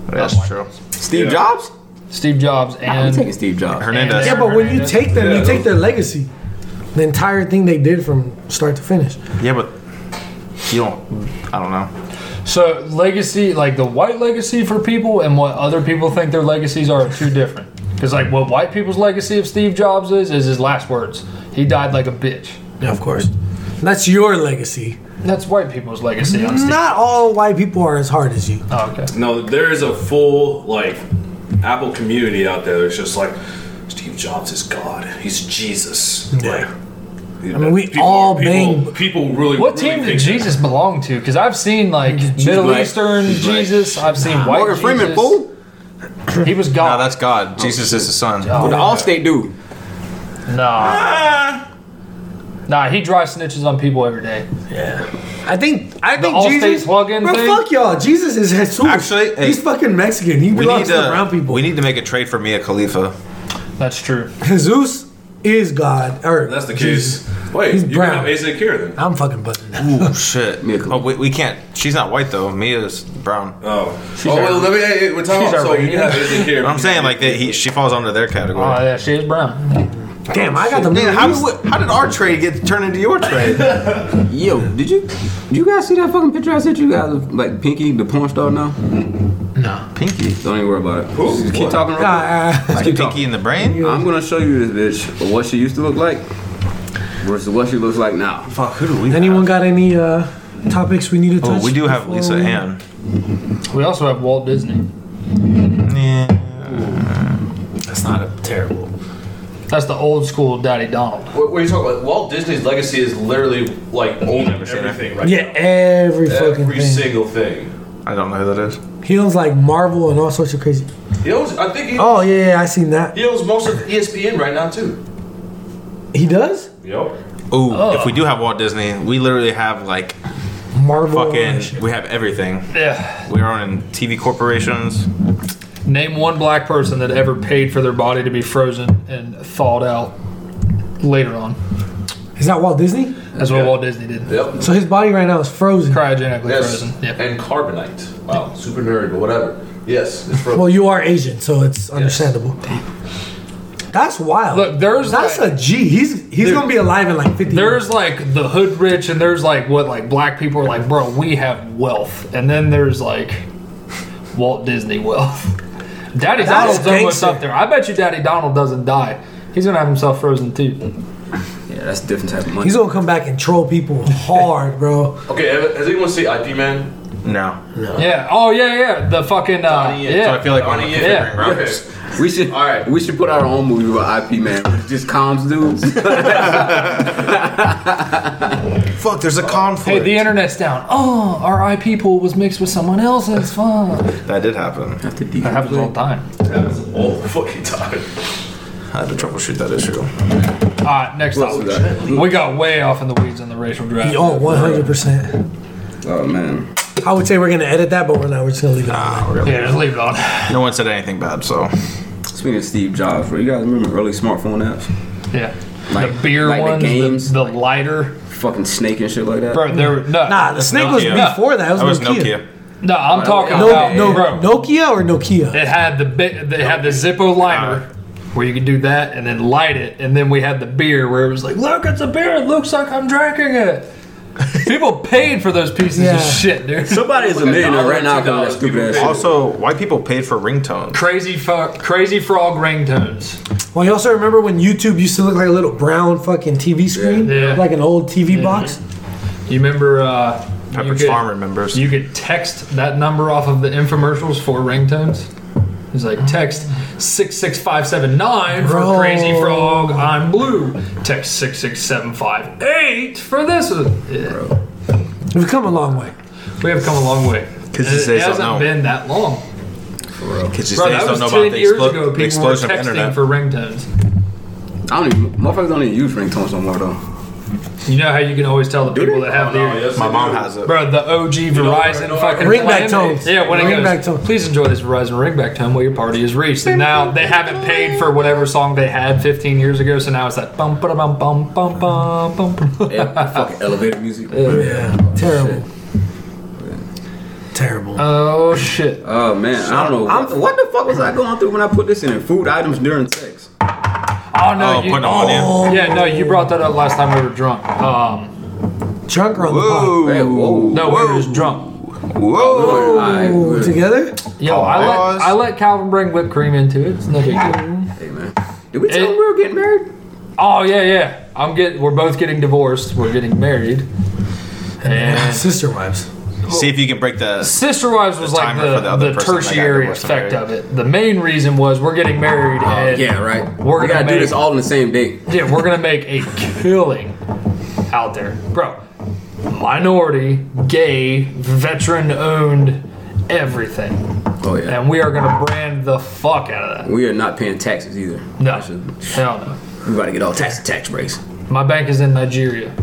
C: That's true.
A: Steve
G: Yeah.
A: Jobs.
D: Steve Jobs
A: I'm
D: and
A: taking Steve Jobs.
C: Hernandez.
B: Yeah, but when you
D: Hernandez.
B: take them,
H: Yeah.
B: you take their legacy. The entire thing they did from start to finish.
C: Yeah, but you don't. I don't know.
D: So legacy, like the white legacy for people, and what other people think their legacies are, are two different. Because like what white people's legacy of Steve Jobs is is his last words. He died like a bitch.
B: Yeah, of course. That's your legacy.
D: That's white people's legacy on Steve.
B: Not all white people are as hard as you.
D: Oh, okay.
G: No, there is a full like Apple community out there that's just like Steve Jobs is God. He's Jesus.
B: Yeah.
G: Like,
B: I mean, we all bang-
G: People, people really.
D: What
G: really
D: team did
G: think that.
D: Jesus belong to? Because I've seen like Middle
A: black.
D: Eastern
A: He's black.
D: Jesus. I've seen white
A: Morgan Freeman,
D: Jesus.
A: fool.
D: He was
C: No,
D: God.
C: that's God. Jesus is the son.
A: The
D: Oh,
A: Allstate dude.
D: nah.
G: Ah.
D: Nah, he dry snitches on people every day.
B: I think I think
D: Allstate
B: Jesus.
D: plug-in
B: bro,
D: thing?
B: fuck y'all. Jesus is Jesus.
C: Actually, hey,
B: he's fucking Mexican. He
C: We
B: belongs
C: need
B: to the brown
C: to.
B: people.
C: We need to make a trade for Mia Khalifa.
D: That's true.
B: Jesus is God. Or
G: That's the
B: Jesus.
G: case. Wait,
B: He's
G: you
B: brown.
G: can have Isaac here then.
B: I'm fucking buzzing.
C: Ooh shit.
A: Mia Khalifa.
C: Oh, we, we can't. She's not white though. Mia's brown.
G: Oh,
D: She's
H: oh,
D: our-
H: wait, let me. Hey, hey, we're talking
D: she's
H: about
D: our
H: so you can
D: radio.
H: have Isaac here.
C: I'm saying like that. He she falls under their category.
D: Oh yeah, she is brown.
B: Damn, I got the
C: Man,
B: Middle
C: how,
B: East.
C: did- how did our trade get turned into your trade?
A: Yo, did you did you guys see that fucking picture I sent you guys of like Pinky, the porn star now?
C: Pinky.
A: Don't even worry about it. Just keep talking. real quick.
B: Uh, uh,
C: Like
A: keep
C: Pinky
A: talking.
C: in the brain?
A: I'm gonna show you this bitch what she used to look like versus what she looks like now.
C: Fuck, who do we
B: anyone got any uh, topics we need to touch?
C: Oh, we do have
B: before
C: Lisa
B: we-
C: Ann.
D: We also have Walt Disney.
C: Yeah.
B: That's not a terrible.
D: That's the old school Daddy Donald.
H: What, what are you talking about? Walt Disney's legacy is literally like owning everything right
B: Yeah, every
H: now.
B: fucking
H: Every
B: thing.
H: single thing.
C: I don't know who that is.
B: He owns like Marvel and all sorts of crazy.
H: He owns. I think he,
B: Oh yeah, yeah I seen that.
H: he owns most of E ESPN right now too.
B: He does
H: Yep.
C: Ooh,
A: Oh.
C: if we do have Walt Disney, we literally have like
B: Marvel. and
C: fucking.
B: shit.
C: We have everything.
D: Yeah.
C: We are owning TV corporations.
D: Name one black person that ever paid for their body to be frozen and thawed out later on.
B: Is that Walt Disney?
D: That's what Walt Disney did.
H: Yep.
B: So his body right now is frozen.
D: Cryogenically
H: Yes.
D: frozen. Yeah.
H: And carbonite. Wow. Super nerd, but whatever. Yes. It's from.
B: Well, you are Asian, so it's understandable. That's wild.
D: Look, there's
B: that's
D: like-
B: a G. He's he's gonna be alive in like fifty.
D: There's like the hood rich, and there's like what like black people are like, bro, we have wealth, and then there's like Walt Disney wealth. <laughs> Daddy
B: That's
D: Donald's almost
B: gangster.
D: up there. I bet you Daddy Donald doesn't die. He's gonna have himself frozen too.
A: Yeah, that's a different type of money.
B: He's gonna come back and troll people hard, bro.
H: Okay. have- Has anyone seen IP Man?
C: No.
D: Yeah. Oh yeah, yeah. The fucking uh,
H: Donnie and-
D: yeah.
C: I feel like one of
H: Donnie
C: the
H: and-
D: Yeah.
C: favorite rounders.
H: Okay.
A: We should all right.
H: Alright.
A: We should put out our own movie about IP man. Just comms dudes.
C: Fuck, there's a
A: Oh.
D: Hey,
C: conflict.
D: the internet's down. Oh, our IP pool was mixed with someone else's. Fuck.
C: that did happen.
D: That happens all the time.
H: Happens all the <laughs> fucking time.
C: I had to troubleshoot that issue.
D: All right, next topic. We got way off in the weeds on the racial draft.
B: Oh, 100 percent.
A: oh man.
B: I would say we're gonna edit that, but we're not. We're just gonna leave it. on.
A: Oh,
C: Nah, we're good.
D: Yeah, just leave it on.
C: No one said anything bad, so.
A: Speaking of Steve Jobs, bro, you guys remember early smartphone apps?
D: Yeah.
A: Like-
D: the beer
A: like the
D: ones, the,
A: games,
D: the lighter.
A: Fucking snake and shit like that.
D: Bro, there were- no.
B: Nah, the snake was
C: Nokia.
B: before that. It was,
C: That was
B: Nokia.
C: Nokia.
D: No, I'm talking
B: No,
D: about
B: no,
D: bro.
B: Nokia or Nokia.
D: It had the bit they had the Zippo lighter where you could do that <laughs> and then light it, and then we had the beer where it was like, look, it's a beer. It looks like I'm drinking it. People paid for those pieces
B: Yeah.
D: of shit, dude.
A: Somebody is a millionaire right now because of that stupid ass.
C: Also, white people paid for ringtones.
D: Crazy, fo- crazy frog ringtones.
B: Well, you also remember when YouTube used to look like a little brown fucking TV screen,
D: Yeah.
B: like an old TV box.
D: You remember? Uh, you
C: Pepperidge
D: could-
C: Farm remembers.
D: You could text that number off of the infomercials for ringtones. He's like, text 66579
B: Bro.
D: for Crazy Frog, I'm blue. Text 66758 for this. one." Yeah,
B: We've come a long way.
D: we have come a long way.
C: 'Cause
D: And
C: these
D: it
C: days don't
D: hasn't
C: know.
D: been that long.
C: Kids these
D: Bro,
C: days
D: that
C: don't
D: was
C: know
D: 10
C: about the,
D: years
C: explo-
D: ago.
C: the
D: People
C: explosion
D: were
C: of
D: texting
C: internet.
D: for ringtones.
A: I don't even. Motherfuckers don't even use ringtones no more though.
D: You know how you can always tell the people that have the
C: My mom has it.
D: bro the OG Verizon fucking
B: Ringback
D: plan.
B: tones.
D: Yeah, when it
B: Ringback
D: goes,
B: tones.
D: please enjoy this Verizon ringback tone while your party is reached. And now they haven't paid for whatever song they had 15 years ago, so now it's that bum ba bum bum bum bum bum. bum.
A: Yeah, fucking elevator music.
B: Terrible. Terrible.
D: Oh shit!
A: Oh man, I don't know. I'm, what the fuck was I going through when I put this in? Food items during sex.
D: Oh no!
C: Oh,
D: you,
C: putting them on in.
D: yeah, no, you brought that up last time we were drunk. Um,
B: Drunk or on the pod?
A: Hey, whoa.
D: no, we were just drunk.
C: Whoa!
A: Alright,
B: Ooh,
A: good.
B: Together?
D: Yo, I
C: Pause.
D: let I let Calvin bring whipped cream into it. It's no big deal.
A: Hey man, did we tell him
D: It-
A: we were getting married?
D: Oh yeah, yeah. I'm getting. We're both getting divorced. We're getting married. And
B: Sister wives.
C: See if you can break the.
D: Sister Wives was
C: The
D: like
C: timer
D: the,
C: for the other
D: the
C: person that got
D: tertiary
C: divorced and
D: effect
C: married. Oh,
D: of it. The main reason was we're getting married and
A: Yeah, right.
D: We're
A: we
D: gonna
A: gotta do
D: make-
A: this all in the same day.
D: yeah, we're gonna make a killing out there, bro. Minority, gay, veteran-owned, everything,
A: Oh yeah.
D: and we are gonna brand the fuck out of that.
A: We are not paying taxes either.
D: No,
A: Should-
D: hell no.
A: We gotta get all tax tax breaks. <laughs>
D: My bank is in Nigeria.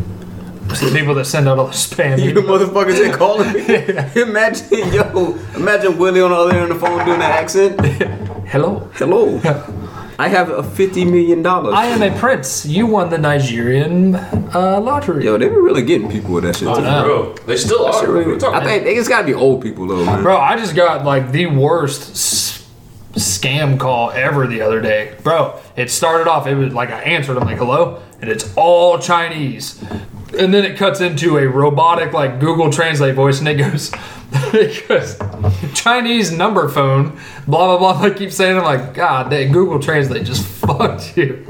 D: It's the people that send out all the spam.
A: You motherfuckers ain't calling me. imagine, yo, imagine Willie on the other end of the phone doing that accent.
D: <laughs>
A: <laughs>
D: Hello,
A: Hello. I have a fifty million dollars.
D: I am a prince. You won the Nigerian uh, lottery. Oh.
A: Yo, they be really getting people with that shit. too.
D: no.
G: Bro, they still
A: That shit
G: are.
A: really-
G: We're talking
A: I think it's gotta be old people though, man.
D: Bro, I just got like the worst s- scam call ever the other day. Bro, it started off, it was like I answered, I'm like, hello, and it's all Chinese. And then it cuts into a robotic like Google Translate voice and it goes, <laughs> it goes Chinese number phone, blah blah blah. I keep saying, it, I'm like, God, that Google Translate just <laughs> fucked you.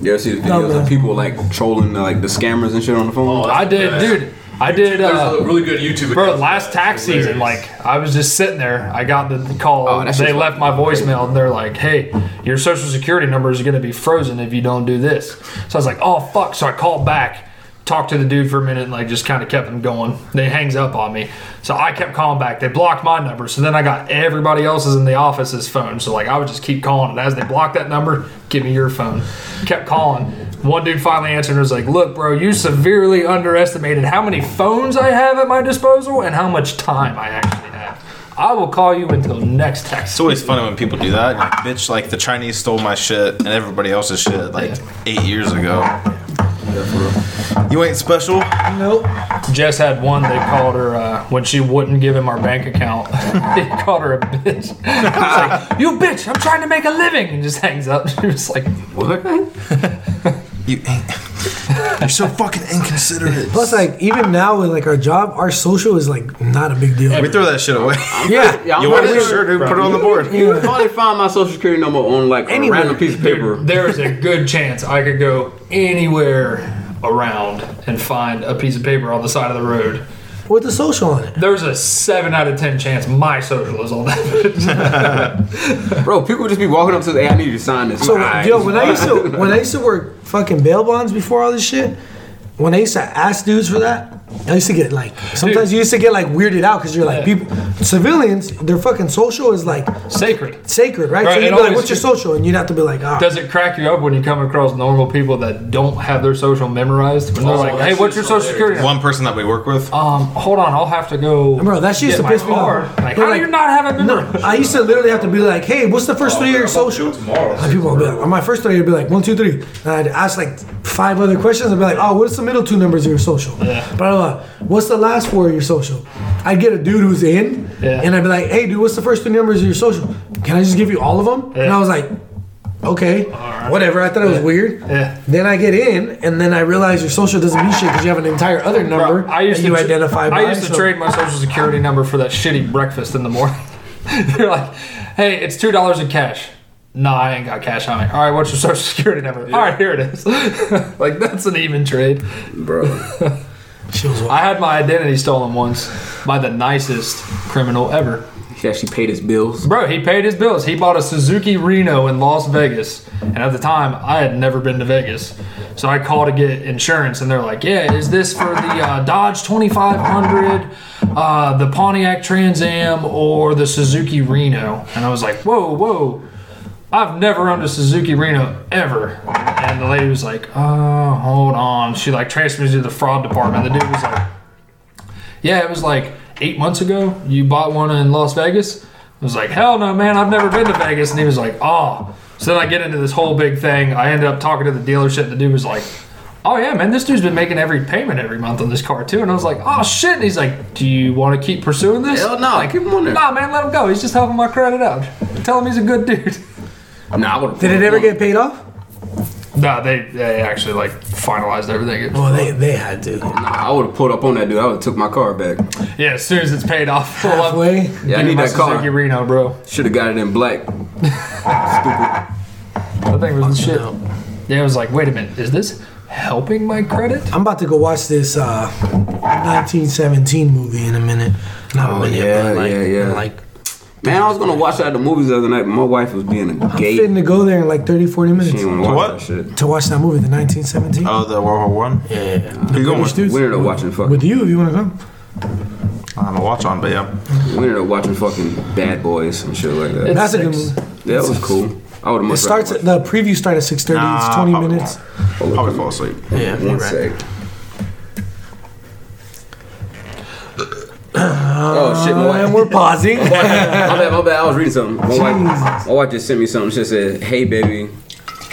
A: You ever see the videos
B: man.
A: of people like trolling like the scammers and shit on the phone?
D: Oh, I did, dude. I did.
G: There's
D: Uh,
G: a really good YouTube.
D: Bro,
G: account for
D: last
G: that.
D: tax
G: It's hilarious.
D: season, like I was just sitting there, I got the call.
A: Oh, that's
D: they
A: just-
D: left my voicemail, and they're like, "Hey, your social security number is going to be frozen if you don't do this." So I was like, "Oh fuck!" So I called back, talked to the dude for a minute, and like just kind of kept him going. They hangs up on me, so I kept calling back. They blocked my number, so then I got everybody else's in the office's phone. So like I would just keep calling, and as they blocked that number, give me your phone. Kept calling. One dude finally answered and was like, Look, bro, you severely underestimated how many phones I have at my disposal and how much time I actually have. I will call you until next text.
C: It's always funny when people do that. Like, bitch, like the Chinese stole my shit and everybody else's shit like eight years ago. You ain't special.
B: Nope.
D: Jess had one, they called her, uh, when she wouldn't give him our bank account, <laughs> they called her a bitch. I was like, You bitch, I'm trying to make a living. And just hangs up. <laughs> She was like,
C: You ain't. <laughs> You're so fucking
D: <laughs>
C: inconsiderate.
B: Plus, like, even now with like our job, our social is like not a big deal.
C: we throw that shit
D: <laughs>
C: away.
B: Yeah.
A: Yeah, I'm
C: You want
A: pretty
C: a shirt? Dude, put it on the board.
A: You would probably find my social security number on like a
B: Anywhere.
A: random piece of paper.
B: <laughs>
D: There's a good chance I could go anywhere around and find a piece of paper on the side of the road
B: With the social on it.
D: There's a seven out of ten chance my social is on that. <laughs>
A: Bro, people just be walking up to the hey, I need you to sign this.
B: So,
A: I'm like, "Alright."
B: yo, when I used to when I used to work fucking bail bonds before all this shit, when I used to ask dudes for that, I used to get like sometimes you used to get like weirded out because you're like
D: Yeah.
B: people civilians, their fucking social is like
D: Sacred.
B: sacred, right?
D: Right,
B: so
D: it
B: you'd be like,
D: always-
B: "What's your social?" and you'd have to be like, "Ah."
D: Does it crack you up when you come across normal people that don't have their social memorized? When they're
G: Oh,
D: like,
G: that
D: "Hey, what's your
G: shit's
D: social security?"
G: hilarious.
D: number?"
C: One person that we work with.
D: Um, hold on, I'll have to go.
B: Bro, that shit used to
D: get my
B: piss me
D: card.
B: off. They're
D: Like, how do
B: like-
D: you not have it
B: No,
D: memorized?
B: I used to literally have to be like, "Hey, what's the
D: Oh,
B: first three of your
G: I'm gonna do
B: social?"
G: it tomorrow.
B: And people would be like, on my first three, it'd be like one, two, three. And I'd ask like five other questions. I'd be like, "Oh, what's the middle two numbers of your social?" Yeah. Blah, blah, blah. What's the last four of your social? I'd get a dude who's in,
D: Yeah.
B: and I'd be like, "Hey, dude, what's the first three numbers of your social? Can I just give you all of them?" And I was like, okay,
D: Alright.
B: whatever. I thought it was weird.
D: Yeah.
B: Then I get in, and then I realize your social doesn't mean shit because you have an entire other number
D: Bro, I used
B: that you
D: to
B: identify by.
D: I used to
B: so-
D: trade my social security number for that shitty breakfast in the morning. <laughs> They're like, "Hey, it's two dollars in cash." No, I ain't got cash on me. All right, what's your social security number? All right, here it is. <laughs> like that's an even trade.
G: bro.
B: She was wild.
D: I had my identity stolen once by the nicest criminal ever.
A: He actually paid his bills.
D: Bro, he paid his bills. He bought a Suzuki Reno in Las Vegas. And at the time, I had never been to Vegas. So I called to get insurance, and they're like, Yeah, is this for the uh, Dodge 2500, uh, the Pontiac Trans Am, or the Suzuki Reno? And I was like, Whoa, whoa. I've never owned a Suzuki Reno ever. And the lady was like, Oh, hold on. She like transferred me to the fraud department. The dude was like, yeah, it was like eight months ago. You bought one in Las Vegas. I was like, hell no, man, I've never been to Vegas. And he was like, oh. So then I get into this whole big thing. I ended up talking to the dealership. The dude was like, oh yeah, man, this dude's been making every payment every month on this car too. And I was like, oh shit. And he's like, do you want to keep pursuing this?
A: Hell no,
D: like,
A: keep him on there.
D: Nah, man, let him go. He's just helping my credit out. Tell him he's a good dude. <laughs>
A: Nah, I would.
B: Did it ever get paid off?
D: nah, they they actually like finalized everything.
B: Well, they, they had to.
A: Nah, I would have pulled up on that dude. I would have took my car back.
D: yeah, as soon as it's paid off, full up.
B: <laughs>
D: <laughs>
B: Halfway.
A: Yeah, I need
D: my
A: that car.
D: Suzuki Reno, bro.
A: Should have got it in black.
B: <laughs>
D: That thing was the shit. Yeah, I was like, wait a minute, is this helping my credit?
B: I'm about to go watch this uh, 1917 movie in a minute. Not
A: Oh,
B: a minute,
A: yeah,
B: but like,
A: yeah, yeah.
B: Like,
A: Man, I was gonna watch that at the movies the other night, but my wife was being a
B: I'm
A: gay.
B: fitting to go there in like 30, 40 minutes
A: She didn't wanna
C: To
A: watch
C: what?
A: that shit.
B: to watch that movie, the 1917.
C: Oh, the World War One.
B: yeah, yeah, yeah.
C: Who you going
B: British
C: with?
B: dudes.
A: We ended up watching
B: With
A: fucking.
B: you, if you want to come.
C: I'm a watch on, but yeah.
A: We ended up watching fucking Bad Boys and shit like that.
D: It's
B: That's a good
D: six.
B: movie.
A: Yeah, that was cool. I would have
B: It
A: much
B: starts.
A: rather watched-
B: The preview starts at six thirty.
C: Nah,
B: it's twenty
C: probably
B: minutes.
A: Hold up,
C: Probably fall asleep.
B: Yeah,
A: One sec.
B: Uh,
A: oh shit, my wife.
B: <laughs> And we're pausing.
A: my bad, my bad. I was reading something. My wife, my wife just sent me something. She said, "Hey, baby,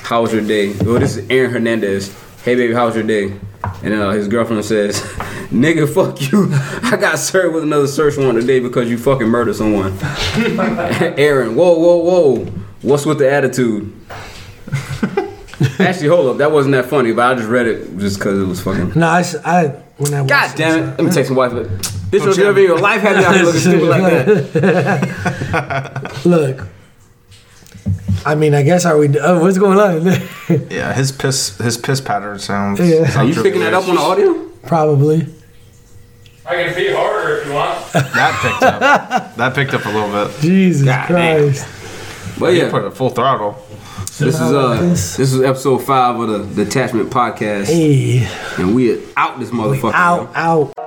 A: how was your day?" Well, this is Aaron Hernandez. Hey, baby, how was your day? And uh, his girlfriend says, <laughs> "Nigga, fuck you. <laughs> I got served with another search warrant today because you fucking murdered someone." <laughs> Aaron, whoa, whoa, whoa. What's with the attitude? Actually, hold up. That wasn't that funny, but I just read it just because it was fucking.
B: no, I, s- I- when I watched
A: God damn it. Let me text my wife. This was
C: you-
A: never in your life had me out here looking stupid like that.
B: <laughs> Look, I mean, I guess are we? Uh, what's going on? <laughs>
C: Yeah, his piss his piss pattern sounds.
B: Yeah.
A: Are you picking that up on the audio?
B: Probably.
D: I can be harder if you want.
C: That picked up. that picked up a little bit.
B: Jesus
C: God damn.
B: Christ.
A: But
C: You put
A: yeah,
C: it full throttle.
A: this is uh this is episode five of the Detachment Podcast,
B: Hey,
A: and we out this motherfucker. yo.
B: out, out.